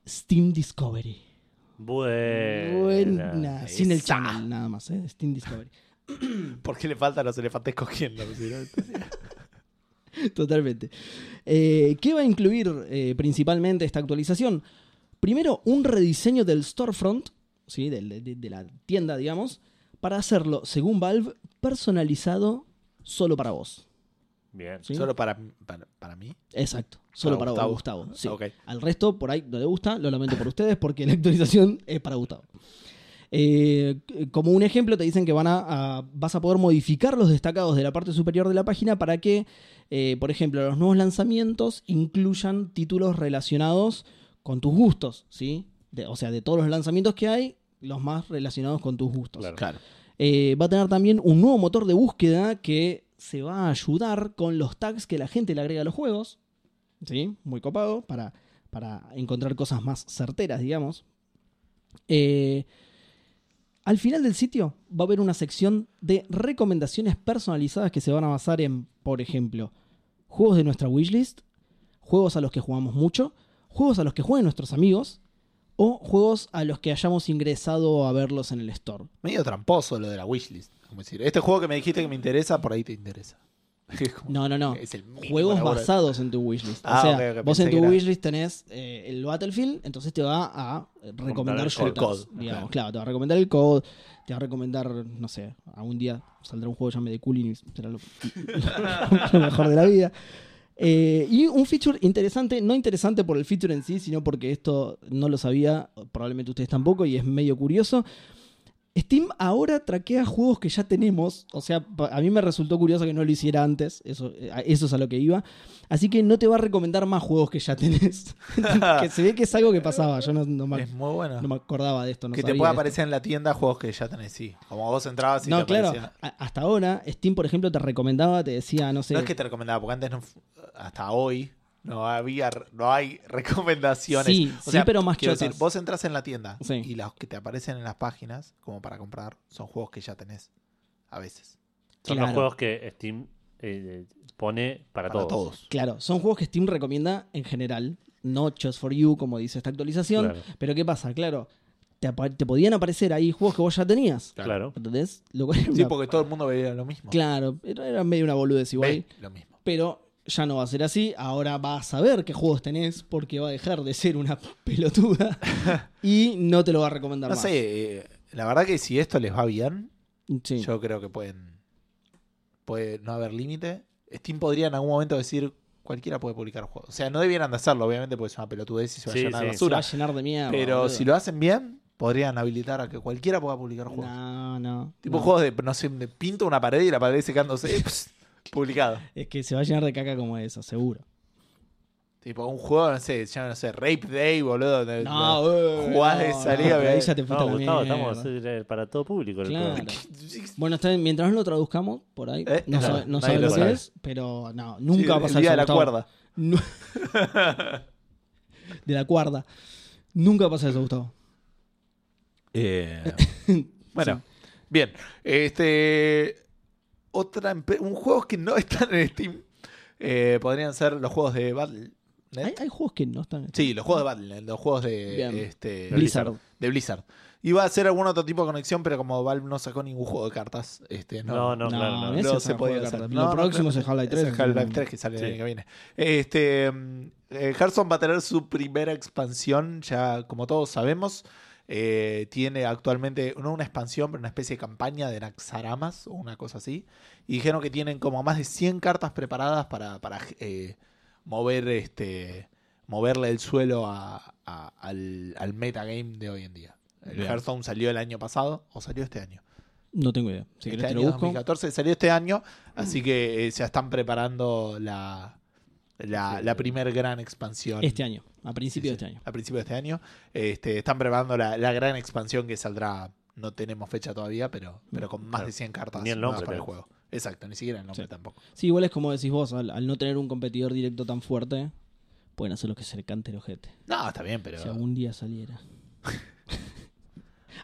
Steam Discovery.
Buena.
Buena. Sin el
Eh, Esa.
channel, nada más, ¿eh? Steam Discovery.
¿Por qué le faltan los elefantes cogiendo? Si no-
Totalmente. Eh, ¿Qué va a incluir eh, principalmente esta actualización? Primero, un rediseño del storefront, ¿sí? del- de, de la tienda, digamos, para hacerlo, según Valve, personalizado solo para vos.
Bien.
¿sí?
Solo para, para, para mí.
Exacto, solo para,
Para
vos, Gustavo. sí.
Ah, Ok.
Al resto, por ahí no le gusta, lo lamento por ustedes porque la actualización es para Gustavo. Eh, c- como un ejemplo, te dicen que van a, a- vas a poder modificar los destacados de la parte superior de la página para que, eh, por ejemplo, los nuevos lanzamientos incluyan títulos relacionados con tus gustos, ¿sí? De- o sea, de todos los lanzamientos que hay, los más relacionados con tus gustos.
Claro.
Claro.
Eh, va a tener también un nuevo motor de búsqueda que se va a ayudar con los tags que la gente le agrega a los juegos. ¿Sí? Muy copado para, para encontrar cosas más certeras, digamos. Eh, al final del sitio va a haber una sección de recomendaciones personalizadas que se van a basar en, por ejemplo, juegos de nuestra wishlist, juegos a los que jugamos mucho, juegos a los que juegan nuestros amigos o juegos a los que hayamos ingresado a verlos en el store.
Medio tramposo lo de la wishlist. Como decir, este juego que me dijiste que me interesa, por ahí te interesa. Es como-
No, no, no.
es el mínimo
Juegos
laburo.
basados en tu wishlist.
Ah,
o sea,
ok, ok,
vos
pensé
en
que
tu
era-
wishlist tenés eh, el Battlefield, entonces te va a eh, recomendar
el
shooters,
COD,
digamos,
ok.
claro, te va a recomendar el code, te va a recomendar, no sé, algún día saldrá un juego llamado de Cool y será lo, lo mejor de la vida. Eh, y un feature interesante, no interesante por el feature en sí, sino porque esto no lo sabía, probablemente ustedes tampoco, y es medio curioso. Steam ahora traquea juegos que ya tenemos. O sea, pa- a mí me resultó curioso que no lo hiciera antes. Eso, eh, a- eso es a lo que iba. Así que no te va a recomendar más juegos que ya tenés. que se ve que es algo que pasaba. Yo no, no me,
Es muy bueno.
no me acordaba de esto. No
que te
sabía
pueda
de esto.
aparecer en la tienda juegos que ya tenés, sí. Como vos entrabas y te
No, claro.
aparecían-
a- Hasta ahora, Steam, por ejemplo, te recomendaba, te decía, no sé.
No es que te recomendaba, porque antes no, fu- hasta hoy no había no hay recomendaciones.
Sí, sí, pero más
quiero
chotas.
decir, vos entras en la tienda
Sí.
y las que te aparecen en las páginas como para comprar son juegos que ya tenés a veces.
Son
Claro.
los juegos que Steam eh, pone para, todos.
Para, todos.
Claro, son juegos que Steam recomienda en general. No just for you, como dice esta actualización.
Claro.
Pero ¿qué pasa? Claro, te, apa- te podían aparecer ahí juegos que vos ya tenías.
Claro. Ah,
¿Entendés? Lo cual era
Sí,
una-
porque todo el mundo veía lo mismo.
Claro, era era medio una boludez igual.
Ve lo mismo.
Pero ya no va a ser así. Ahora va a saber qué juegos tenés porque va a dejar de ser una pelotuda y no te lo va a recomendar
No
más.
sé, eh, la verdad que si esto les va bien,
Sí.
yo creo que pueden puede no haber límite. Steam podría en algún momento decir cualquiera puede publicar juegos. O sea, no debieran de hacerlo, obviamente, porque es una pelotudez y se va
Sí,
a llenar de
sí.
Se
basura.
va a llenar de mierda.
Pero
boludo.
si lo hacen bien, podrían habilitar a que cualquiera pueda publicar juegos.
No, no.
tipo
no.
juegos de, no sé, de pinto una pared y la pared secándose. pss, publicado.
Es que se va a llenar de caca como eso, seguro.
Tipo un juego, no sé, se llama, no sé, Rape Day, boludo. de-
No,
de-
eh,
jugás de
no,
salida,
no, pero ahí
ve-
ya te fuiste
No,
a la
Gustavo,
mierda.
estamos eh, para todo público. el
Claro.
programa.
Bueno, está bien, mientras no lo traduzcamos por ahí,
Eh,
no,
claro,
sabe, no
nadie
sabe
lo
lo que
sabe.
es, pero no, nunca va a
Sí,
pasar
el día
eso,
de la
Gustavo.
cuerda.
Nu- de la cuerda. Nunca pasa eso, Gustavo.
bueno, Eh, bien. Este. Otra. empe- Un juego que no están en Steam. eh, podrían ser los juegos de Battle.
Hay, hay juegos que no están.
¿Eh? Sí, los juegos de Battle, los juegos de.
Bien.
Este,
Blizzard.
de Blizzard. Iba a hacer algún otro tipo de conexión, pero como Valve no sacó ningún juego de cartas, este,
No,
no,
no, claro, no.
no, ese
no
es
se podía
un juego de
hacer.
cartas.
No,
Lo
no,
próximo
claro.
es Half-Life
Es
3.
el Half-Life 3 que sale el
Sí.
año que viene. Este, mm, eh, Hearthstone va a tener su primera expansión, ya como todos sabemos. Eh, tiene actualmente, no una expansión, pero una especie de campaña de Naxaramas o una cosa así. Y dijeron que tienen como más de 100 cartas preparadas para, para eh, mover este moverle el suelo a- a- al, al metagame de hoy en día. El
Bien.
Hearthstone salió el año pasado o salió este año.
No tengo idea.
este
Si querés te
año
lo busco.
2014 salió este año, así que eh, ya están preparando la, la,
Sí.
la primer gran expansión.
Este año, a principio
Sí,
de
sí,
este año.
A principio de este año. Este, están preparando la, la gran expansión que saldrá. No tenemos fecha todavía, pero, pero con más
Claro.
de 100 cartas
Ni el
nuevas
nombre
para el
tenemos.
juego. Exacto, ni siquiera el nombre
Sí.
tampoco.
Sí, igual es como decís vos, al, al no tener un competidor directo tan fuerte, pueden hacer lo que se le cante el ojete.
No, está bien, pero.
Si algún día saliera. a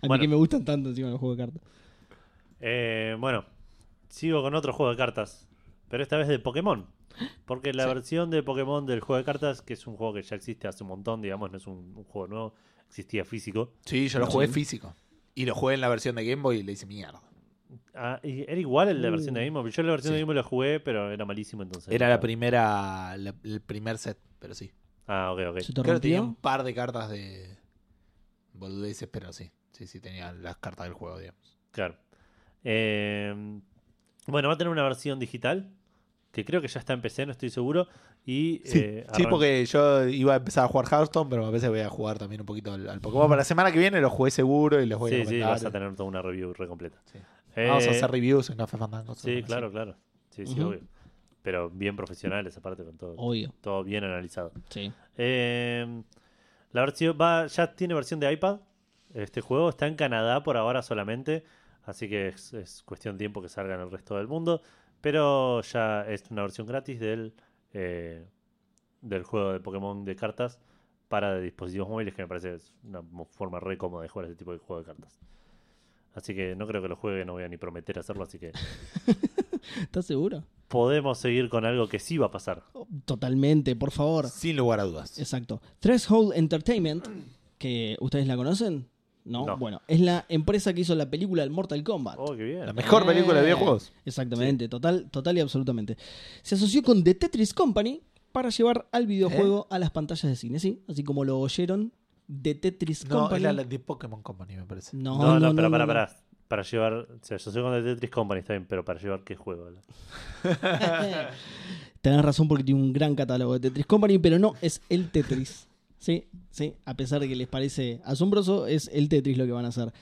mí
Bueno.
que me gustan tanto encima los juegos de cartas.
Eh, bueno, sigo con otro juego de cartas, pero esta vez de Pokémon. Porque la
Sí.
versión de Pokémon del juego de cartas, que es un juego que ya existe hace un montón, digamos, no es un, un juego nuevo, existía físico.
Sí, yo lo jugué
Sí.
físico. Y lo jugué en la versión de Game Boy y le hice mierda.
Ah, y era igual el de la
Uh.
versión de Game Boy. Yo la versión
Sí.
de Game Boy la jugué, pero era malísimo entonces.
Era la primera. la- el primer set, pero sí.
Ah, ok, ok.
¿Se te
Creo que tenía un
rompió?
par de cartas de. boludeces, pero sí. Sí, sí, tenía las cartas del juego, digamos.
Claro. Eh, bueno, va a tener una versión digital, que creo que ya está en PC, no estoy seguro. Y,
Sí,
eh,
sí,
arran-
porque yo iba a empezar a jugar Hearthstone, pero a veces voy a jugar también un poquito al, al Pokémon. Para la semana que viene lo jugué seguro y les voy a
Sí, sí,
comentar.
vas a tener toda una review re completa.
Sí.
Eh,
Vamos a hacer reviews en Café Fandango.
Sí, claro, claro. Sí, sí,
Ujú.
obvio. Pero bien profesionales, aparte, con todo,
Obvio,
todo bien analizado.
sí.
Eh, la versión va, ya tiene versión de iPad. Este juego está en Canadá por ahora solamente, así que es, es cuestión de tiempo que salga en el resto del mundo. Pero ya es una versión gratis del, eh, del juego de Pokémon de cartas para dispositivos móviles, que me parece que es una mo- forma re cómoda de jugar ese tipo de juego de cartas. Así que no creo que lo juegue, no voy a ni prometer hacerlo, así que
¿Estás seguro?
podemos seguir con algo que sí va a pasar.
Oh, Totalmente, por favor.
Sin lugar a dudas.
Exacto. Threshold Entertainment, que ustedes la conocen. ¿No?
No.
bueno, es la empresa que hizo la película del Mortal Kombat.
Oh, qué bien.
La mejor película de
Eh.
videojuegos.
Exactamente, total, total y absolutamente. Se asoció con The Tetris Company para llevar al videojuego
¿Eh?
a las pantallas de cine, ¿sí? Así como lo oyeron, The Tetris
No,
Company.
era la de Pokémon Company, me parece.
No,
No, no,
no,
pero
no,
para,
no.
para. Para llevar. O sea, yo soy con el Tetris Company, está bien, pero para llevar qué juego. ¿no?
Tenés razón porque tiene un gran catálogo de Tetris Company, pero no, es el Tetris. Sí, sí, a pesar de que les parece asombroso, es el Tetris lo que van a hacer.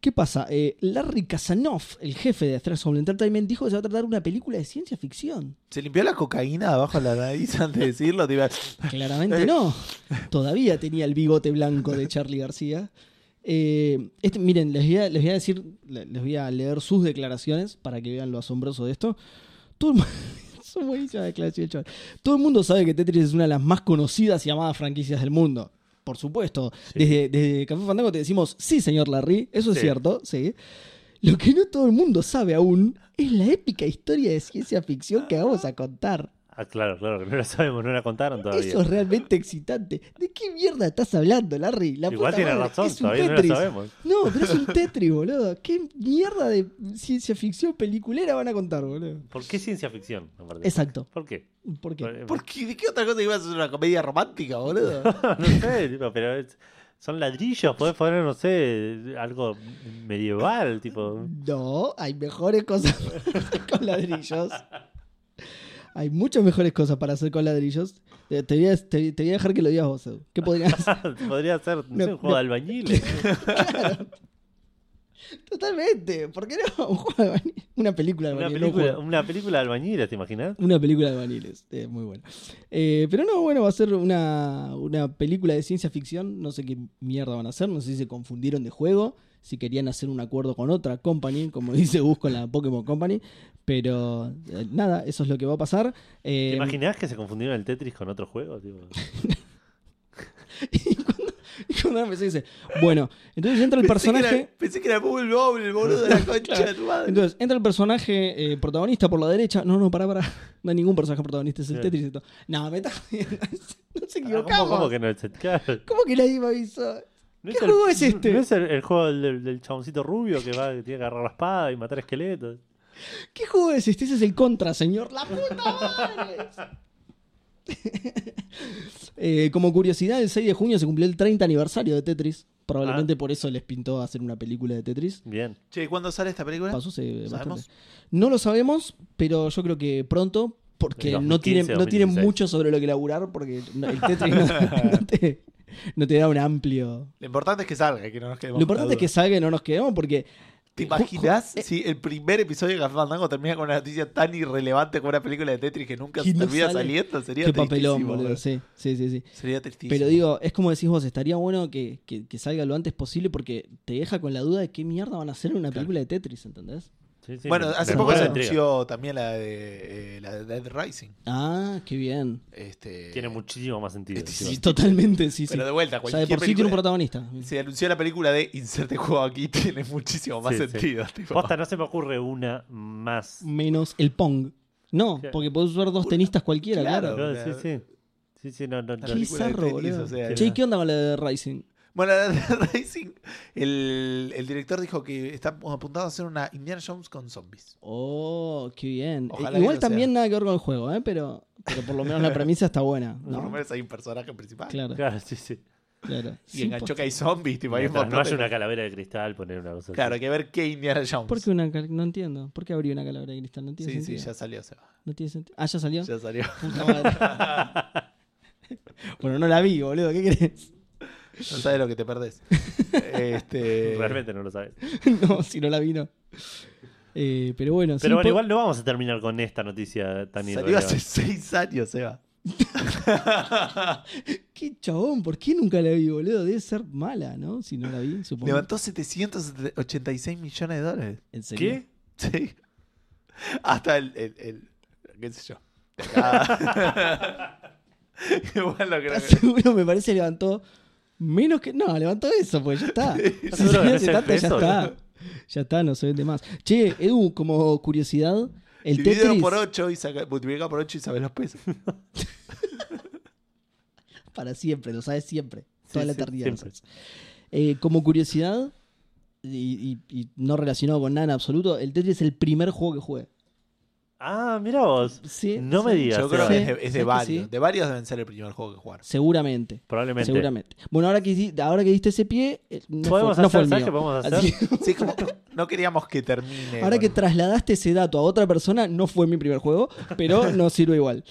¿Qué pasa? Eh, Larry Kasanoff, el jefe de Threshold Entertainment, dijo que se va a tratar de una película de ciencia ficción.
¿Se limpió la cocaína de abajo de la nariz antes de decirlo? Te iba-
Claramente no. Todavía tenía el bigote blanco de Charlie García. Eh, este, miren, les voy, a, les voy a decir, le- les voy a leer sus declaraciones para que vean lo asombroso de esto. Todo el, mu- son buenísimas declaraciones, chaval. Todo el mundo sabe que Tetris es una de las más conocidas y amadas franquicias del mundo. Por supuesto.
Sí.
Desde, desde Café Fandango te decimos, sí, señor Larry, eso es
Sí.
cierto, sí. Lo que no todo el mundo sabe aún es la épica historia de ciencia ficción que vamos a contar.
Ah, claro, claro, que no la sabemos, no la contaron todavía.
Eso es realmente excitante. ¿De qué mierda estás hablando, Larry? La
Igual
puta
tiene
madre,
razón,
es un
todavía no la
Tetris.
sabemos.
No, pero es un Tetris, boludo. ¿Qué mierda de ciencia ficción peliculera van a contar, boludo?
¿Por qué ciencia ficción? aparte?
Exacto.
¿Por qué?
¿Por qué?
¿Por qué? ¿De qué otra cosa ibas a hacer una comedia romántica, boludo?
no sé, tipo, pero es- son ladrillos, podés poner, no sé, algo medieval, tipo.
No, hay mejores cosas con ladrillos. Hay muchas mejores cosas para hacer con ladrillos. Eh, Te te voy a, te- te voy a dejar que lo digas vos, Edu. ¿Qué podrías hacer?
Podría ser, no sé,
No,
un juego
no.
de albañiles.
Totalmente. ¿Por qué no? Un juego de albañil- Una película de
Una
albañil, no un
película,
juego.
una película de albañiles, ¿te imaginas?
Una película de vaniles, muy buena. Eh, pero no, bueno, va a ser una, una película de ciencia ficción. No sé qué mierda van a hacer. No sé si se confundieron de juego. Si querían hacer un acuerdo con otra company, como dice Gus con la Pokémon Company. Pero eh, nada, eso es lo que va a pasar.
¿Te
Eh,
imaginás que se confundieron el Tetris con otro juego? Tipo?
y cuando, y cuando empecé, dice, bueno, entonces entra el personaje.
Pensé que era Bubble Bobble, boludo, de la concha de tu madre.
Entonces, entra el personaje eh, protagonista por la derecha. No, no, pará, pará. No hay ningún personaje protagonista, es el
Sí.
Tetris. esto. No, me está jodiendo. Nos
Ah,
equivocamos.
¿Cómo, cómo que no? Claro.
¿Cómo que nadie me avisó?
¿No
¿Qué juego es este?
¿No es el, el juego del, del chaboncito rubio que va que tiene que agarrar la espada y matar esqueletos?
¿Qué juego es este? Ese es el contra, señor. ¡La puta madre! Eh, como curiosidad, el 6 de junio se cumplió el 30 aniversario de Tetris. Probablemente
Ah.
por eso les pintó hacer una película de Tetris.
Bien.
Che, ¿cuándo sale esta
¿Eh?
película?
Pasó hace bastante.
¿Sabemos?
No lo sabemos, pero yo creo que pronto, porque
En
no
2015,
tienen, no tienen
2016.
mucho sobre lo que laburar, porque no- el Tetris no, no te, no te da un amplio.
Lo importante es que salga, que no nos quedemos
Lo importante es que salga y no nos quedemos porque.
¿Te imaginas
eh.
si el primer episodio de Café Fandango termina con una noticia tan irrelevante como una película de Tetris que nunca
Que no
termina
sale.
saliendo? Sería
Qué papelón,
tristísimo,
boludo.
boludo.
Sí, sí, sí. sí.
Sería tristísimo.
Pero digo, es como decís vos, estaría bueno que, que- que salga lo antes posible porque te deja con la duda de qué mierda van a hacer en una
Claro.
película de Tetris, ¿entendés?
Sí, sí,
bueno,
me-
hace
me
poco se
muero de intriga.
anunció también la de, eh, la de Dead Rising.
Ah, qué bien.
Este,
Tiene muchísimo más sentido.
Este
Sí,
encima.
totalmente, sí, sí.
Pero de vuelta,
O sea, de
cualquier
por sí tiene un
película-
protagonista.
Se anunció la película de Inserte juego aquí, tiene muchísimo más
Sí, sí.
sentido. tipo.
Posta, no se me ocurre una más.
Menos el Pong. No,
Claro.
porque podés usar dos tenistas cualquiera,
Claro.
claro.
Yo- sí, sí. Sí, sí, no, no,
La
no.
Qué
película de
bizarro,
tenis,
boludo.
o sea,
Che,
era-
¿qué onda con la de Rising?
Bueno, la de Rising, el, el director dijo que estamos apuntados a hacer una Indiana Jones con zombies.
Oh, qué bien.
Ojalá
Eh,
que
Igual
lo sea.
también nada que ver con el juego, ¿eh? Pero, pero por lo menos la premisa está buena.
Por lo
¿no?
menos hay un personaje principal.
Claro,
Claro, sí, sí.
claro.
Y
Sí,
enganchó
posta.
que hay zombies, tipo, hay un
Mientras no
montón
haya
de-
una calavera de cristal, poner una cosa
Claro, hay
así.
que ver qué Indiana Jones.
¿Por qué una cal- No entiendo. ¿Por qué abrió una calavera de cristal? No tiene
sí, sí,
sentido.
ya salió, Seba.
No tiene sentido. Ah, ya salió.
Ya salió.
Puta madre. bueno, no la vi, boludo. ¿Qué crees?
No sabes lo que te perdés. este...
Realmente no lo sabes.
no, si no la vi, no. Eh, pero bueno, sí,
Pero bueno,
po-
igual no vamos a terminar con esta noticia tan
Salió hace
irrelevante.
seis años, Seba.
Qué chabón, ¿por qué nunca la vi, boludo? Debe ser mala, ¿no? Si no la vi, supongo.
Levantó 786 millones de dólares.
¿En serio?
¿Qué?
Sí. Hasta el, el, el- qué sé yo. De acá. Igual lo creo
¿Estás
que...
seguro? Me parece levantó menos que. No, levantó eso, pues ya está. Si
¿Estás seguro que no
hace
es el
tanto, ya
peso?
está. Ya está, no se vende más. Che, Edu, como curiosidad, el
Divídelo
Tetris.
por 8 y saca, multiplica por 8 y sabes los pesos.
Para siempre, lo sabes siempre. Toda
Sí,
la
sí,
eternidad. lo
siempre.
sabes. Eh, como curiosidad, y, y- y no relacionado con nada en absoluto, el Tetris es el primer juego que jugué.
Ah, mira vos.
Sí,
No me
sí.
digas.
Yo
Seba.
creo que es de, es de
Sí,
varios.
sí.
De varios deben ser el primer juego que jugar.
Seguramente.
Probablemente.
Seguramente. Bueno, ahora que, di- ahora que diste ese pie, eh, no
¿Podemos
fue, no
hacer,
fue el
¿sabes qué
mío.
podemos hacer?
Así que-
Sí, como no queríamos que termine.
ahora que
con-
trasladaste ese dato a otra persona, no fue mi primer juego, pero nos sirve igual.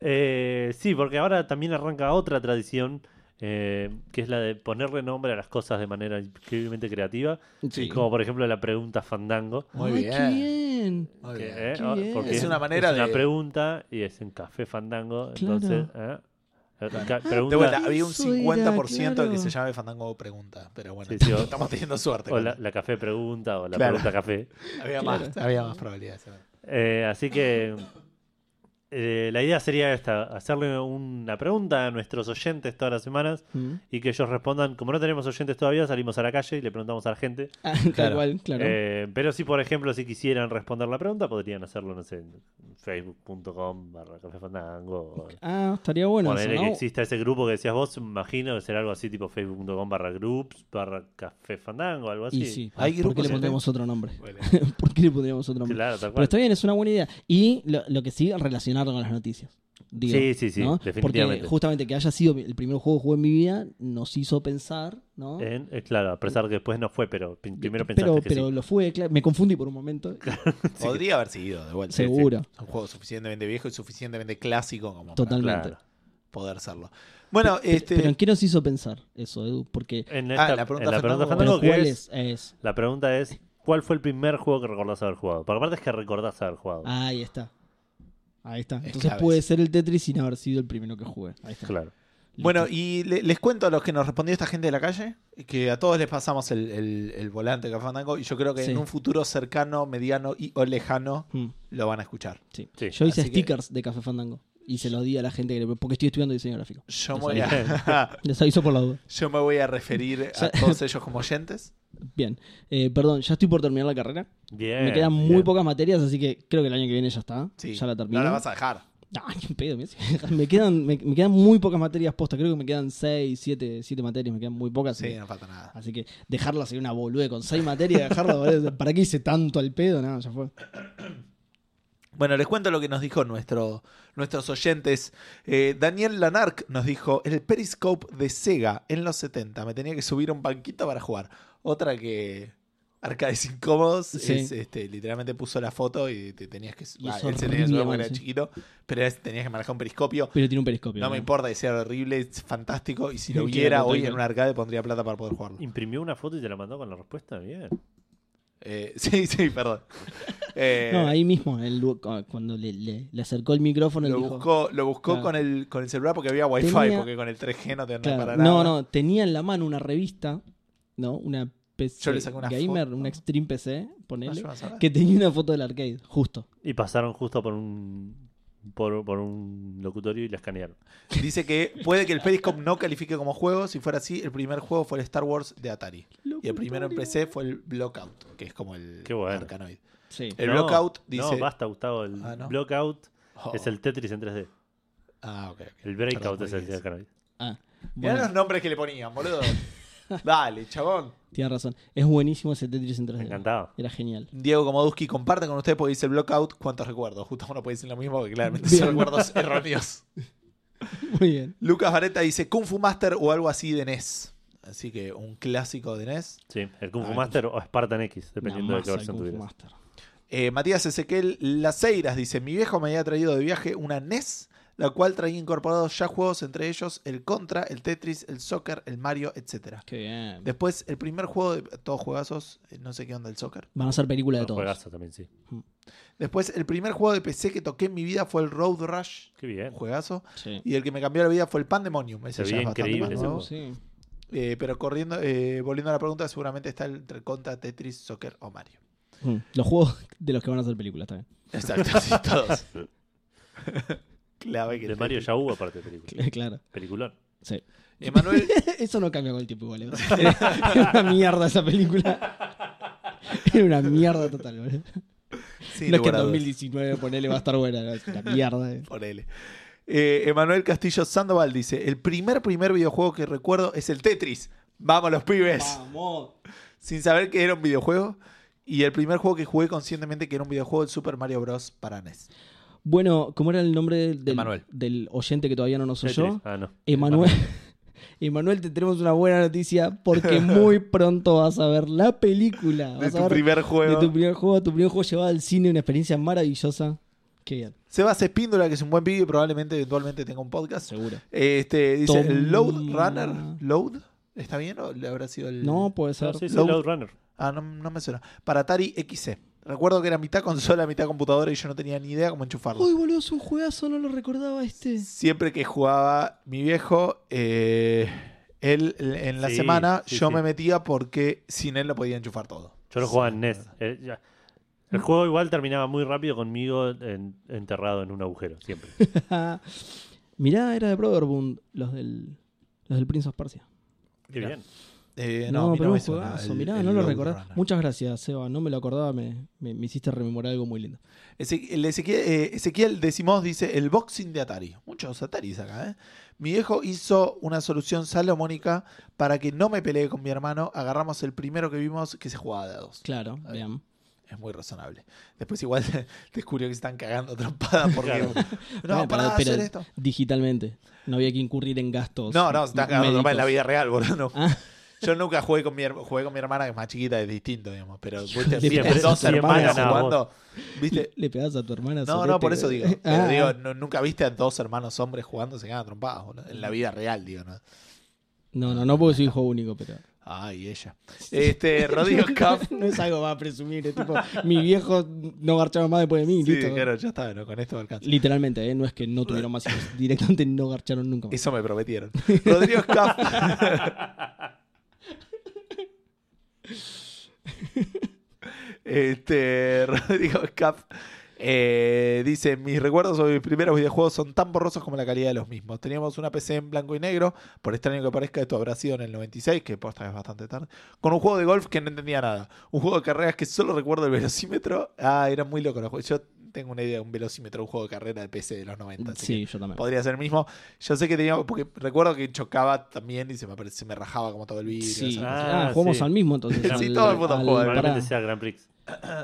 Eh, sí, porque ahora también arranca otra tradición, eh, que es la de ponerle nombre a las cosas de manera increíblemente creativa,
Sí.
como por ejemplo la pregunta fandango.
Muy
Ay,
bien.
qué bien.
Muy
que,
bien.
eh,
Qué
ah,
bien.
porque
Es una manera
es una
de-
pregunta y es en café fandango.
Claro.
Entonces, eh, eh,
Claro.
ca- pregunta-
De vuelta, había un
Eso era,
50% que
claro.
se llame Fandango Pregunta. Pero bueno,
Sí, sí, o-
estamos teniendo suerte.
o
con-
la, la café pregunta o la
Claro.
pregunta café.
Había,
Claro.
más, había más probabilidades.
Eh, así que eh, la idea sería esta, hacerle una pregunta a nuestros oyentes todas las semanas
Mm.
y que ellos respondan, como no tenemos oyentes todavía, salimos a la calle y le preguntamos a la gente.
Ah, Tal
Claro.
cual, claro.
Eh, pero si, por ejemplo, si quisieran responder la pregunta, podrían hacerlo, no sé, en facebook.com barra café fandango. o-
ah, estaría bueno. Eso,
Ponele
¿no?
que exista ese grupo que decías vos, imagino que será algo así tipo facebook.com barra groups barra café fandango, algo así.
Y sí,
Hay
¿por qué
grupos
le
en
pondríamos otro nombre?
Bueno.
¿Por qué le pondríamos otro nombre?
Claro, tal
Pero
cual.
está bien, es una buena idea. Y lo, lo que sí, relacionarlo con las noticias. Digo,
Sí, sí, sí,
¿no?
definitivamente.
Porque justamente que haya sido el primer juego que jugué en mi vida nos hizo pensar, ¿no?
En- eh, claro, a pesar que después no fue, pero pin- primero pensaste
pero
que
pero
sí.
lo fue, claro. Me confundí por un momento.
Podría haber seguido de vuelta.
Seguro,
Es un juego suficientemente viejo y suficientemente clásico como
totalmente.
Claro.
para poder serlo. Bueno,
Pe-
este.
Pero ¿en qué nos hizo pensar eso, Edu? Porque.
En
Ah,
esta-
la pregunta
en la pregunta
fandango.
fandango,
pero
que
¿Cuál
es-
es? es?
La pregunta es, ¿cuál fue el primer juego que recordás haber jugado? Porque aparte es que recordás haber jugado.
Ahí está. Ahí está.
Es
Entonces
clave
puede
eso.
ser el Tetris sin haber sido el primero que jugué. Ahí está.
Claro.
Listo.
Bueno, y le- les cuento a los que nos respondió esta gente de la calle que a todos les pasamos el, el- el volante de Café Fandango y yo creo que
Sí.
en un futuro cercano, mediano y o lejano
Mm,
lo van a escuchar.
sí.
Sí.
Yo hice
Así que-
stickers de Café Fandango y se los di a la gente que le- porque estoy estudiando diseño gráfico.
Yo me
Eso
voy a,
Les aviso por la duda.
yo me voy a referir a
Ya-
todos ellos como oyentes.
Bien, Eh, perdón, ya estoy por terminar la carrera.
Bien.
Me quedan muy
bien.
pocas materias, así que creo que el año que viene ya está.
Sí.
Ya la termino.
No la vas a dejar.
No, ni en pedo, me, me quedan, me, me quedan muy pocas materias postas. Creo que me quedan 6, 7, materias, me quedan muy pocas.
Sí,
así que-
no falta nada.
Así que dejarla sería una bolude con 6 materias, dejarla, boludo, ¿para qué hice tanto al pedo? No, ya fue.
Bueno, les cuento lo que nos dijo nuestro, nuestros oyentes. Eh, Daniel Lanark nos dijo, el Periscope de Sega en los 70, me tenía que subir a un banquito para jugar. Otra que... Arcades incómodos.
Sí.
es, este, literalmente puso la foto y te tenías que.
Y
bah,
es
él se tenía que subir
horrible,
porque era
sí.
chiquito, pero es- tenías que manejar un periscopio.
Pero tiene un periscopio.
No me
¿no?
importa que sea horrible, es fantástico. Y si lo
Sí,
viera
claro,
hoy
tal
en
cual.
un arcade, pondría plata para poder jugarlo.
Imprimió una foto y te la mandó con la respuesta. Bien.
Eh, sí, sí, perdón. Eh,
No, ahí mismo, él lu- cuando le, le- le acercó el micrófono, él
lo,
dijo,
buscó, lo buscó
Claro.
con, el, con el celular porque había wifi,
Tenía-
porque con el 3G no te andan
claro,
para nada. Ah,
no, no, tenía en la mano una revista, ¿no? Una PC
Yo le saqué una
gamer,
foto.
una Extreme PC,
No,
ponele,
yo no sabía.
que tenía una foto del arcade, justo.
Y pasaron justo por un por, por un locutorio y la escanearon.
Dice que puede que el Periscope no califique como juego. Si fuera así, el primer juego fue el Star Wars de Atari. Y el primero en PC fue el Blockout, que es como el
Qué bueno.
Arcanoid.
Sí.
El
No,
Blockout dice.
No, basta, Gustavo. El
Ah, ¿no?
Blockout
Oh.
es el Tetris en 3D.
Ah, ok, ok.
El Breakout
Perdón,
es el
muy bien.
Arcanoid.
Ah,
Mirá
bueno,
los nombres que le ponían, boludo. Dale, chabón.
tiene razón. Es buenísimo ese Tetris en 3D.
Me encantaba.
Era genial.
Diego Komodowski comparte con ustedes porque dice el Blockout. ¿Cuántos recuerdos? Justo uno puede decir lo mismo porque claramente son
Bien.
recuerdos erróneos.
Muy bien.
Lucas Vareta dice Kung Fu Master o algo así de NES. Así que un clásico de NES.
Sí, el Kung
Ah,
Fu
el
Master o Spartan X,
Una
dependiendo de qué
masa,
versión
Kung Fu
tuvieras.
Master.
Eh, Matías Ezequiel Laceiras dice: Mi viejo me había traído de viaje una NES, la cual traía incorporados ya juegos, entre ellos el Contra, el Tetris, el Soccer, el Mario, etc.
Qué bien.
Después, el primer juego de todos juegazos, eh, no sé qué onda el soccer.
Van a ser películas de
Un
todos.
juegazo también, sí.
Después, el primer juego de PC que toqué en mi vida fue el Road Rush,
Qué
un
bien.
juegazo.
Sí.
Y el que me cambió la vida fue el Pandemonium. Ese
Se
ya
veía
es bastante
increíble
más
ese
nuevo.
juego.
Sí.
Eh, pero corriendo, eh, volviendo a la pregunta, seguramente está entre Contra, Tetris, Soccer o Mario.
Mm, Los juegos de los que van a hacer películas también.
Exacto, sí, todos. Clave que
De
el
Mario
Tetris.
ya hubo aparte de película.
Cl- Claro.
Peliculón.
Sí.
Emanuel
Eso no cambia con el tiempo igual. ¿eh? Era una mierda esa película. Era una mierda total, boludo.
Sí,
no es que
lugar
en
a dudas.
2019 ponele va a estar buena, no, es una mierda. eh.
Ponele. Eh, Emanuel Castillo Sandoval dice: El primer, primer videojuego que recuerdo es el Tetris. Vamos, los pibes.
Vamos.
Sin saber que era un videojuego. Y el primer juego que jugué conscientemente que era un videojuego, el Super Mario Bros. para E NES.
Bueno, ¿cómo era el nombre del, del-
Emanuel.
del oyente que todavía no nos oyó?
Tetris. Ah, no.
Emanuel. Emanuel, te tenemos una buena noticia porque muy pronto vas a ver la película.
De
Vas
tu
a ver
primer
de
juego.
tu primer juego, tu primer juego llevado al cine, una experiencia maravillosa. Qué bien,
Sebas Espíndola, que es un buen video y probablemente eventualmente tenga un podcast.
seguro.
Este, dice:
Toma.
¿El Load Runner? ¿Load? ¿Está bien o le habrá sido el.?
No, puede ser.
No, sí, sí,
Low-
Load Runner.
Ah, no, no me suena. Para Atari XC. Recuerdo que era mitad consola, mitad computadora y yo no tenía ni idea cómo enchufarlo.
Uy, boludo, es un juegazo, no lo recordaba este.
siempre que jugaba mi viejo, eh, él l- en la
Sí,
semana
sí,
yo
sí.
me metía porque sin él lo podía enchufar todo.
Yo lo jugaba en NES. Eh, ya. El juego igual terminaba muy rápido conmigo en- enterrado en un agujero, siempre.
Mirá, era de Brotherbund, los del, los del Prince of Persia.
Qué
Mirá.
bien.
Eh,
no,
a mí
pero
me
un
suena
juegazo,
el-
mirá,
el
no lo
Load
recordaba.
Runner.
Muchas gracias, Seba, no me lo acordaba, me, me- me hiciste rememorar algo muy lindo.
Ese- el Ezequiel, eh, Ezequiel Decimos dice el boxing de Atari. Muchos Ataris acá, ¿eh? Mi viejo hizo una solución salomónica para que no me pelee con mi hermano. Agarramos el primero que vimos que se jugaba de a dos.
Claro,
Ahí.
bien.
Es muy razonable. Después igual descubrió que se están cagando trompadas porque...
Claro.
No,
Bueno,
para
pero-
hacer
pero
esto.
Digitalmente. No había que incurrir en gastos.
No, no, se están cagando
médicos.
trompadas en la vida real, boludo. no.
Ah.
Yo nunca jugué con mi, her- jugué con mi hermana, que es más chiquita, es distinto, digamos. Pero viste,
de
viste,
puta,
dos
siempre
hermanas
ganabas
jugando. ¿Viste?
Le pegas a tu hermana.
No,
sorete,
no, por eso
güey.
digo. Pero
Ah,
digo, no- nunca viste a dos hermanos hombres jugando, se ganan trompadas, boludo. En la vida real, digo, ¿no?
No, no, no porque soy hijo único, pero.
Ay, ella. Este, Rodrigo Cup.
no es algo más presumir. Es tipo, mi viejo no garchaba más después de mí.
Sí,
listo.
claro, ya está, ¿no? con esto me alcanza.
Literalmente, ¿eh? no es que no tuvieron más hijos. Directamente no garcharon nunca más.
Eso me prometieron. Rodrigo Scaff. este, Rodrigo Scaff eh, dice: Mis recuerdos sobre mis primeros videojuegos son tan borrosos como la calidad de los mismos. Teníamos una PC en blanco y negro, por extraño que parezca, esto habrá sido en el 96, que posta es bastante tarde, con un juego de golf que no entendía nada. Un juego de carreras que solo recuerdo el velocímetro. Ah, era muy loco los juegos. Yo tengo una idea de un velocímetro, un juego de carrera de PC de los 90. así que
Sí, yo también.
Podría ser el mismo. Yo sé que tenía. Porque recuerdo que chocaba también y se me, apare- se me rajaba como todo el vidrio.
Sí.
esas cosas.
Ah,
Ah, jugamos
sí.
al mismo entonces.
Sí,
al-
todo el mundo
al-
juega,
pará.
Probablemente sea Grand Prix.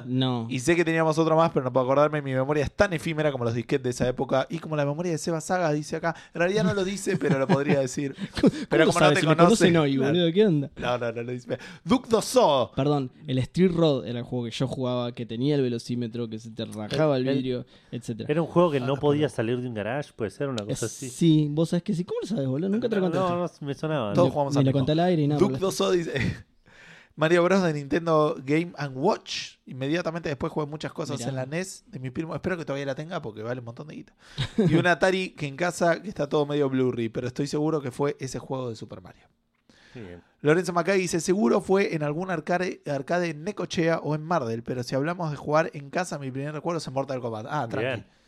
No.
Y sé que teníamos otro más, pero no puedo acordarme. Mi memoria es tan efímera como los disquetes de esa época. Y como la memoria de Seba Saga dice acá. En realidad no lo dice, pero lo podría decir. Pero
¿Cómo
como no
sabes
te
si me
conoce.
conocen hoy,
claro.
boludo? ¿Qué onda?
No, no, no lo dice. Duke Dosó.
Perdón, el Street Rod era el juego que yo jugaba, que tenía el velocímetro, que se te rajaba el
El-
vidrio, etcétera.
Era un juego que
Ah,
no
no,
podía salir de un garage, puede ser una cosa
Es-
así.
Sí, vos sabés que sí. ¿Cómo lo sabés, boludo? Nunca te lo
no,
contaste.
no, no, me sonaba.
Todos
¿no?
jugamos
Ni
al
lo
mismo.
conté al aire y nada.
Duke
boludo.
Dosó dice. Mario Bros. de Nintendo Game and Watch. Inmediatamente después jugué muchas cosas
Mirá.
en la NES de mi primo. Espero que todavía la tenga porque vale un montón de guita. Y un Atari que en casa que está todo medio blurry, pero estoy seguro que fue ese juego de Super Mario.
Muy bien.
Lorenzo Macay dice, seguro fue en algún arcade, arcade en Necochea o en Mardel, pero si hablamos de jugar en casa, mi primer recuerdo es en Mortal Kombat. Ah, tranqui.
Bien.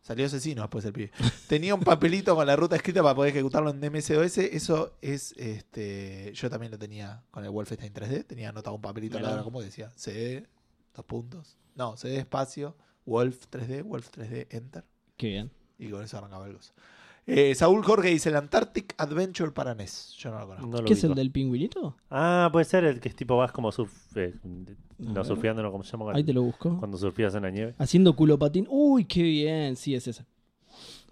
Salió asesino después el pibe. Tenía un papelito con la ruta escrita para poder ejecutarlo en MS-DOS. Eso es, este, yo también lo tenía con el Wolfenstein 3D. Tenía anotado un papelito al lado de la compu que decía CD, dos puntos. No, CD espacio, Wolf 3D, Wolf 3D, Enter.
Qué bien.
Y con eso arrancaba el gozo. Eh, Saúl Jorge dice el Antarctic Adventure para NES. Yo no lo conozco.
No lo
¿Qué es
ubico.
el del pingüinito?
Ah, puede ser el que es tipo vas como surf, eh, no
ver.
surfeando, no como se llama
Ahí
cuando,
te lo busco.
cuando surfeas en la nieve.
Haciendo culo patín. Uy, qué bien. Sí, es ese.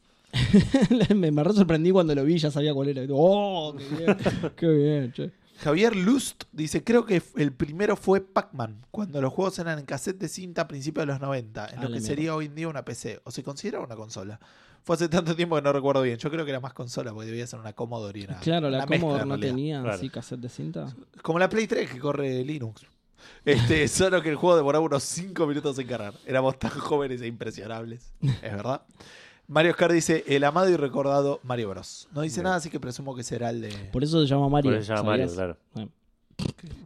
me, me re sorprendí cuando lo vi, ya sabía cuál era. ¡Oh, qué bien! ¡Qué bien, che!
Javier Lust dice, creo que f- el primero fue Pac-Man, cuando los juegos eran en cassette de cinta a principios de los 90, en
A
lo
la
que
mierda.
sería hoy en día una PC, o se considera una consola. Fue hace tanto tiempo que no recuerdo bien, yo creo que era más consola, porque debía ser una Commodore y una-
Claro, la
una mezcla,
Commodore
en
no
realidad.
tenía
Claro.
así cassette de cinta.
Como la Play 3 que corre Linux. Este, solo que el juego demoraba unos 5 minutos en cargar. Éramos tan jóvenes e impresionables. Es verdad. Mario Oscar dice, el amado y recordado Mario Bros. No dice
Bien.
nada, así que presumo que será el de...
Por eso se llama Mario.
Por eso se llama Mario,
¿sabías?
claro.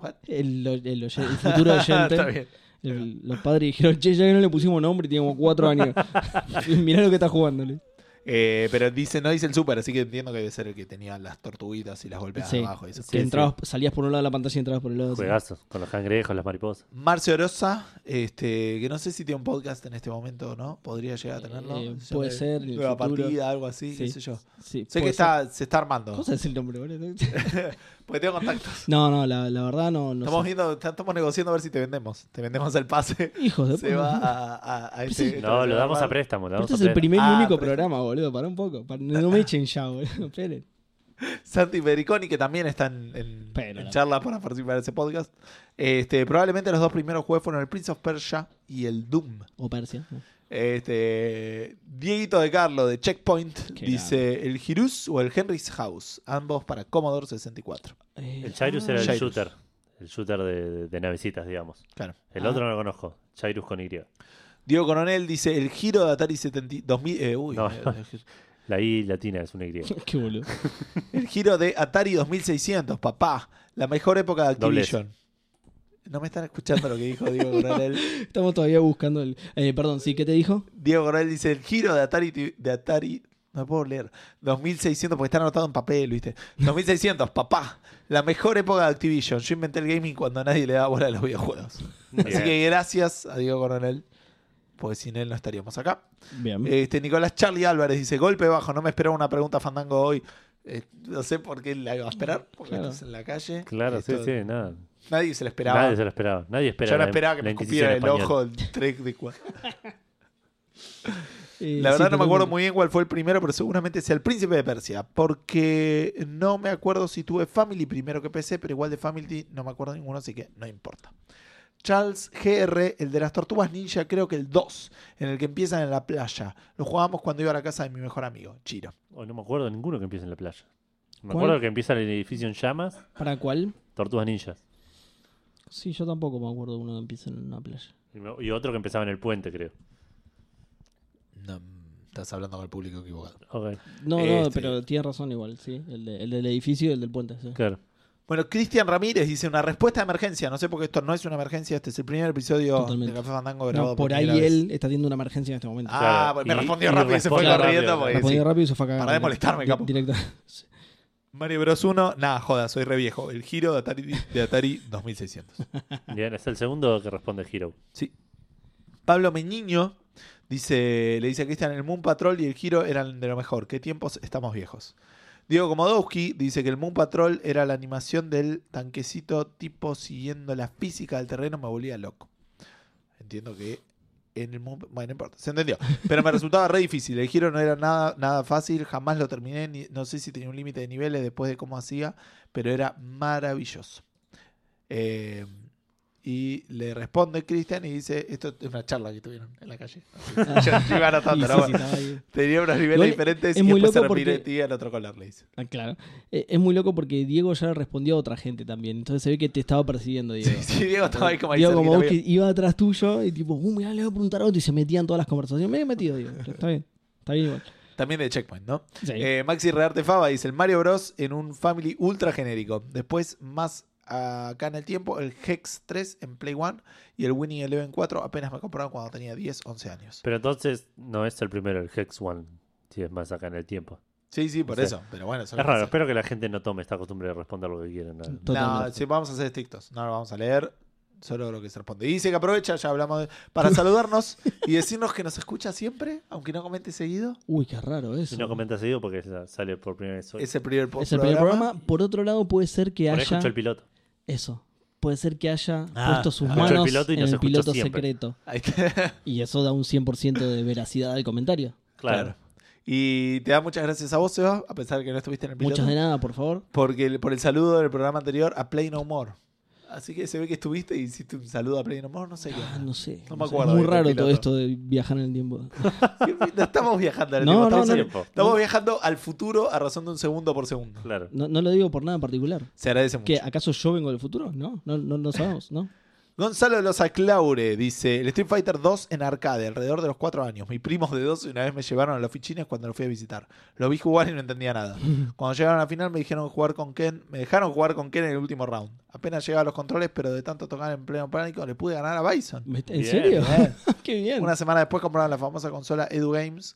What?
El, el- el- el futuro oyente.
Está bien.
El- los padres dijeron, che, ya que no le pusimos nombre y teníamos cuatro años. Mirá lo que está jugándole.
Eh, pero dice, no dice el super, así que entiendo que debe ser el que tenía las tortuguitas y las golpeadas
Sí.
abajo. y eso.
Sí.
Que entrabas, salías por un lado de la pantalla y entrabas por el otro.
Juegazos, con los cangrejos, las mariposas.
Marcio Orosa, este, que no sé si tiene un podcast en este momento o no, podría llegar a tenerlo.
Eh,
Se
puede
llama
ser, en el
Nueva
futuro.
partida, algo así, qué
Sí.
sé yo.
Sí,
Sé
puede
que
ser.
está, se está armando.
¿Cómo sabes el nombre, boludo?
Porque tengo contactos.
No, no, la, la verdad no. no
estamos
sé.
viendo, está- estamos negociando a ver si te vendemos. Te vendemos el pase.
Hijos de
Se
puta.
va a, a- a
Pues
este. este
No, lo damos a
programa.
préstamo. Lo
Pero
damos
Este es
a
el
préstamo.
primer
Ah,
y único
pero-
programa, boludo. Para un poco. Pará, no me echen ya, boludo. Esperen.
Santi Periconi, que también está en, en-
Pero
en
la-
charla para participar de ese podcast. Este, probablemente los dos primeros juegos fueron el Prince of Persia y el Doom.
O Persia. ¿no?
Este, Dieguito de Carlo de Checkpoint
Qué
dice el Girus o el Henry's House, ambos para Commodore 64.
Eh,
El Chairus
ah,
era el
Jairus.
shooter. El shooter de, de- de navecitas, digamos.
Claro.
El
Ah.
otro no lo conozco. Chairus con Y.
Diego Coronel dice el Giro de Atari 70 2000, eh, uy,
No.
eh,
La I latina es una Y.
Qué boludo.
el Giro de Atari 2600, papá, la mejor época de
Doble S.
Activision. No me están escuchando lo que dijo Diego Coronel.
Estamos todavía buscando el. eh, perdón, sí, ¿qué te dijo?
Diego Coronel dice el Giro de Atari ti- de Atari no puedo leer. 2600 porque está anotado en papel, ¿viste? 2600, papá, la mejor época de Activision. Yo inventé el gaming cuando nadie le daba bola a los videojuegos. Así
Bien.
que gracias a Diego Coronel, porque sin él no estaríamos acá.
Mm.
Bien.
Este, Nicolás Charlie Álvarez dice, golpe bajo, no me esperaba una pregunta fandango hoy. Eh, no sé por qué la iba a esperar, porque
Claro.
estás en la calle.
Claro, sí,
Esto-
sí, nada.
Nadie se la esperaba.
Nadie se lo esperaba. Nadie esperaba.
Yo no
la-
esperaba que
la
me
Inquisición
escupiera el
española.
ojo el trek de cua-
Eh,
La verdad no
sí,
me
totalmente.
acuerdo muy bien cuál fue el primero, pero seguramente sea el Príncipe de Persia, porque no me acuerdo si tuve Family primero que PC, pero igual de Family no me acuerdo ninguno, así que no importa. Charles GR, el de las tortugas ninja, creo que el 2, en el que empiezan en la playa. Lo jugábamos cuando iba a la casa de mi mejor amigo, Chiro.
Oh, no me acuerdo de ninguno que empiece en la playa. Me
¿Cuál?
acuerdo que empieza en el edificio en llamas,
¿Para cuál?
Tortugas Ninjas.
Sí, yo tampoco me acuerdo de uno que empieza en una playa.
Y me- Y otro que empezaba en el puente, creo.
No, estás hablando con el público equivocado.
Ok,
No, no,
Este.
pero tienes razón igual, sí. El, de- el del edificio y el del puente, sí.
claro.
Bueno, Cristian Ramírez dice una respuesta de emergencia. No sé por qué esto no es una emergencia. Este es el primer episodio
Totalmente.
de Café Fandango
No,
grabado
por ahí
primera vez.
él está teniendo una emergencia en este momento.
Ah,
Claro,
me
y-
respondió
y
rápido y se fue
responde
corriendo.
rápido.
porque
la ponía
sí.
rápido y se fue a cagar.
Para de molestarme,
Di-
capo.
Directa. Sí.
Mario Bros 1, nada, joda, soy re viejo. El giro de Atari, de Atari 2600.
Bien, es el segundo que responde Hero.
Sí. Pablo Meñiño dice, le dice a Cristian, el Moon Patrol y el Giro eran de lo mejor. ¿Qué tiempos estamos viejos? Diego Komodowski dice que el Moon Patrol era la animación del tanquecito tipo siguiendo la física del terreno, me volvía loco. entiendo que en el mundo. Bueno, no importa, se entendió. Pero me resultaba re difícil. El giro no era nada, nada fácil, jamás lo terminé. ni- no sé si tenía un límite de niveles después de cómo hacía, pero era maravilloso. Eh, y le responde Cristian y dice: Esto es una charla que tuvieron en la calle. Yo yo iba anotando,
Y
¿no?
sí, sí, estaba ahí.
Tenía unos niveles
Igual
diferentes
es
y
muy
después se
loco
retiró
porque-
y al otro color le dice.
Ah, claro. Eh, Es muy loco porque Diego ya respondió a otra gente también. Entonces se ve que te estaba persiguiendo, Diego.
Sí, sí, Diego estaba ahí como ahí
Diego, como vos
cerquita,
que
bien.
iba atrás tuyo y tipo, uh, mirá, le voy a preguntar a otro y se metían todas las conversaciones. Me he metido, Diego. Pero Está bien. Está bien igual.
También de Checkpoint, ¿no?
Sí.
Eh, Maxi Rearte Fava dice: el Mario Bros. en un Family ultra genérico. Después, más acá en el tiempo, el Hex 3 en Play 1 y el Winning Eleven 4 apenas me compraron cuando tenía 10, 11 años.
Pero entonces no es el primero, el Hex One, si es más acá en el tiempo.
Sí, sí, por
Sí.
eso. Pero bueno, eso
Es
lo
raro,
que sé.
espero que la gente no tome esta costumbre de responder lo que quieren. ¿no?
Total.
No,
Totalmente.
sí, vamos a hacer estrictos. No lo vamos a leer. Solo lo que se responde. Y dice que aprovecha, ya hablamos, de- para saludarnos y decirnos que nos escucha siempre, aunque no comente seguido.
Uy, qué raro eso. ¿eh?
Si no comenta seguido porque sa- sale por primera vez hoy.
Es el primer, po-
es el primer programa. Por otro lado, puede ser que
Por ahí
haya.
escuchó el piloto.
Eso. Puede ser que haya
Ah,
puesto sus
escuchó el
manos
piloto y
en
nos
el
escuchó
piloto
siempre.
secreto.
Ahí está.
Y eso da un 100% de veracidad al comentario.
Claro.
Claro. Y te da muchas gracias a vos, Seba, a pesar que no estuviste en el piloto.
Muchas de nada, por favor.
Porque el- por el saludo del programa anterior a Play No More. Así que se ve que estuviste y hiciste un saludo a Play No More, no sé qué.
Ah, no sé.
No me
no sé.
acuerdo
Es muy
del
raro
piloto.
todo esto de viajar en el tiempo.
No estamos viajando al
No,
tiempo,
no,
estamos,
no.
Tiempo.
estamos viajando al futuro a razón de un segundo por segundo.
Claro.
No, no lo digo por nada en particular.
Se agradece mucho.
¿Qué, ¿Acaso yo vengo del futuro? No, no, no, no sabemos, ¿no?
Gonzalo de los Aclaure dice: El Street Fighter 2 en arcade, alrededor de los 4 años. Mis primos de 12 una vez me llevaron a los fichines cuando los fui a visitar. Los vi jugar y no entendía nada. Cuando llegaron a la final me dijeron jugar con Ken, me dejaron jugar con Ken en el último round. Apenas llegaba a los controles, pero de tanto tocar en pleno pánico le pude ganar a Bison.
¿Me- ¿En
Bien,
serio?
bien.
Qué bien.
Una semana después compraron la famosa consola Edu Games.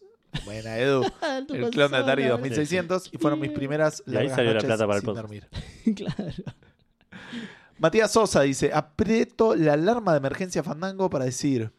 Buena, Edu.
Tu
El clon de Atari
consola.
2600 y fueron mis primeras
eh. Y ahí
largas
salió la
noches
plata para el
sin
podcast.
dormir.
claro.
Matías Sosa dice, aprieto la alarma de emergencia Fandango para decir...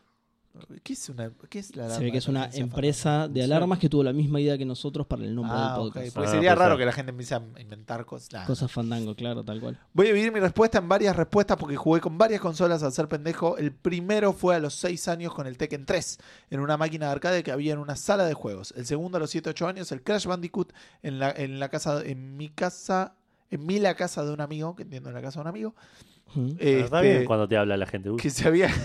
¿Qué es, una, qué es la alarma?
Se ve que
de
es una
emergencia
empresa
Fandango?
de alarmas que tuvo la misma idea que nosotros para el nombre
Ah,
del
ok.
podcast.
Porque
Ah,
sería
puede
raro
ser.
que la gente empiece a inventar cosas. Nah.
Cosas fandango, claro, tal cual.
Voy a dividir mi respuesta en varias respuestas porque jugué con varias consolas al ser pendejo. El primero fue a los 6 años con el Tekken 3, en una máquina de arcade que había en una sala de juegos. El segundo a los 7-8 años, el Crash Bandicoot en la, en la casa, en mi casa, en mi la casa de un amigo, que entiendo en la casa de un amigo.
Ujú.
Está
este,
bien cuando te habla la gente. Uy,
que se había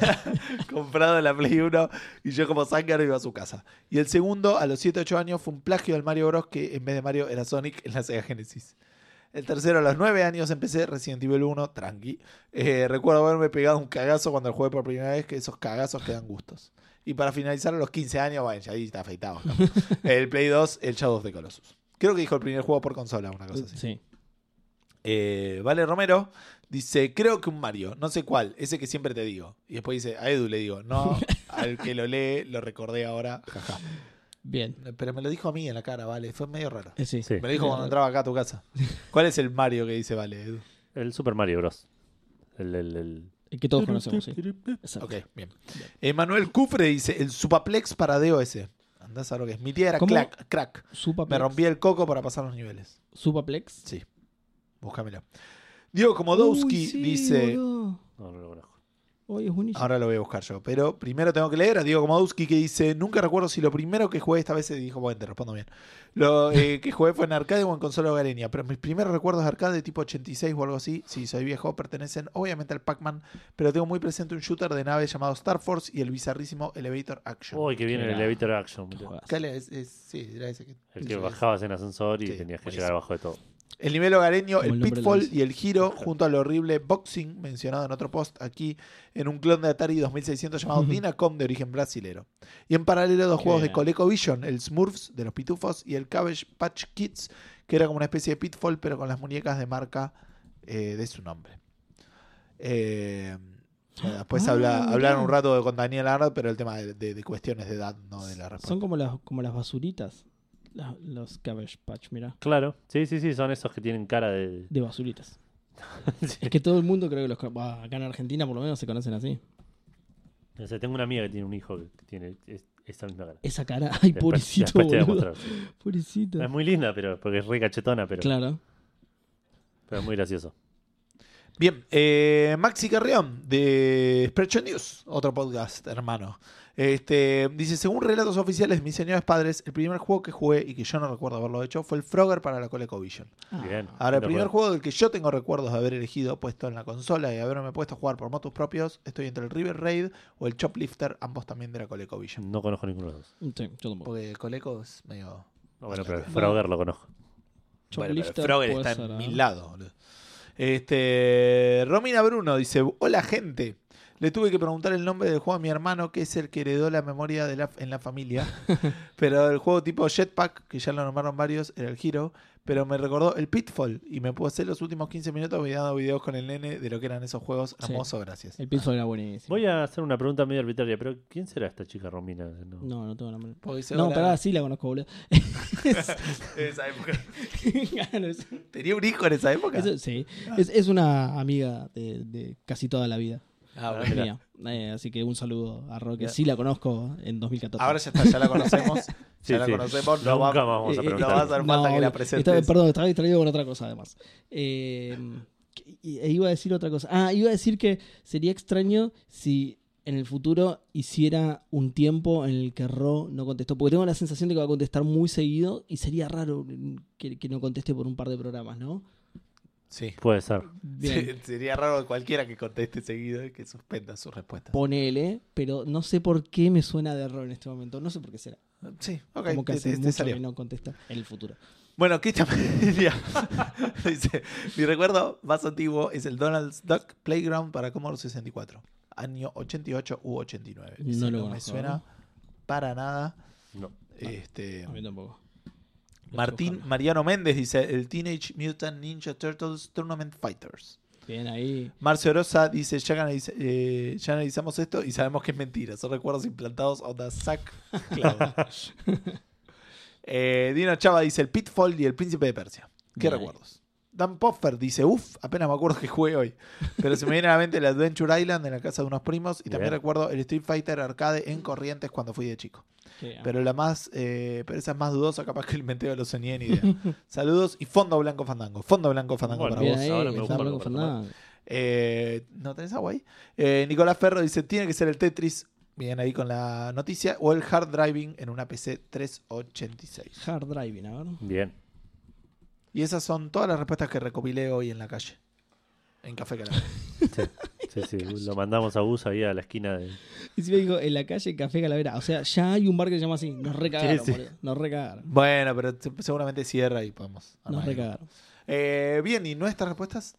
comprado la Play 1 y yo como zángano iba a su casa. Y el segundo, a los 7-8 años, fue un plagio del Mario Bros. que en vez de Mario era Sonic en la Sega Genesis. El tercero, a los 9 años, empecé Resident Evil 1, tranqui. Eh, recuerdo haberme pegado un cagazo cuando lo jugué por primera vez, que esos cagazos que dan gustos. Y para finalizar, a los 15 años, bueno, ya ahí está afeitado. ¿no? El Play 2, el Shadows de Colossus. Creo que dijo el primer juego por consola, una cosa así.
Sí.
Eh, vale Romero dice, creo que un Mario, no sé cuál, ese que siempre te digo. Y después dice, a Edu le digo, no, al que lo lee, lo recordé ahora, jaja.
Bien.
Pero me lo dijo a mí en la cara, vale, fue medio raro.
Eh, sí.
Sí.
Me lo dijo cuando entraba acá a tu casa. ¿Cuál es el Mario que dice, vale, Edu?
El Super Mario Bros. El, el, el-
El que todos conocemos, sí. Exacto.
Ok, bien. Emanuel Cufre dice, el Supaplex para DOS. Andás a lo que es. Mi tía era
¿Cómo?
crack, crack. Me
Supaplex.
rompía el coco para pasar los niveles.
Supaplex.
Sí. Búscamelo. Diego Komodowski
Uy, sí,
dice...
boludo.
No, no lo conozco.
Hoy es buenísimo.
Ahora lo voy a buscar yo. Pero primero tengo que leer a Diego Komodowski que dice: Nunca recuerdo si lo primero que jugué esta vez. se Dijo, bueno, te respondo bien. Lo eh, que jugué fue en arcade o en consola hogareña. Pero mis primeros recuerdos de arcade de tipo 86 o algo así, si soy viejo, pertenecen obviamente al Pac-Man. Pero tengo muy presente un shooter de nave llamado Star Force y el bizarrísimo Elevator Action.
Uy, que viene el
Era-
Elevator Action.
Qué
mirá.
juegazo.
¿Cuál es? Es- sí, era ese que-
El que
ese
bajabas en ascensor y
Sí,
tenías que
buenísimo.
llegar abajo de todo.
El nivel hogareño,
Como
el
el nombre lo
pitfall
dice.
y el giro, junto al horrible boxing mencionado en otro post aquí, en un clon de Atari 2600 llamado Dinacom de origen brasilero. Y en paralelo, dos
Qué
juegos de
bien.
ColecoVision, el Smurfs de los Pitufos y el Cabbage Patch Kids, que era como una especie de pitfall, pero con las muñecas de marca eh, de su nombre. Eh, bueno, después
Ah,
habla-
mirá.
hablaron un rato con Daniel Arnold, pero el tema de, de- de cuestiones de edad, no de la respuesta.
Son como las, como las basuritas. La- los Cabbage Patch, mira.
Claro, sí, sí, sí, son esos que tienen cara de.
De basuritas.
Sí.
Es que todo el mundo creo que los. ca- bah, Acá en Argentina por lo menos se conocen así.
O sea, tengo una amiga que tiene un hijo que tiene es- esa misma cara.
Esa cara. Ay,
Después-
pobrecito,
después te voy a
boludo.
mostrar, sí.
Pobrecito.
Es muy linda, pero porque es re cachetona, pero,
Claro.
pero es muy gracioso.
Bien, eh, Maxi Carrión de Spreadshot News, otro podcast, hermano. Este, dice, según relatos oficiales de mis señores padres, el primer juego que jugué y que yo no recuerdo haberlo hecho fue el Frogger para la ColecoVision.
Ah.
Bien.
Ahora, el
De
primer
acuerdo.
juego del que yo tengo recuerdos de haber elegido, puesto en la consola y haberme puesto a jugar por motos propios, estoy entre el River Raid o el Choplifter, ambos también de la ColecoVision.
No conozco ninguno de los dos.
Sí, yo tampoco.
Porque Coleco es medio...
No, bueno, pero el
Bueno.
Frogger lo conozco.
John
Bueno, pero
Lifter
Frogger
puede
está
ser,
en
¿eh?
mi lado, boludo. Este, Romina Bruno dice, hola gente. Le tuve que preguntar el nombre del juego a mi hermano, que es el que heredó la memoria de la, en la familia. pero el juego tipo Jetpack, que ya lo nombraron varios, era el Hero. Pero me recordó el Pitfall y me puse los últimos 15 minutos mirando videos con el nene de lo que eran esos juegos.
Sí.
Hermoso, gracias.
El Pitfall era buenísimo.
Voy a hacer una pregunta medio arbitraria, pero ¿quién será esta chica Romina? No.
No, no tengo nombre.
Porque se
No,
habla-
pará, sí la conozco, boludo.
en esa época.
Claro, es-
Tenía un hijo en esa época.
eso- sí. Es, es una amiga de, de casi toda la vida.
Ah, bueno.
Mirá.
mía. Eh, así que un saludo a Ro, que
Mirá.
sí la conozco en 2014.
Ahora ya está, ya la conocemos. Ya
Sí,
la
sí.
conocemos. No,
Nunca
va-
más vamos a
Eh, eh,
No va a
preguntar.
hacer falta que la
obvio.
presentes.
Estaba- perdón, estaba distraído con otra cosa además. Eh, que- y- e iba a decir otra cosa. Ah, iba a decir que sería extraño si en el futuro hiciera un tiempo en el que Ro no contestó. Porque tengo la sensación de que va a contestar muy seguido y sería raro que, que no conteste por un par de programas, ¿no?
Sí.
Puede ser.
Bien.
Se- Sería raro cualquiera que conteste seguido y que suspenda su respuesta.
Ponele, pero no sé por qué me suena de Ro en este momento. No sé por qué será.
Sí, ok.
Como que
te-
hace
te- te
mucho
salió.
que no contesta en el futuro.
Bueno, Cristian Pereira dice: Mi recuerdo más antiguo es el Donald's Duck Playground para Commodore 64, año 88 u 89.
No
Dice,
lo
me
conozco,
suena
¿no?
para nada.
No.
Este,
A mí tampoco.
Martín Mariano Méndez dice: El Teenage Mutant Ninja Turtles Tournament Fighters.
Bien ahí.
Marcio Orosa dice, ya, analiz- eh, ya analizamos esto y sabemos que es mentira. Son recuerdos implantados onda sac. Claro. Eh, Dino Chava dice, el Pitfall y el Príncipe de Persia. ¿Qué
Bien.
recuerdos? Dan Poffer dice, uff, apenas me acuerdo que jugué hoy. Pero se me viene a la mente el Adventure Island en la casa de unos primos y también
Bien.
recuerdo el Street Fighter Arcade en Corrientes cuando fui de chico.
Bien.
Pero la más, eh, pero esa es más dudosa, capaz que el menteo lo soñé ni idea. Saludos y Fondo Blanco Fandango. Fondo Blanco Fandango
Bueno,
para
Bien
vos.
ahí,
ahora me
está
busco
Blanco
algo para tomar.
Fernández.
Eh, ¿No tenés agua ahí? Eh, Nicolás Ferro dice: Tiene que ser el Tetris. Bien ahí con la noticia. O el hard driving en una PC 386.
Hard driving, a ver.
Bien.
Y esas son todas las respuestas que recopilé hoy en la calle. En Café Calabar.
Sí, sí, sí. Lo mandamos a Gus ahí a la esquina de.
Y si me digo, en la calle Café Calavera. O sea, ya hay un bar que se llama así. Nos recagaron,
Sí, sí.
boludo. Nos recagaron.
bueno, pero se- seguramente cierra y podemos.
Nos
armar algo.
recagaron.
Eh, bien, ¿y nuestras respuestas?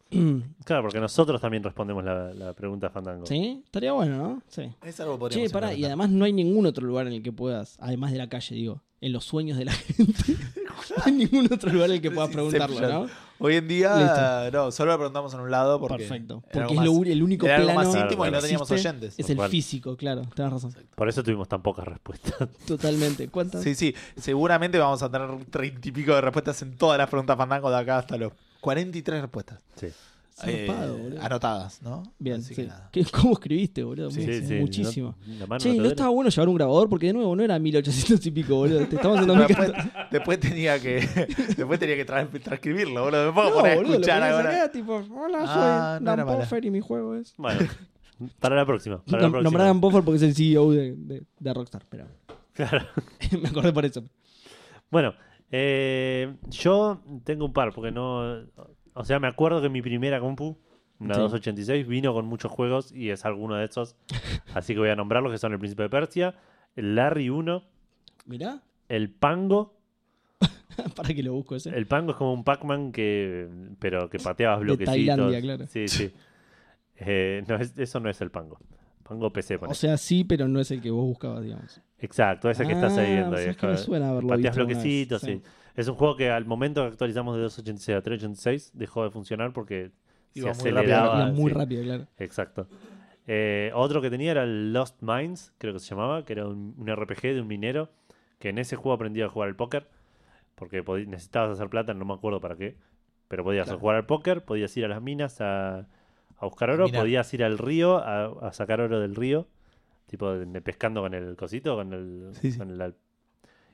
Claro, porque nosotros también respondemos la, la pregunta Fandango.
¿Sí? Estaría bueno, ¿no? Sí.
Es algo que podríamos
Che, pará, y
implementar.
además no hay ningún otro lugar en el que puedas, además de la calle, digo, en los sueños de la gente. no hay ningún otro lugar en el que puedas
Inception.
preguntarlo, ¿no?
Hoy en día, no, solo la preguntamos en un lado porque.
Perfecto.
era
Porque
algo
es
más-
lo, ur- el único
era algo
plano
más
Claro,
íntimo y
claro.
no teníamos
existe,
oyentes.
Es el
Bueno.
físico, claro, tenés razón.
Por eso tuvimos tan pocas respuestas.
Totalmente. ¿Cuántas?
Sí, sí, seguramente vamos a tener treinta y pico de respuestas en todas las preguntas Fandango de acá hasta los 43 respuestas
Sí,
Zarpado,
eh,
boludo.
anotadas, ¿no?
Bien,
Así
sí.
que nada.
¿Qué- ¿Cómo escribiste, boludo?
Sí,
Mu-
sí, sí.
Muchísimo.
No- la mano
Che,
no te
no
duele.
estaba bueno llevar un grabador porque de nuevo no era 1800 y pico, boludo. Te estamos haciendo
Después, después tenía que después tenía que tra- transcribirlo, boludo. Me puedo
No,
poner a
boludo, lo
escuchar
ponías
ahora.
acá, tipo, hola, soy
Ah, no
Dan
era mala.
Poffer y mi juego es.
Bueno, para la próxima. Para la
Nom-
próxima.
Nombrá a Dan Poffer porque es el CEO de, de- de Rockstar, pero
Claro.
me acordé por eso.
Bueno, eh, yo tengo un par, porque no. O sea, me acuerdo que mi primera compu, una
Sí.
286, vino con muchos juegos y es alguno de esos. Así que voy a nombrarlos, que son El Príncipe de Persia, el Larry 1,
Mirá,
el Pango.
para que lo busco ese.
El Pango es como un Pac-Man que. pero que pateabas
De
bloquecitos.
Tailandia, claro.
Sí, sí. Eh, no, es- eso no es el Pango. Pango PC,
O
ponés.
sea, sí, pero no es el que vos buscabas, digamos.
Exacto, ese que estás
Ah,
ahí viendo.
o
ahí,
sea,
es
es que me
como-
suena haberlo
Pateás
visto alguna vez,
bloquecitos,
sí.
sí. Es un juego que al momento que actualizamos de 286 a 386 dejó de funcionar porque
Iba muy
se
rápido.
aceleraba.
Era muy
sí,
rápido, claro.
Exacto. Eh, otro que tenía era el Lost Minds, creo que se llamaba, que era un, un RPG de un minero, que en ese juego aprendía a jugar al póker, porque podi- necesitabas hacer plata, no me acuerdo para qué, pero podías
Claro.
jugar al póker, podías ir a las minas a, a buscar oro,
Minar.
podías ir al río a, a sacar oro del río, tipo de- pescando con el cosito, con el...
Sí, sí.
con el al-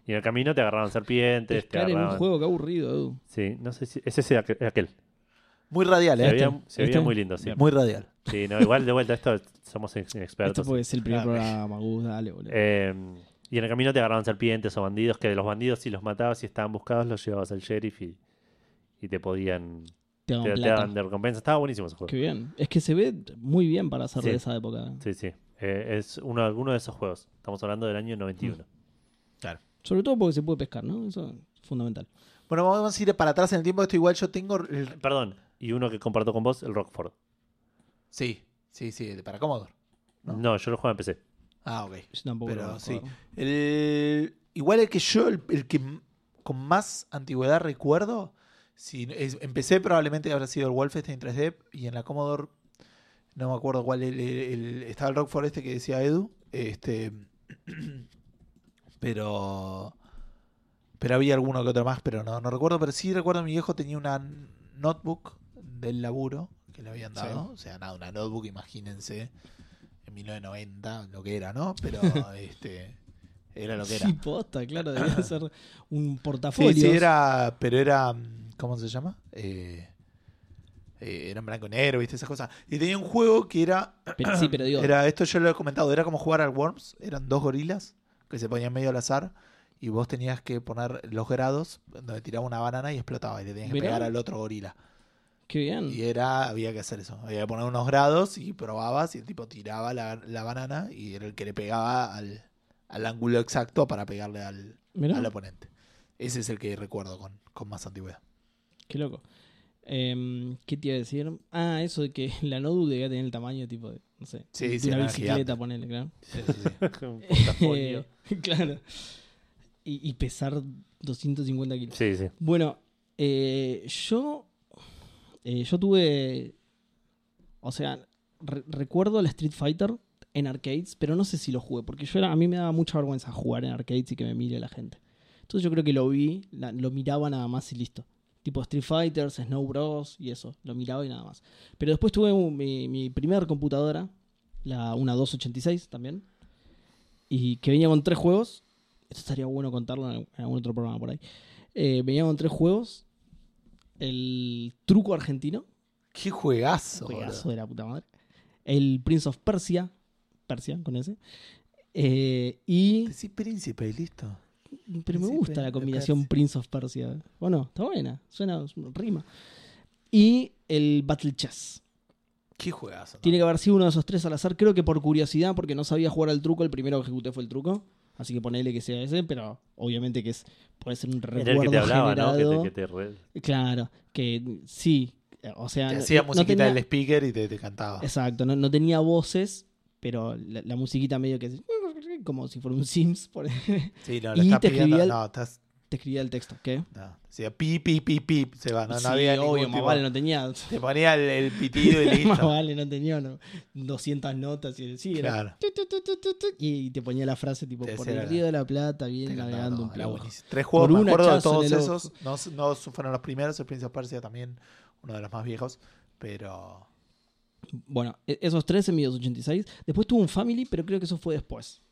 y en el camino te agarraban serpientes, te
Pescar en
agarraban...
un juego, qué aburrido, Edu.
Sí, no sé si... Es ese aqu- aquel.
Muy radial,
Se
¿eh?
veía,
Este,
se veía
¿Viste?
muy lindo, sí.
Muy radial.
Sí, no, igual de vuelta, esto somos in-
Esto
inexpertos.
porque es el primer
Claro.
programa, Gus, dale, boludo.
ah. Eh, y en el camino te agarraban serpientes o bandidos, que de los bandidos si los matabas y estaban buscados, los llevabas al sheriff y, y te podían...
Te daban
Te, te
plata.
daban de recompensa. Estaba buenísimo ese juego.
Qué bien. Es que se ve muy bien para hacer
Sí.
de esa época.
Sí, sí. Eh, es uno, alguno de esos juegos. Estamos hablando del año 91.
Mm. Sobre todo porque se puede pescar, ¿no? Eso es fundamental.
Bueno, vamos a ir para atrás en el tiempo. Esto igual yo tengo.
Eh,
el-
Perdón. Y uno que comparto con vos, el Rockford.
Sí, sí, sí, de para Commodore. No.
No, yo lo jugaba en PC.
Ah, ok.
Yo tampoco
Pero
lo conozco.
sí. El- igual el que yo, el, el que m- con más antigüedad recuerdo, si es- empecé probablemente habrá sido el Wolfenstein 3D y en la Commodore, no me acuerdo cuál, el, el- el- estaba el Rock Forest que decía Edu, este, pero, pero había alguno que otro más, pero no, no recuerdo, pero sí recuerdo mi viejo tenía una notebook del laburo que le habían
Sí.
dado, o sea, nada, una notebook, imagínense, en 1990, lo que era, ¿no? Pero este era lo que era.
Sí, posta, claro, debía ser un portafolio.
Sí, sí, era, pero era, mm, ¿cómo se llama? Eh, eh, era en blanco y negro, ¿viste? Esas cosas. Y tenía un juego que era,
Pero, sí, pero digo,
era, esto yo lo he comentado, era como jugar al Worms, eran dos gorilas que se ponían medio al azar y vos tenías que poner los grados donde tiraba una banana y explotaba y le tenías que
Mirá.
pegar al otro gorila.
qué bien.
Y era, había que hacer eso, había que poner unos grados y probabas y el tipo tiraba la, la banana y era el que le pegaba al, al ángulo exacto para pegarle al,
Mirá,
al oponente. Ese es el que recuerdo con, con más antigüedad.
qué loco. Em, ¿Qué te iba a decir? Ah, eso de que la notebook debía tener el tamaño tipo de, no sé,
Sí,
de
sí,
una
era
bicicleta,
gigante.
ponele, claro.
Un portafolio.
claro. Y, y pesar 250 kilos.
sí, sí.
Bueno, eh, yo. eh, yo tuve. O sea, re- recuerdo la Street Fighter en arcades, pero no sé si lo jugué, porque yo era, a mí me daba mucha vergüenza jugar en arcades y que me mire la gente. Entonces yo creo que lo vi, la- lo miraba nada más y listo. Tipo Street Fighters, Snow Bros y eso, lo miraba y nada más. Pero después tuve un- mi, mi primer computadora, la una 286 también, y que venía con tres juegos. Esto estaría bueno contarlo en en algún otro programa por ahí. Eh, venía con tres juegos. El truco argentino.
¡Qué juegazo!
Juegazo
boludo.
de la puta madre. El Prince of Persia. Persia, con ese. Eh, y.
Decí príncipe y listo.
Pero me
Príncipe
gusta
de
la combinación
Persia.
Prince of Persia. Bueno, está buena. Suena, rima. Y el Battle Chess.
¡Qué juegazo! ¿no?
Tiene que haber sido uno de esos tres al azar. Creo que por curiosidad, porque no sabía jugar al truco, el primero que ejecuté fue el truco. Así que ponele que sea ese, pero obviamente que es, puede ser un recuerdo
Era el que te hablaba,
generado.
¿no? Que te, que te re-
Claro, que sí, o sea...
Te
no-
hacía
no
musiquita
tenía-
del speaker y te, te cantaba.
Exacto, no, no tenía voces, pero la, la musiquita medio que... Como si fuera un Sims, por- te
Sí, no,
Y
le estás pidiendo.
te escribía el-
No, estás.
escribía el texto, ¿qué?
No. Decía pi, pi, pi, pi. Se va. No, no
Sí,
había ningún
obvio, más
tipo-
vale no tenía...
Te ponía el, el pitido y
Más
listo.
vale, no tenía no, 200 notas y sí, era...
claro.
tu, tu, tu, tu, tu, tu, Y te ponía la frase tipo,
Te
por
decía
el
la-
río de la plata,
Te
bien
cantaba,
navegando
no,
un
era
piojo.
buenísimo. Tres juegos,
Por
me
un
acuerdo de
hachazo
todos
en el ojo.
esos. No, no fueron los primeros. El Prince of Persia también, uno de los más viejos. Pero.
Bueno, e- esos tres en mi 286. Después tuvo un Family, pero creo que eso fue después.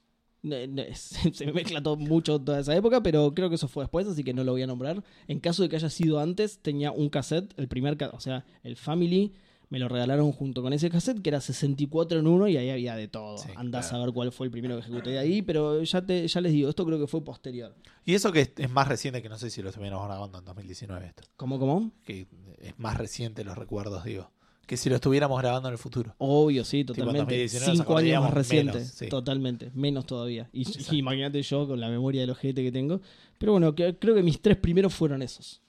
Ne- ne- Se se me mezcla todo, mucho toda esa época, pero creo que eso fue después, así que no lo voy a nombrar. En caso de que haya sido antes, tenía un cassette, el primer cassette, o sea, el Family, me lo regalaron junto con ese cassette, que era 64 en uno y ahí había de todo.
Sí,
Andás
claro.
a ver cuál fue el primero que ejecuté de ahí, pero ya, te, ya les digo, esto creo que fue posterior.
Y eso que es, es más reciente que no sé si lo estuvieron grabando en 2019 esto.
¿Cómo, cómo?
que es más reciente los recuerdos, digo, que si lo estuviéramos grabando en el futuro.
Obvio, sí,
en
totalmente.
2019 nos
Cinco años más
acordaríamos
reciente,
menos, sí.
totalmente, menos todavía. Y, y imagínate yo con la memoria de los gente que tengo. Pero bueno, que- creo que mis tres primeros fueron esos.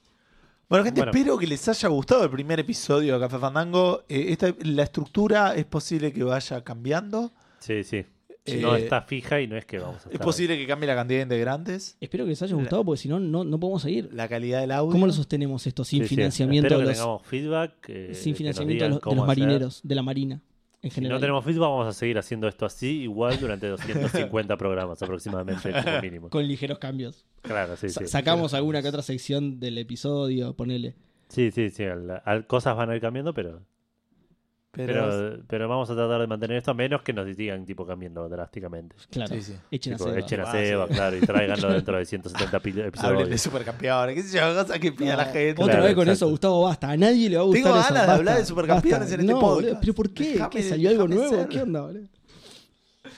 Bueno, gente,
Bueno.
espero que les haya gustado el primer episodio de Café Fandango. Eh, esta- la estructura es posible que vaya cambiando.
Sí, sí.
Eh,
no está fija y no es que vamos a estar
Es posible que cambie la cantidad de integrantes,
Espero que les haya gustado, porque si no, no, no podemos seguir.
la calidad del audio.
¿Cómo lo sostenemos esto
Sí,
sin
sí.
financiamiento,
Espero
de
que
los,
tengamos feedback. eh, que
sin
nos
financiamiento de
digan
los, de
cómo
los
hacer.
marineros, de la marina en
Si
general?
no tenemos feedback, vamos a seguir haciendo esto así, igual durante 250 programas aproximadamente, como mínimo.
Con ligeros cambios.
Claro, sí,
Sa-
sí.
Sacamos alguna que otra sección del episodio, ponele.
Sí, sí, sí. al- al- cosas van a ir cambiando, pero
Pero,
Pero, pero vamos a tratar de mantener esto a menos que nos digan tipo cambiando drásticamente.
Claro.
sí, sí.
Echen a
Tipo,
Seba.
echen a
Ah,
Seba,
sí.
claro, y tráiganlo dentro de 170 pil-
Hablen de
episodios.
supercampeones, qué sé yo, cosas que pida
No,
la gente.
Otra
Pues Ah, Claro,
vez con
exacto.
eso, Gustavo, basta. A nadie le va a gustar
Tengo
eso,
ganas de hablar
basta,
de supercampeones
basta.
en este
No,
podcast.
boludo, ¿Pero por qué?
Déjame-
¿Qué salió algo
déjame
nuevo?
ser.
¿Qué onda, boludo?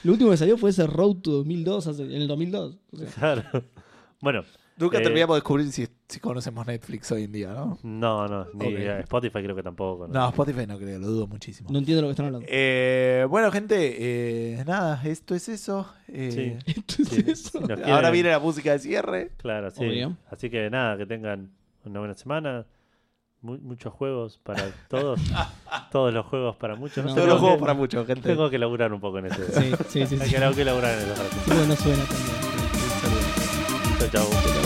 Lo último que salió fue ese Road to 2002, hace- en el 2002. O sea,
Claro. Bueno,
Nunca
Eh,
terminamos de descubrir si, si conocemos Netflix hoy en día, ¿no?
no, no, ni
Ok.
eh, Spotify creo que tampoco. ¿no?
No, Spotify no creo, lo dudo muchísimo.
no entiendo lo que están hablando.
Eh, bueno, gente, eh, nada, esto es eso. eh,
Sí.
Entonces,
sí, sí,
eso.
no. Nos
Ahora
quieren-
viene la música de cierre.
Claro, sí.
Obvio.
Así que nada, que tengan una buena semana. Mu- muchos juegos para todos. todos los juegos para muchos.
No.
sé,
Todos
tengo
los juegos
que-
para muchos, gente.
Tengo que laburar un poco en eso.
Sí, sí, sí.
Hay
sí.
que, hay que laburar en eso.
Bueno, suena también.
Chao, chao.